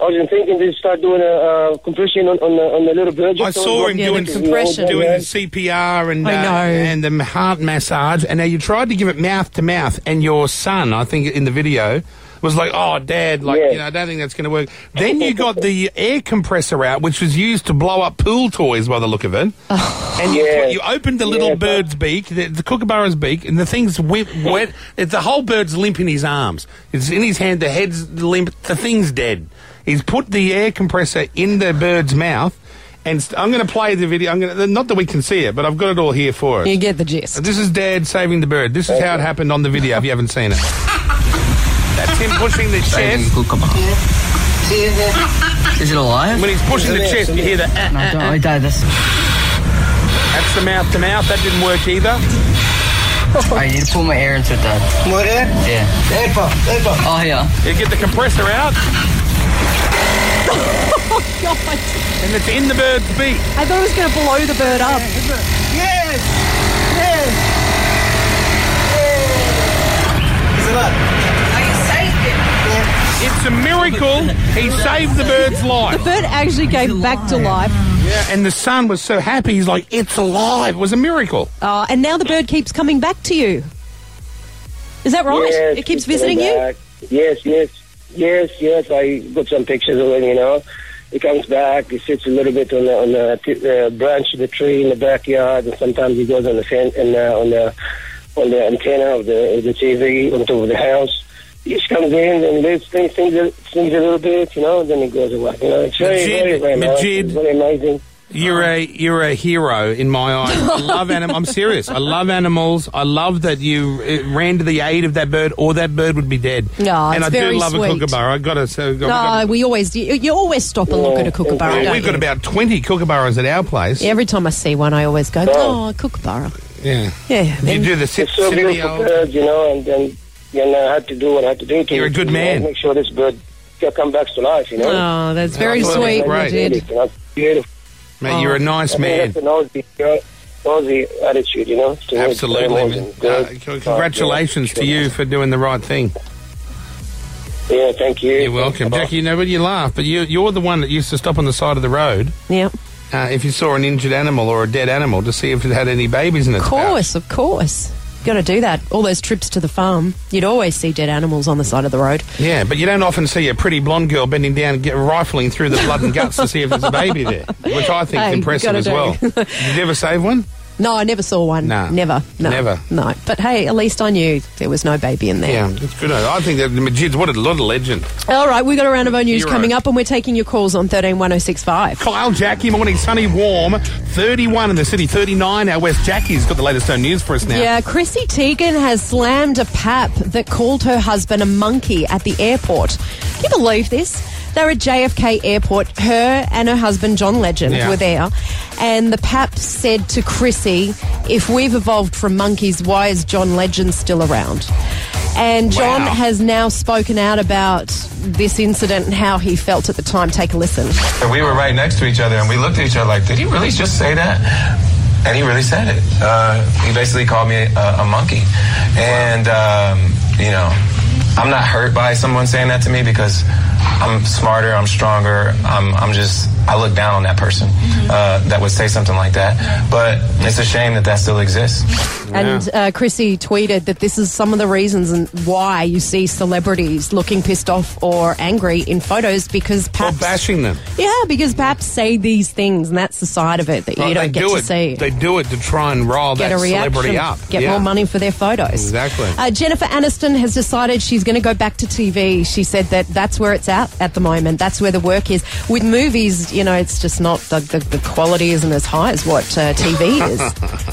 I was thinking they start doing a uh, compression on, on, the, on the little bird.
I
Just
saw
on-
him doing doing the CPR and uh,
I know.
and the heart massage. And now you tried to give it mouth to mouth, and your son, I think, in the video. Was like, oh, dad, like, you know, I don't think that's going to work. Then you got the air compressor out, which was used to blow up pool toys by the look of it.
Oh.
And you, you opened the little bird's beak, the, the kookaburra's beak, and the thing's wet. wet it, the whole bird's limp in his arms. It's in his hand. The head's limp. The thing's dead. He's put the air compressor in the bird's mouth, and st- I'm going to play the video. I'm going to, not that we can see it, but I've got it all here for us.
You get the gist.
This is Dad saving the bird. This is how it happened on the video. If you haven't seen it, that's him pushing the chest.
Is it alive?
When he's pushing the chest, you hear the.
No, don't. I die this.
That's the mouth to mouth. That didn't work either.
I need to pull my air into that. More air? Yeah. Airpa, airpa. Oh, yeah.
You get the compressor out. And it's in the bird's beak.
I thought it was going to blow the bird up.
Yes! Yes!
Is it up? It's a miracle he saved the bird's life.
The bird actually came back to life.
Yeah, and the son was so happy. He's like, "It's alive!" It was a miracle.
Uh, and now the bird keeps coming back to you. Is that right?
Yes,
it keeps
it's coming
visiting you?
back. Yes, yes, yes, yes. I got some pictures of him. You know, he comes back. He sits a little bit on the on the t- uh, branch of the tree in the backyard, and sometimes he goes on the fan, and uh, on the on the antenna of the of the TV on top of the house. He just comes in and lives things things a- things a little bit, you know, and then he goes away. You know, it's very very,
Majid,
very nice.
Majid.
It's very amazing.
You're a you're a hero in my eyes. I love animals. I'm serious. I love animals. I love that you uh, ran to the aid of that bird, or that bird would be dead.
No,
and
it's
I
very
do love a
sweet.
kookaburra. I got to so.
No, we always you, you always stop and look at a kookaburra.
We've
don't
got
you?
about twenty kookaburras at our place.
Every time I see one, I always go, "Oh, a kookaburra."
Yeah.
Yeah.
You do the sit,
It's so
sit
beautiful bird, you know, and then you know, I had to do what I had to do to
You're a good
you know,
man.
make sure this bird comes back to life, you know.
Oh, that's very
Yeah,
sweet, Oh.
that's
Right.
Beautiful. You know, beautiful.
Mate, you're a nice
I think
man.
That's an Aussie, you know, Aussie attitude, you know. towards
Absolutely,
animals
man.
and birds.
Uh, c- congratulations to you for doing the right thing.
Yeah, thank you.
You're welcome, Jackie. You know, when you laugh, but you, you're the one that used to stop on the side of the road
Yeah.
uh, if you saw an injured animal or a dead animal to see if it had any babies in its
Of course, of course. Got to do that. All those trips to the farm, you'd always see dead animals on the side of the road.
pouch. Yeah, but you don't often see a pretty blonde girl bending down, and get, rifling through the blood and guts to see if there's a baby there, which I think
Hey,
is impressive
gotta
as
do.
well. Did you ever save one?
No, I never saw one.
Nah.
Never. No.
Never.
No. But hey, at least I knew there was no baby in there.
Yeah, it's good. I think that Majid, what a lot of legend.
All right, we've got a round of our news
Hero.
coming up, and we're taking your calls on 131065.
Kyle, Jackie, morning, sunny, warm, 31 in the city, 39. Our West Jackie's got the latest stone news for us now.
Yeah, Chrissy Teigen has slammed a pap that called her husband a monkey at the airport. Can you believe this? They're at JFK Airport. Her and her husband, John Legend,
Yeah.
were there. And the pap said to Chrissy, If we've evolved from monkeys, why is John Legend still around? And John
Wow.
has now spoken out about this incident and how he felt at the time. Take a listen.
And we were right next to each other, and we looked at each other like, did he really just say that? And he really said it. Uh, he basically called me a, a monkey. And, um, you know, I'm not hurt by someone saying that to me because I'm smarter, I'm stronger, I'm, I'm just, I look down on that person uh, that would say something like that. But it's a shame that that still exists.
And uh, Chrissy tweeted that this is some of the reasons and why you see celebrities looking pissed off or angry in photos because
Or
perhaps
bashing them.
yeah, because perhaps say these things, and that's the side of it that
Right,
you
they
don't get
do
to
it.
see.
They do it to try and rile
Get
that
a reaction,
celebrity up.
get
Yeah.
more money for their photos.
Exactly.
Uh, Jennifer Aniston has decided she's going to go back to TV. She said that that's where it's at at the moment. That's where the work is. With movies, you know, it's just not the, the, the quality isn't as high as what uh, TV is,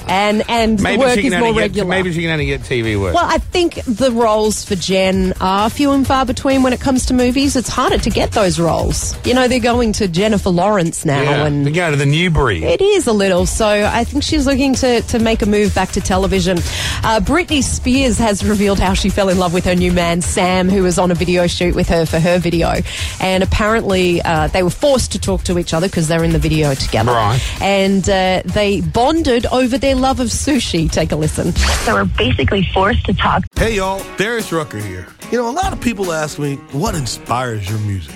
and and
maybe
the work
she can
is
only
more
get,
regular.
Maybe she can only get TV work.
Well, I think the roles for Jen are few and far between when it comes to movies. It's harder to get those roles. You know, they're going to Jennifer Lawrence now,
yeah.
and
They go to the Newbury.
it is a little. So I think she's looking to, to make a move back to television. Uh, Britney Spears has revealed how she fell in love with her new man, Sam, who was on a video shoot with her for her video. And apparently, uh, they were forced to talk to each other because they're in the video together.
Right.
And uh, they bonded over their love of sushi. Take a listen.
So we're basically forced to talk.
Hey y'all, Darius Rucker here. You know, a lot of people ask me, what inspires your music?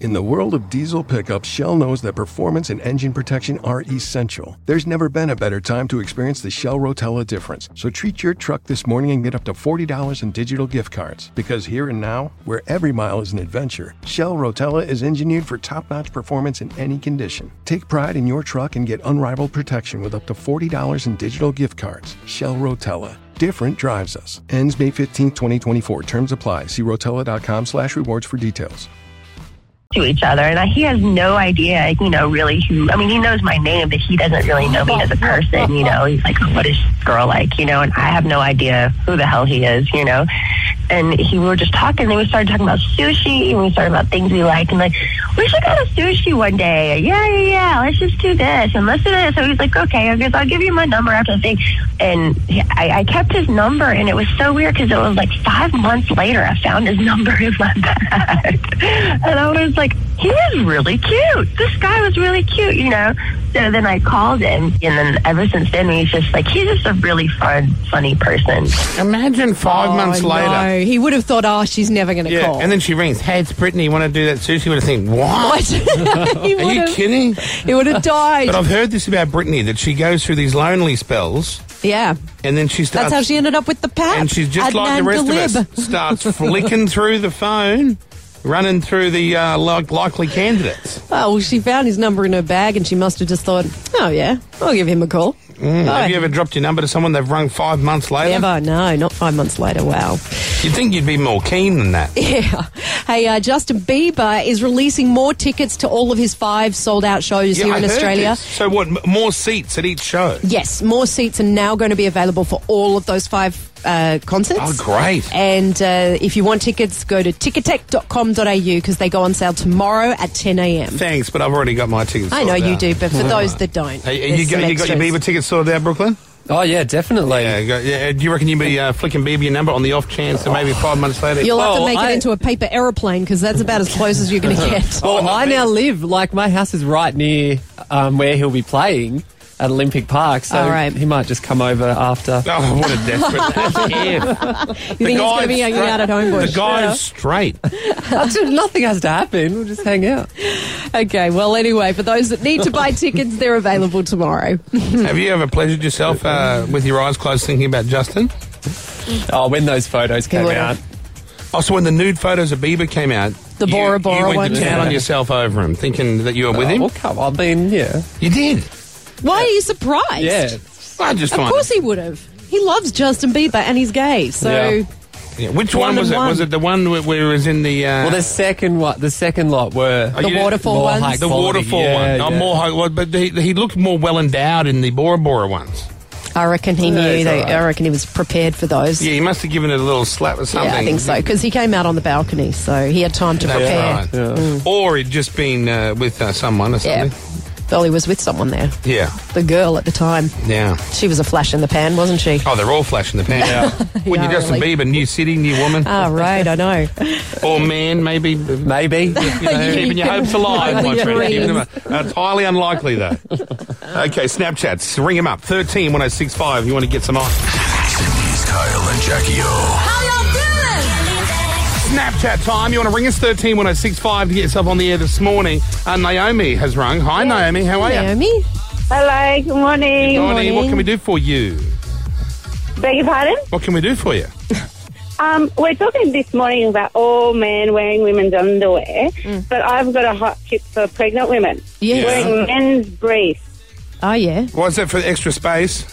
In the world of diesel pickups, Shell knows that performance and engine protection are essential. There's never been a better time to experience the Shell Rotella difference. So treat your truck this morning and get up to $40 in digital gift cards. Because here and now, where every mile is an adventure, Shell Rotella is engineered for top notch performance in any condition. Take pride in your truck and get unrivaled protection with up to $40 in digital gift cards. Shell Rotella. different drives us. Ends May 15, 2024. Terms apply. See rotella.com slash rewards for details.
to each other, and I, he has no idea, like, you know, really who. I mean, he knows my name, but he doesn't really know me as a person. You know, he's like, "What is this girl like?" You know, and I have no idea who the hell he is. You know, and he we were just talking. Then we started talking about sushi, and we started about things we liked, and like, we should go to sushi one day. Yeah, yeah, yeah. Let's just do this and let's do this. So he's like, "Okay, I guess I'll give you my number after the thing." And he- I, I kept his number, and it was so weird because it was like five months later, I found his number in my bag, and I was like, "He is really cute. This guy was really cute," you know. So then I called him, and then ever since then, he's just like he's just a really fun, funny person.
Imagine five
Oh,
months later.
No, he would have thought, oh, she's never going to
Yeah,
call.
and then she rings. Hey, it's Brittany. Want to do that sushi? Would have think what?
What? He
Are you
would've-
kidding?
He would have died.
But I've heard this about Brittany that she goes through these lonely spells,
yeah.
and then she starts.
That's how she ended up with the pat.
and she's just like the rest of us. Starts flicking through the phone, running through the uh, like likely candidates.
Oh, well, she found his number in her bag and she must have just thought, oh, yeah, I'll give him a call.
Mm,
Aye.
Have you ever dropped your number to someone they've rung five months later?
Never, no, not five months later. Wow.
You'd think you'd be more keen than that.
Yeah. Hey, uh, Justin Bieber is releasing more tickets to all of his five sold out shows here
I
in
heard
Australia.
this. So what? m- More seats at each show.
Yes, more seats are now going to be available for all of those five uh, concerts.
Oh, great.
And uh, if you want tickets, go to ticketek.com.au because they go on sale tomorrow at 10 a.m.
Thanks, but I've already got my tickets.
I know
sorted
you
out.
do, but for
Yeah.
those that don't,
Hey,
there's
you, got,
some
you got your
extras.
Bieber tickets sorted out, Brooklyn?
Oh yeah, definitely.
Yeah, go, yeah. Do you reckon you'd be uh, flicking Bieber your number on the off chance that maybe five months later?
You'll have to make
Oh, I-
it into a paper aeroplane because that's about as close as you're going to get.
Oh,
well, I now live like my house is right near um, where he'll be playing at Olympic Park, so
All right.
he might just come over after.
Oh, what a desperate
you think he's going to be hanging out at home, boys?
The guy's
straight.
That's it, nothing has to happen. We'll just hang out.
Okay, well, anyway, for those that need to buy tickets, they're available tomorrow.
have you ever pleasured yourself uh, with your eyes closed thinking about Justin?
Oh, when those photos
came out. Also, Oh, when the nude photos of Bieber came out,
The
you-
Bora
you,
Bora
went
ones.
to town on yourself over him, thinking that you were with him. Well,
Oh, come on, then, yeah,
you did.
Why are you surprised?
Yeah. I just
of
find
course
it-
he would have. He loves Justin Bieber and he's gay, so
Yeah.
Yeah, Which
One
one, was
and
it?
one.
Was it the one where, where it was in the? Uh,
Well, the second what the second lot were
Oh, you didn't-
More high
The
quality,
waterfall
yeah,
one. No,
yeah.
more high, well, but he, he looked more well endowed in the Bora Bora ones.
I reckon he
Yeah,
knew.
it's
They,
all right.
I reckon he was prepared for those.
Yeah, he must have given it a little slap or something.
Yeah, I think so because he came out on the balcony, so he had time to
That's
prepare.
right. Mm. Or he'd just been uh, with uh, someone or
Yeah.
something.
Well, he was with someone there.
Yeah.
The girl at the time.
Yeah.
She was a flash in the pan, wasn't she?
Oh, they're all flashing the pan. When
Yeah,
you're Justin
really.
Bieber, new city, new woman,
Ah, right, I know.
or man, maybe.
Maybe.
You know,
You
keeping your
can-
hopes alive, my
Yeah,
friend.
right.
Keeping them up. That's highly unlikely, though. okay, Snapchats. Ring him up. 13 1065. You want to get some on.
He's Kyle and Jackie O.
Snapchat time. You want to ring us 13 1065 to get yourself on the air this morning. Uh, Naomi has rung. Hi, Naomi. How are you?
Naomi?
Hello, good morning.
Good morning. What can we do for you?
Beg your pardon?
What can we do for you?
Um, we're talking this morning about all men wearing women's underwear,
Mm.
but I've got a hot tip for pregnant women.
Yes.
Wearing men's briefs.
Oh, yeah.
What's that for the extra space?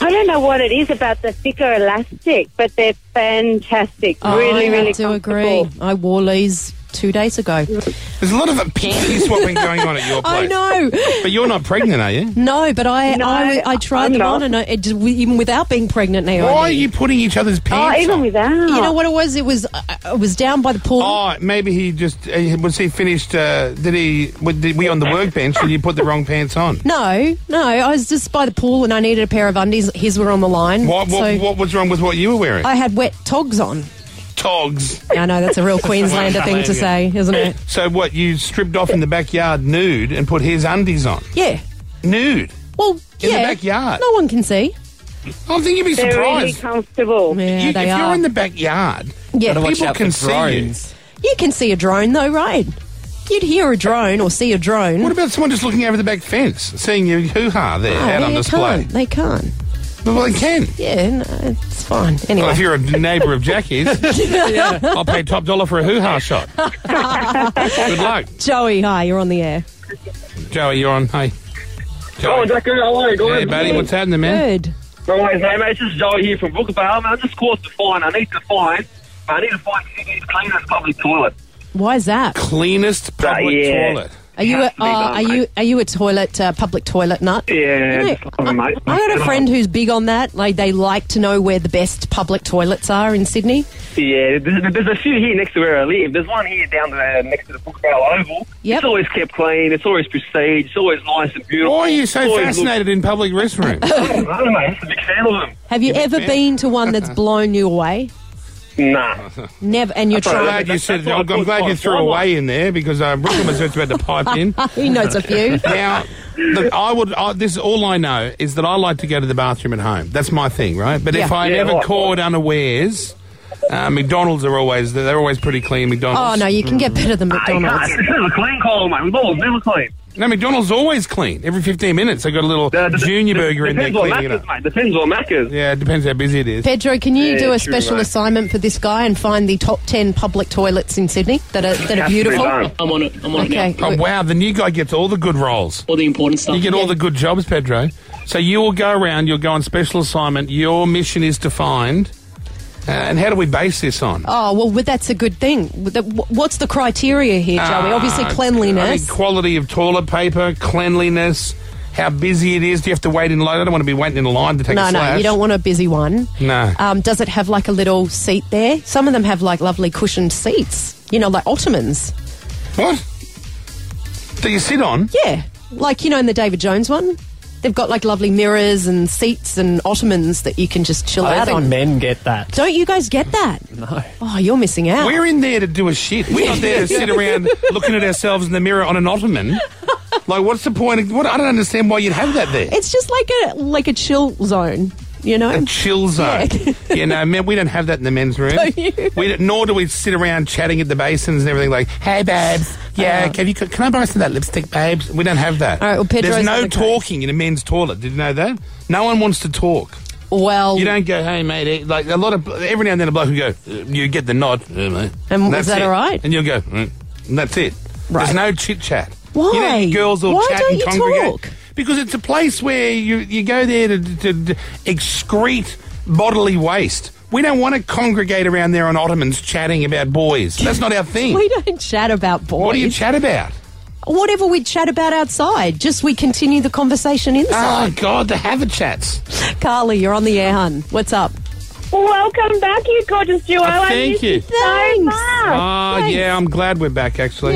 I don't know what it is about the thicker elastic, but they're fantastic.
Oh,
really,
I
really
do
comfortable.
agree. I wore these two days ago.
There's a lot of panty swapping going on at your place.
I know.
But you're not pregnant, are you?
No, but I
No,
I, I tried
I'm
them
not.
on, and I, it just, even without being pregnant, Naomi.
Why are you putting each other's pants?
Oh, even
on?
without.
You know what it was? It was I I was down by the pool.
Oh, maybe he just uh, was he finished? Uh, did he? w- Did we on the workbench? Did you put the wrong pants on?
No, no, I was just by the pool, and I needed a pair of undies. His were on the line.
What, what,
Mm, so
what was wrong with what you were wearing?
I had wet togs on.
Togs.
I know that's a real Queenslander thing to say, isn't it?
So what? You stripped off in the backyard nude and put his undies on
Yeah.
nude.
Well,
In the
yeah.
backyard.
No one can see.
I think you'd be
They're really
surprised.
comfortable.
Yeah,
You-
they
if
are.
you're in the backyard,
Yeah. Gotta watch
people
out
can
for
see you.
drones. you can see a drone though, right? You'd hear a drone or see a drone.
What about someone just looking over the back fence, seeing your hoo ha there
Oh,
out on
they
display?
Can't. They can't.
Well, they can.
Yeah, no, it's fine. Anyway.
Well, if you're a neighbour of Jackie's, I'll pay top dollar for a hoo ha shot. Good luck.
Joey, hi, you're on the air.
Joey, you're on. Hey. Joey.
Jackie, how are you?
Hey, buddy, what's happening, man?
Good.
No worries, hey, mate. This is Joey here from Rookabale. Man, I just caused the fine. I need to find. I need to find who needs cleanest public toilet.
Why is that?
Cleanest public
yeah.
toilet.
Are you a,
Has
uh,
to be done,
are you are you a toilet uh, public toilet nut?
Yeah,
You know,
just love it, mate.
I got a friend who's big on that. Like they like to know where the best public toilets are in Sydney.
Yeah, there's, there's a few here next to where I live. There's one here down the, next to the Brookvale Oval. It's always kept clean. It's always prestige. It's always nice and beautiful.
Why are you so
Always
fascinated in public restrooms?
Looks, I don't know, mate. I'm just a big fan of them.
Have you
Yeah,
ever
man.
been to one that's blown you away?
Nah.
Never. And you're
I'm glad
trying.
you said. I'm, I'm glad you threw away in there because uh, Brooklyn was just about to pipe in.
He knows a few.
Now, look, I would. I, this is all I know is that I like to go to the bathroom at home. That's my thing, right? But if
Yeah.
I
Yeah,
ever
right.
caught unawares, uh, McDonald's are always they're always pretty clean.
Oh
McDonald's.
no, you can get better than McDonald's.
It's never clean, call mate. McDonald's never clean. No, McDonald's always clean. Every 15 minutes, they got a little junior burger in there
depends what
cleaning it
Macca's,
up. Mate. Depends on Macca's. Yeah, it depends how busy it is.
Pedro, can you
Yeah,
do a
true,
special
mate.
assignment for this guy and find the top ten public toilets in Sydney that are that are beautiful?
I'm on it. I'm
on it Okay. now.
Oh, wow, the new guy gets all the good roles. All the important stuff. You get all the good jobs, Pedro. So you will go around, you'll go on special assignment. Your mission is to find. Uh, and how do we base this on?
Oh well, well, that's a good thing. The- wh- What's the criteria here, Joey? Obviously,
Ah, I
cleanliness.
think quality of toilet paper, cleanliness, how busy it is. Do you have to wait in line? I don't want to be waiting in line to take
no,
a Hmm.
no,
slash.
you don't want a busy one.
No.
Um, does it have like a little seat there? Some of them have like lovely cushioned seats. You know, like ottomans.
What? That you sit on?
Yeah, like you know, in the David Jones one, they've got like lovely mirrors and seats and ottomans that you can just chill
I don't
out
think
on.
men get that.
Don't you guys get that? No. Oh, you're missing out.
We're in there to do a shit. We're not there to sit around looking at ourselves in the mirror on an ottoman. Like, what's the point? Of, what, I don't understand why you'd have that there.
It's just like a like a chill zone, you know.
A chill zone. you know, men, we don't have that in the men's room.
Don't you?
We don't, nor do we sit around chatting at the basins and everything like, hey, babes, yeah, can, you, can I borrow some of that lipstick, babes? We don't have that.
Uh-huh. All right, well, Pedro's
There's
got
no
a great-
talking in a men's toilet. Did you know that? No one wants to talk.
Well,
You don't go, hey, mate. eh," Like, a lot of, every now and then a bloke will go, "Uh, you get the nod. "Yeah, mate."
And
that's
is that
it.
all right?
And you'll go, "Mm," and that's it. There's no chit chat.
Why?
You know, girls will
Why
chat
don't
and
you
congregate.
talk?
Because it's a place where you, you go there to, to, to excrete bodily waste. We don't want to congregate around there on ottomans chatting about boys. That's not our thing.
we don't chat about boys.
What do you chat about?
Whatever we chat about outside, just we continue the conversation
Oh,
inside.
God, the have a chats.
Carly, you're on the air, hun. What's up?
Welcome back, you gorgeous duo. I
Ah, thank
missed
you.
So much.
Ah, yeah, I'm glad we're back, actually.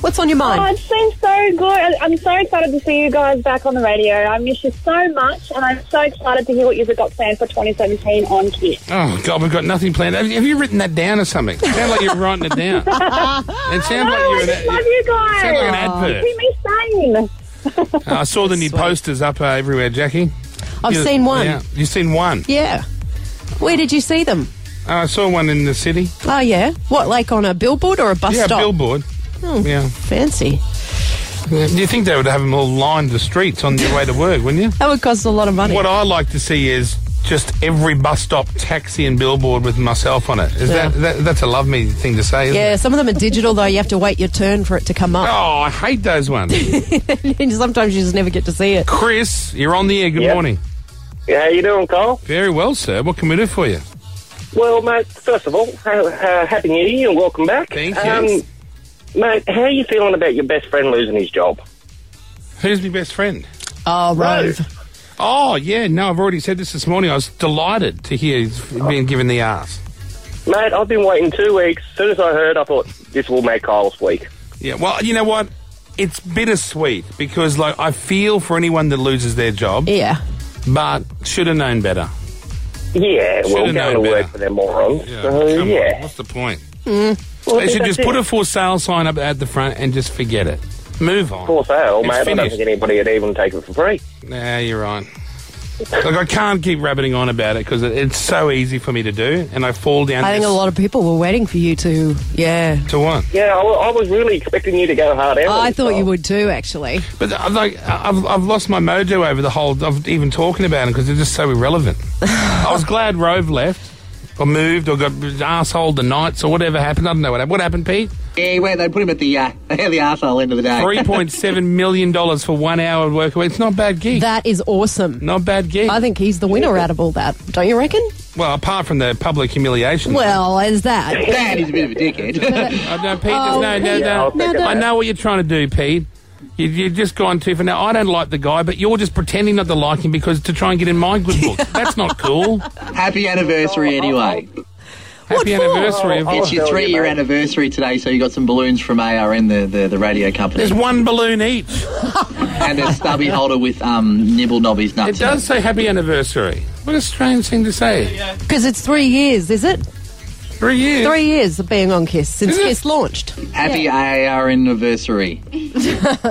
What's on your mind?
Oh, it's been so good. I- I'm so excited to see you guys back on the radio. I miss you so much, and I'm so excited to hear what you've got planned for 2017 on Kiss.
Oh God, we've got nothing planned. Have you, have you written that down or something? It sounds like you're writing it down. It sounds like
Oh,
you're.
I just
An,
love you guys.
sounds like an advert.
Keep me sane.
Uh, I saw the new posters up uh, everywhere, Jackie.
I've seen one.
Yeah, you've seen one.
Yeah. Where did you see them?
Uh, I saw one in the city.
Oh, yeah. What, like on a billboard or a bus
yeah,
stop?
billboard.
Hmm.
Yeah.
Fancy.
Do you think they would have them all lined the streets on their way to work, wouldn't you?
That would cost a lot of money.
What I like to see is just every bus stop, taxi, and billboard with myself on it. Is
Yeah.
that, that that's a love me thing to say? Isn't
yeah,
It?
some of them are digital, though. You have to wait your turn for it to come up.
Oh, I hate those ones. Oh.
and sometimes you just never get to see it.
Chris, you're on the air. Good
Yep.
morning.
Yeah, how you doing, Cole?
Very well, sir. What can we do for you?
Well, mate, first of all, ha- uh, happy New Year and welcome back. Thank
you.
mate, how are you feeling about your best friend losing his job?
Who's my best friend?
Oh, Rove.
Oh, yeah. No, I've already said this this morning. I was delighted to hear he's being given the arse.
Mate, I've been waiting two weeks. As soon as I heard, I thought this will make Kyle's week.
Yeah. Well, you know what? It's bittersweet because, like, I feel for anyone that loses their job.
Yeah.
But should have known better.
Yeah,
Should've
well, go
known
to
better.
work for them morons.
Yeah,
so,
come on,
yeah.
What's the point?
Mm.
Well, I
they
think
should
that's
just put
it.
a for sale sign up at the front and just forget it. Move on.
For sale,
It's
mate. I don't
finished.
think anybody would even take it for free.
Nah, you're right. Like, I can't keep rabbiting on about it because it, it's so easy for me to do, and I fall down.
I think a lot of people were waiting for you to. Yeah.
to one.
Yeah, I, wa- I was really expecting you to go hard out.
I thought you would too, actually.
But I've, like, I've, I've lost my mojo over the whole of even talking about it because they're just so irrelevant. I was glad Rove left. Got moved or got assholed the Knights or whatever happened. I don't know what happened. What happened, Pete?
Yeah, well, they put him at the uh, the arsehole end of the day.
$3.7 million for one hour of work. a week. It's not a bad gig.
That is awesome.
Not bad gig.
I think he's the winner out of all that. Don't you reckon?
Well, apart from the public humiliation.
Well, is that?
Dad, he's a bit of a dickhead.
I know, Pete, there's
Oh,
no, no,
yeah,
no.
I'll take it
I know what you're trying to do, Pete. You, you've just gone too far. Now, I don't like the guy, but you're just pretending not to like him because to try and get in my good book. That's not cool.
Happy anniversary, anyway.
Happy anniversary.
It's your three year anniversary today, so you got some balloons from ARN, the, the, the radio company.
There's one balloon each.
and a stubby holder with um, nibble knobbies
It
nuts. in
does say happy anniversary. What a strange thing to say.
Because it's three years, is it?
Three years.
Three years of being on Kiss since
Is it?
Kiss launched.
Happy
Yeah.
AAR anniversary.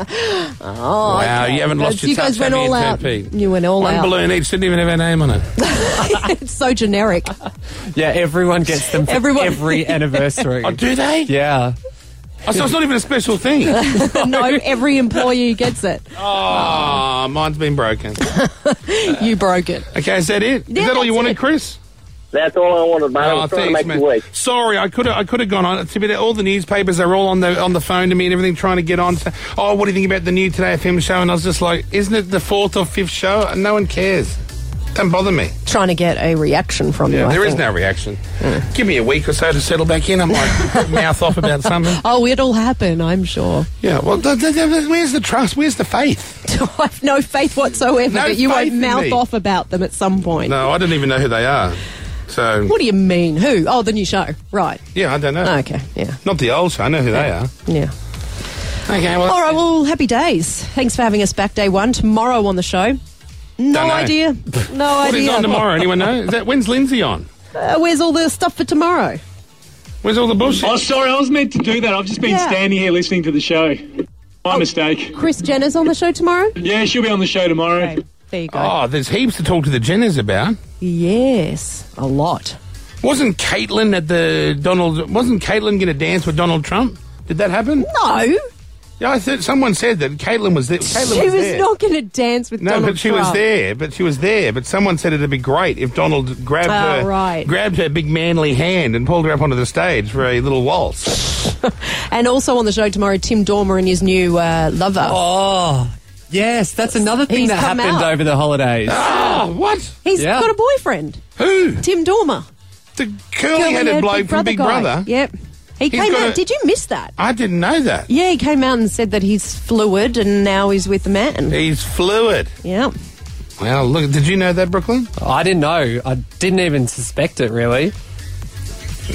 Oh,
wow,
okay.
you haven't
That's-
lost your
You guys
touch,
went
have
all
you,
out.
JP?
You
Oh,
went all
one
out.
balloon each didn't even have our name on it.
it's so generic.
Yeah, everyone gets them for
Everyone.
every anniversary.
Oh, do they?
Yeah.
Oh, so it's not even a special thing.
no, every employee gets it.
Oh, mine's been broken.
You broke it.
Okay, is that it? Is
Yeah,
that all you
that's
wanted,
it.
Chris?
That's all I wanted, mate. I
Oh,
was trying to
thanks,
make
man.
you weak.
Sorry, I could have I could have gone on. It's a bit all the newspapers are all on the on the phone to me and everything trying to get on. So, oh, what do you think about the new Today FM show? And I was just like, isn't it the fourth or fifth show? And No one cares. Don't bother me.
Trying to get a reaction from you.
Yeah,
I
there is
think.
no reaction. Give me a week or so to settle back in. I'm like mouth off about something.
Oh, it'll happen, I'm sure.
Yeah, well, th- th- th- where's the trust? Where's the faith?
I've no faith whatsoever
No
that you
faith
won't
in
mouth
me.
off about them at some point.
No, I don't even know who they are. So
What do you mean? Who? Oh, the new show. Right.
yeah, I don't know.
Okay, yeah.
Not the old show. I know who they are.
Yeah.
Okay, well.
All right, well, happy days. Thanks for having us back day one. Tomorrow on the show. No
Don't know.
idea. No
What is
idea.
on tomorrow? Anyone know? Is that when's Lindsay on?
Uh, where's all the stuff for tomorrow?
Where's all the bullshit?
Oh, sorry, I was meant to do that. I've just been
Yeah.
standing here listening to the show. My mistake.
Chris Jenner's on the show tomorrow?
Yeah, she'll be on the show tomorrow.
There you go.
Oh, there's heaps to talk to the Jenners about.
Yes, a lot.
Wasn't Caitlin at the Donald? Wasn't Caitlin going to dance with Donald Trump? Did that happen?
No.
Yeah, I thought someone said that Caitlin was there. Caitlin
she was,
there.
not going to dance with
No,
Donald
but she
Trump.
was there. But she was there. But someone said it'd be great if Donald grabbed
Oh,
her,
right.
grabbed her big manly hand and pulled her up onto the stage for a little waltz.
And also on the show tomorrow, Tim Dormer and his new uh, lover.
Oh, yes, that's another thing
He's
that
come
happened
out.
over the holidays.
Oh, what?
He's
Yeah.
got a boyfriend.
Who?
Tim Dormer.
The
Curly-haired
curly-headed bloke from Big
guy.
Brother.
Yep. He
He's
came
got
out.
a-
Did you miss that?
I didn't know that.
Yeah, he came out and said that he's fluid and now he's with the man.
He's fluid.
Yeah.
Well, look, did you know that, Brooklyn?
I didn't know. I didn't even suspect it, really.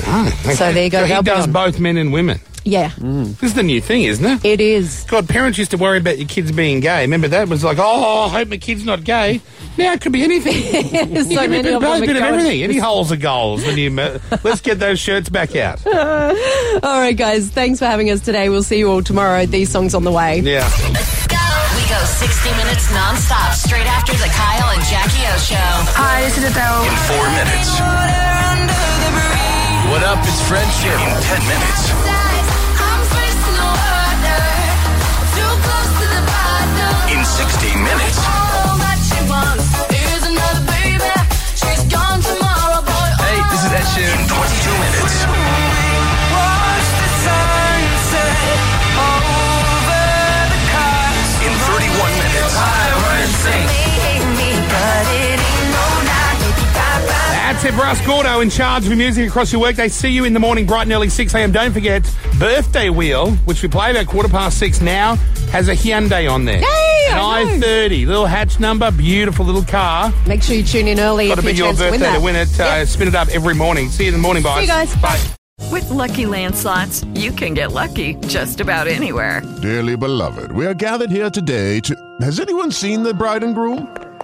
Ah,
So there you go.
He
They'll be
does
on.
both men and women.
Yeah.
Mm. This is the new thing, isn't it?
It is.
God, parents used to worry about your kids being gay. Remember that It was like, oh, I hope my kid's not gay. Now it could be anything.
so
It could be a
many
bit,
of them.
a bit of
are going-
everything. Any holes are goals. When you, ma- let's get those shirts back out.
all right, guys. Thanks for having us today. We'll see you all tomorrow. These songs on the way.
Yeah.
We go 60 minutes nonstop straight after the Kyle and Jackie O show. Hi, this is Adele.
In four minutes. What up? It's Fred Jim. In ten minutes. In 60 minutes. Hey, this is Ed Sheeran. In 22 minutes. In 31 minutes.
That's it, Russ Gordo in charge of music across your workday. See you in the morning, bright and early, 6 a.m. Don't forget, Birthday Wheel, which we play about quarter past six now, has a Hyundai on there.
Yay, I know.
930, little hatch number, beautiful little car.
Make sure you tune in early.
Got to
if
be
you
your
chance
birthday
to win that.
it. Uh, Spin it up every morning. See you in the morning,
See
guys.
you guys.
Bye.
With Lucky Land slots, you can get lucky just about anywhere.
Dearly beloved, we are gathered here today to. Has anyone seen the bride and groom?